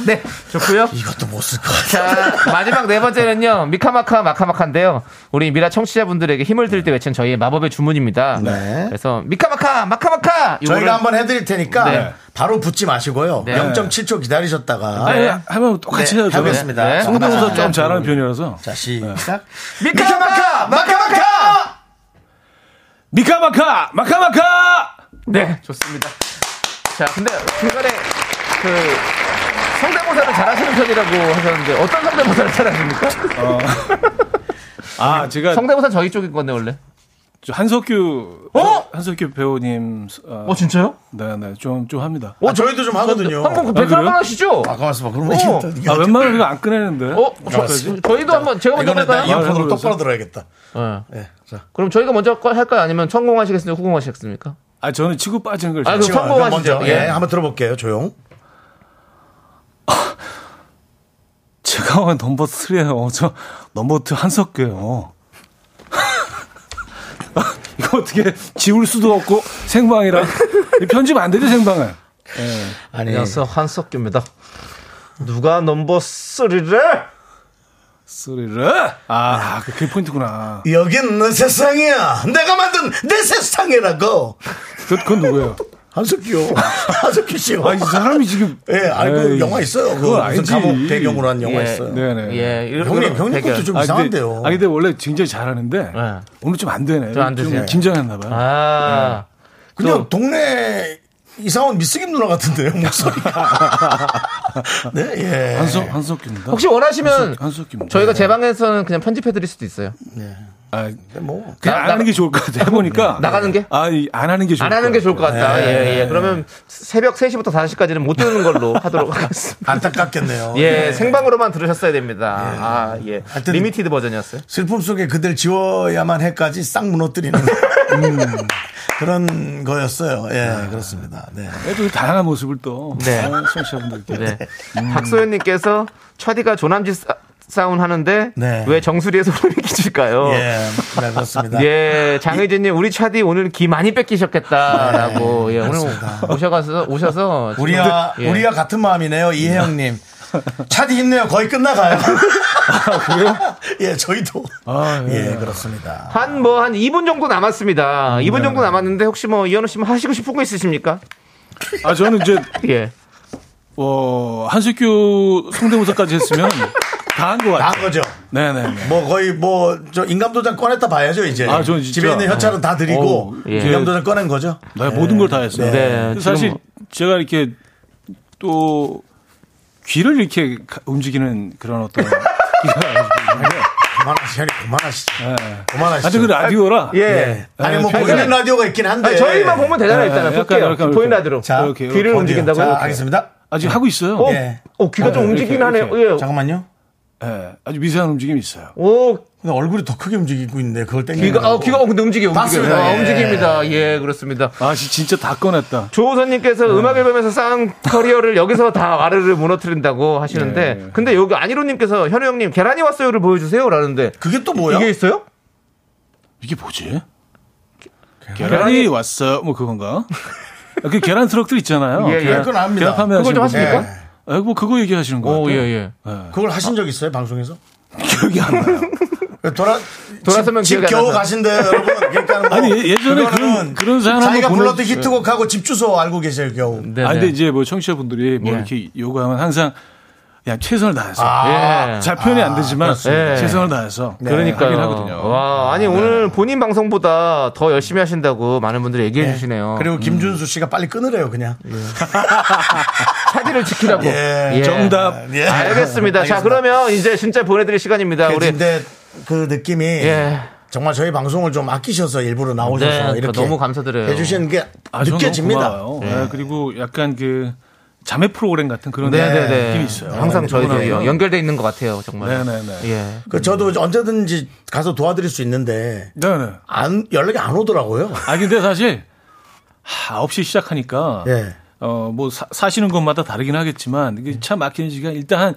Speaker 2: 네, 좋고요.
Speaker 1: 이것도 못 쓸 것 같아요.
Speaker 2: 자, 마지막 네 번째는요. 미카마카 마카마카인데요. 우리 미라 청취자분들에게 힘을 들 때 외친 저희의 마법의 주문입니다.
Speaker 1: 네.
Speaker 2: 그래서 미카마카 마카마카 이거를-
Speaker 1: 저희가 한번 해드릴 테니까
Speaker 2: 네.
Speaker 1: 바로 붙지 마시고요.
Speaker 2: 네.
Speaker 1: 0.7초 기다리셨다가
Speaker 8: 아니, 하면 똑같이 해야죠.
Speaker 1: 네, 해보겠습니다.
Speaker 2: 네.
Speaker 8: 성대모사
Speaker 2: 아,
Speaker 8: 좀 잘하는 편이라서.
Speaker 1: 자, 시작.
Speaker 2: 미카마카 마카마카.
Speaker 8: 미카마카! 마카마카!
Speaker 2: 네, 좋습니다. 자, 근데 중간에 그 성대모사를 잘하시는 편이라고 하셨는데 어떤 성대모사를 잘하십니까?
Speaker 8: 아, 제가
Speaker 2: 성대모사 저희 쪽인 건데 원래.
Speaker 8: 저 한석규.
Speaker 2: 어?
Speaker 8: 한석규 배우님. 어,
Speaker 2: 진짜요?
Speaker 8: 네, 네. 좀, 좀 합니다.
Speaker 1: 어, 저희도 좀 하거든요.
Speaker 2: 한번 그 백화
Speaker 8: 그래요?
Speaker 2: 한번 하시죠.
Speaker 1: 아, 가만있어 봐. 그러면
Speaker 2: 어.
Speaker 1: 이게 또- 이게
Speaker 8: 아, 웬만하면 이거 안 꺼내는데.
Speaker 2: 어, 저,
Speaker 1: 알았어요.
Speaker 2: 저희도 한번 제가 먼저
Speaker 1: 이거는 나
Speaker 2: 할까요?
Speaker 1: 이어폰으로
Speaker 8: 아,
Speaker 1: 똑바로 들어야겠다.
Speaker 2: 예.
Speaker 1: 예. 자.
Speaker 2: 그럼 저희가 먼저 거- 할까요? 아니면 천공하시겠습니까? 후공하시겠습니까?
Speaker 8: 아, 저는 치고 빠지는 걸.
Speaker 2: 아,
Speaker 8: 잘-
Speaker 2: 그럼
Speaker 1: 지금
Speaker 2: 성공하시죠.
Speaker 1: 먼저 예.
Speaker 2: 예.
Speaker 1: 한번 들어볼게요. 조용.
Speaker 8: 제가 온 넘버 3에요. 어, 저 넘버 2 한석규예요. 이거 어떻게 지울 수도 없고 생방이라 이 편집 안 되죠 생방은.
Speaker 1: 아니,
Speaker 2: 안녕하세요. 한석규입니다. 누가 넘버 3를?
Speaker 8: 소리를 아, 그- 그게 포인트구나.
Speaker 1: 여긴 내 세상이야. 내가 만든 내 세상이라고.
Speaker 8: 그, 그건 누구예요?
Speaker 1: 한석규요. 한석규 씨요.
Speaker 8: 아, 이 사람이 지금
Speaker 1: 예, 아니, 그
Speaker 8: 에이,
Speaker 1: 영화 있어요. 그
Speaker 8: 그건
Speaker 1: 무슨
Speaker 8: 알지.
Speaker 1: 감옥 배경으로 한 영화 있어요.
Speaker 8: 네네.
Speaker 2: 예, 이런-
Speaker 1: 형님,
Speaker 2: 이런
Speaker 1: 형님
Speaker 2: 대결.
Speaker 1: 것도 좀
Speaker 8: 아, 근데,
Speaker 1: 이상한데요.
Speaker 8: 아, 근데 원래 굉장히 잘하는데
Speaker 2: 네.
Speaker 8: 오늘 좀 안 되네.
Speaker 2: 좀안
Speaker 8: 좀
Speaker 2: 되세요.
Speaker 8: 긴장했나 봐요.
Speaker 2: 아.
Speaker 1: 예. 그냥
Speaker 2: 또-
Speaker 1: 동네 이상한 미스김 누나 같은데요, 목소리가. 네, 예.
Speaker 8: 한석 한석규입니다.
Speaker 2: 혹시 원하시면
Speaker 8: 한석-
Speaker 1: 뭐.
Speaker 8: 한석규입니다.
Speaker 2: 저희가
Speaker 8: 네.
Speaker 2: 제 방에서는 그냥 편집해 드릴 수도 있어요.
Speaker 8: 아,
Speaker 1: 뭐.
Speaker 8: 그냥
Speaker 2: 나-
Speaker 8: 안 하는 게 좋을 것 같아. 해보니까
Speaker 2: 나가는 게?
Speaker 8: 아니 안 하는 게 좋을
Speaker 2: 안 하는 게 좋을 것 같다.
Speaker 1: 네.
Speaker 2: 예, 예. 그러면 새벽 3시부터 5시까지는 못 듣는 걸로 하도록 하겠습니다.
Speaker 1: 안타깝겠네요.
Speaker 2: 예, 생방으로만 들으셨어야 됩니다. 아, 예.
Speaker 1: 어, 하여튼-
Speaker 2: 리미티드 버전이었어요.
Speaker 1: 슬픔 속에 그댈 지워야만 해까지 싹 무너뜨리는 음, 그런 거였어요.
Speaker 2: 아.
Speaker 1: 예, 그렇습니다. 네.
Speaker 8: 그래도 다양한 모습을 또
Speaker 2: 네.
Speaker 8: 어, 청취자분들께
Speaker 2: 네.
Speaker 1: 음.
Speaker 2: 박소연님께서 차디가 조남지 싸, 싸운 하는데
Speaker 1: 네.
Speaker 2: 왜 정수리에 소름이 끼칠까요?
Speaker 1: 예, 네, 그렇습니다.
Speaker 2: 어. 예, 장혜진님 우리 차디 오늘 기 많이 뺏기셨겠다라고 예, 오늘 오셔가서 오셔서
Speaker 1: 네. 우리와
Speaker 2: 예.
Speaker 1: 우리와 같은 마음이네요, 이혜영님. 차디 힘내요. 거의 끝나가요.
Speaker 2: 아,
Speaker 1: 예, 저희도.
Speaker 8: 아,
Speaker 1: 예, 그렇습니다.
Speaker 2: 한 뭐 한 2분 정도 남았습니다. 2분
Speaker 1: 네.
Speaker 2: 정도 남았는데 혹시 뭐 이현우 씨뭐 하시고 싶은 거 있으십니까?
Speaker 8: 아 저는 이제
Speaker 2: 예.
Speaker 1: 네.
Speaker 8: 어, 한석규 성대모사까지 했으면 다 한 것
Speaker 1: 다
Speaker 8: 같아요.
Speaker 1: 한 거죠.
Speaker 8: 네네.
Speaker 1: 뭐 거의 뭐 저 인감도장 꺼냈다 봐야죠 이제.
Speaker 8: 아, 저는 진짜.
Speaker 1: 집에 있는 혀차는 다 드리고
Speaker 8: 어우,
Speaker 2: 예.
Speaker 1: 인감도장 꺼낸 거죠.
Speaker 8: 나 모든 걸 다 했어요.
Speaker 2: 네,
Speaker 8: 사실
Speaker 2: 지금
Speaker 8: 제가 이렇게 또 귀를 이렇게 가- 움직이는 그런 어떤.
Speaker 1: 그만하시, 형님 그만하시죠. 그만하시죠.
Speaker 8: 아주 그 라디오라. 네.
Speaker 2: 예.
Speaker 1: 아니 뭐
Speaker 8: 저희가-
Speaker 1: 보이는 라디오가 있긴 한데.
Speaker 2: 아니, 저희만 보면 되잖아요,
Speaker 8: 예,
Speaker 2: 일단은.
Speaker 8: 약간
Speaker 2: 볼게요.
Speaker 8: 이렇게, 이렇게.
Speaker 2: 보인 라디오로.
Speaker 1: 자,
Speaker 8: 오케이, 오케이.
Speaker 2: 귀를
Speaker 1: 어디요?
Speaker 2: 움직인다고요?
Speaker 1: 자, 알겠습니다.
Speaker 8: 아직 하고 있어요.
Speaker 2: 어,
Speaker 1: 예.
Speaker 2: 어, 귀가 좀
Speaker 8: 이렇게,
Speaker 2: 움직이긴 하네요.
Speaker 8: 이렇게.
Speaker 2: 예.
Speaker 1: 잠깐만요.
Speaker 8: 예, 아주 미세한 움직임이 있어요.
Speaker 11: 오,
Speaker 1: 근데 얼굴이 더 크게 움직이고 있네. 그걸 땡기고.
Speaker 2: 귀가, 어, 귀가, 어, 근데 움직여, 움직여.
Speaker 1: 맞습니다.
Speaker 2: 아,
Speaker 1: 예.
Speaker 2: 움직입니다. 예, 그렇습니다.
Speaker 8: 아, 씨, 진짜 다 꺼냈다.
Speaker 11: 조호선님께서 음악 앨범에서 쌓은 커리어를 여기서 다 와르르 무너뜨린다고 하시는데,
Speaker 8: 예.
Speaker 11: 근데 여기 안희로님께서 현우 형님 계란이 왔어요를 보여주세요 라는데
Speaker 1: 그게 또 뭐야?
Speaker 11: 이게 있어요?
Speaker 8: 이게 뭐지? 계란이 왔어요. 뭐 그건가? 아, 그 계란 트럭들 있잖아요.
Speaker 2: 예, 예.
Speaker 8: 계란-
Speaker 1: 그건 압니다.
Speaker 8: 계란
Speaker 2: 그걸
Speaker 8: 판매하시는
Speaker 2: 좀
Speaker 8: 분들.
Speaker 2: 하십니까?
Speaker 1: 예.
Speaker 8: 아, 뭐 그거 얘기하시는 거
Speaker 2: 오, 예,
Speaker 8: 같아요.
Speaker 2: 예.
Speaker 1: 그걸 하신 적 있어요? 방송에서?
Speaker 8: 기억이 안 나요.
Speaker 1: 돌아
Speaker 2: 돌아서면
Speaker 1: 집, 집
Speaker 2: 기억이 안
Speaker 1: 겨우
Speaker 2: 나죠.
Speaker 1: 가신대 여러분. 그러니까 뭐
Speaker 8: 아니, 예- 예전에 그런-
Speaker 1: 그거는
Speaker 8: 그런 사연 한번
Speaker 1: 자기가
Speaker 8: 보내-
Speaker 1: 불렀던 히트곡하고 집 주소 알고 계세요 겨우.
Speaker 2: 네,
Speaker 8: 아,
Speaker 2: 네.
Speaker 8: 근데 이제 뭐 청취자분들이 뭐
Speaker 2: 예.
Speaker 8: 이렇게 요구하면 항상 그냥 최선을 다해서.
Speaker 2: 예.
Speaker 8: 잘 표현이 안 되지만
Speaker 2: 그렇습니다. 예. 네.
Speaker 8: 최선을 다해서
Speaker 2: 그러니까요.
Speaker 8: 아, 하긴 하거든요.
Speaker 2: 와, 아니 오늘 본인 방송보다 더 열심히 하신다고 많은 분들이 얘기해 주시네요.
Speaker 1: 그리고 김준수 씨가 빨리 끊으래요 그냥.
Speaker 2: 차지를 지키라고. 아,
Speaker 1: 예,
Speaker 8: 정답.
Speaker 1: 예.
Speaker 2: 알겠습니다. 자, 그러면 이제 진짜 보내드릴 시간입니다. 아, 우리
Speaker 1: 근데 그 느낌이
Speaker 2: 예.
Speaker 1: 정말 저희 방송을 좀 아끼셔서 일부러
Speaker 2: 네,
Speaker 1: 나오셔서
Speaker 2: 그러니까
Speaker 1: 이렇게
Speaker 2: 너무 감사드려요.
Speaker 1: 해주시는 게
Speaker 8: 아, 저는
Speaker 1: 느껴집니다.
Speaker 8: 너무 고마워요. 예, 그리고 약간 그 자매 프로그램 같은 그런
Speaker 2: 네네네.
Speaker 8: 느낌이 있어요.
Speaker 2: 항상 저희들이
Speaker 8: 저분하고요.
Speaker 2: 연결돼 있는 것 같아요, 정말.
Speaker 8: 네네네.
Speaker 2: 예.
Speaker 1: 그 저도
Speaker 8: 음.
Speaker 1: 언제든지 가서 도와드릴 수 있는데
Speaker 8: 네네.
Speaker 1: 안 연락이 안 오더라고요.
Speaker 8: 아 근데 사실 하, 9시 시작하니까
Speaker 1: 예.
Speaker 8: 어 뭐 사시는 것마다 다르긴 하겠지만 이게 차 막히는 시간 일단 한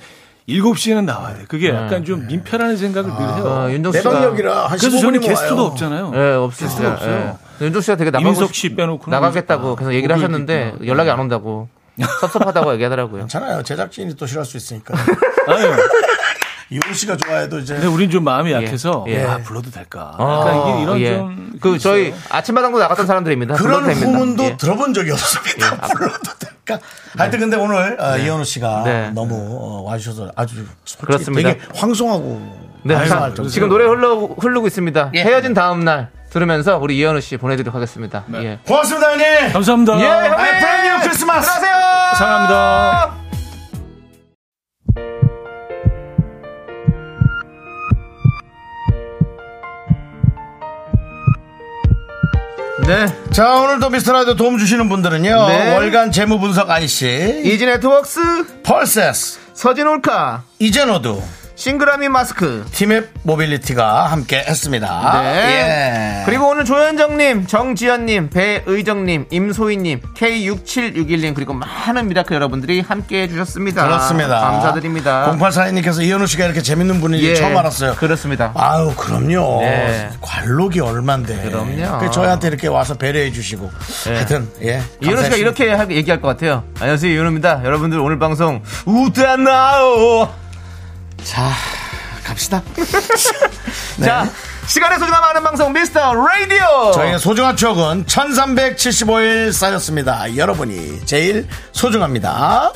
Speaker 8: 7시에는 나와야 돼. 그게
Speaker 2: 네.
Speaker 8: 약간 좀 민폐라는 생각을 늘
Speaker 2: 어,
Speaker 8: 해요.
Speaker 2: 윤정 씨가
Speaker 1: 대방역이라 네. 아, 예. 한
Speaker 8: 그래서
Speaker 1: 15분이
Speaker 8: 저는 게스트도
Speaker 1: 와요.
Speaker 8: 없잖아요.
Speaker 2: 예, 없을 수가 없어요. 윤종 씨가 되게 나가고
Speaker 8: 이민석
Speaker 2: 싶-
Speaker 8: 씨 빼놓고는
Speaker 2: 나가겠다고 계속 얘기를
Speaker 8: 목요일
Speaker 2: 하셨는데 연락이 안 온다고 섭섭하다고 얘기하더라고요.
Speaker 1: 괜찮아요. 제작진이 또 싫어할 수 있으니까.
Speaker 8: 아유,
Speaker 1: 이훈 씨가 좋아해도 이제 네.
Speaker 8: 근데 네, 우린 좀 마음이 약해서
Speaker 2: 예.
Speaker 8: 아 불러도 될까. 약간 이게 이런
Speaker 2: 예.
Speaker 8: 좀
Speaker 2: 그 저희 아침마당도 나갔던 사람들입니다.
Speaker 1: 그런
Speaker 2: 불러도 됩니다.
Speaker 1: 후문도
Speaker 2: 예. 아,
Speaker 1: 들어본 적이 없습니다. 불러도 될까? 하여튼 근데 오늘 어, 이현우 씨가
Speaker 2: 네.
Speaker 1: 너무 어, 와주셔서 아주 솔직히
Speaker 2: 그렇습니다.
Speaker 1: 되게 황송하고
Speaker 2: 네,
Speaker 1: 감사할
Speaker 2: 자,
Speaker 1: 정도.
Speaker 2: 지금 노래 흘러, 흐르고 있습니다. 헤어진 다음 날 들으면서 우리 이현우 씨 보내드리도록 하겠습니다. 예.
Speaker 1: 고맙습니다, 형님.
Speaker 8: 감사합니다.
Speaker 2: 예, 형님!
Speaker 1: 아이, 브랜뉴 크리스마스.
Speaker 2: 들어가세요!
Speaker 8: 사랑합니다.
Speaker 2: 네.
Speaker 1: 자, 오늘도 미스터라디오 도움 주시는 분들은요.
Speaker 2: 네.
Speaker 1: 월간 재무분석 아니씨,
Speaker 2: 이지 네트워크스,
Speaker 1: 펄세스,
Speaker 2: 서진 올카,
Speaker 1: 이젠어두,
Speaker 2: 싱그라미 마스크.
Speaker 1: 팀앱 모빌리티가 함께 했습니다.
Speaker 2: 네.
Speaker 1: 아, 예.
Speaker 2: 그리고 오늘 조현정님, 정지현님, 배의정님, 임소희님, K6761님, 그리고 많은 미라클 여러분들이 함께 해주셨습니다.
Speaker 1: 그렇습니다.
Speaker 2: 감사드립니다.
Speaker 1: 0842님께서 이현우 씨가 이렇게 재밌는 분인지
Speaker 2: 예,
Speaker 1: 처음 알았어요.
Speaker 2: 그렇습니다.
Speaker 1: 아유, 그럼요.
Speaker 2: 네.
Speaker 1: 관록이 얼만데.
Speaker 2: 그럼요. 네.
Speaker 1: 그 저희한테 이렇게 와서 배려해 주시고. 하여튼, 예.
Speaker 2: 이현우 씨가
Speaker 1: 감사했습니다.
Speaker 2: 이렇게 하- 얘기할 것 같아요. 안녕하세요, 이현우입니다. 여러분들 오늘 방송 우대나요.
Speaker 1: 갑시다.
Speaker 2: 자, 시간의 소중함 아는 방송 미스터 라디오.
Speaker 1: 네. 저희의 소중한 추억은 1375일 쌓였습니다. 여러분이 제일 소중합니다.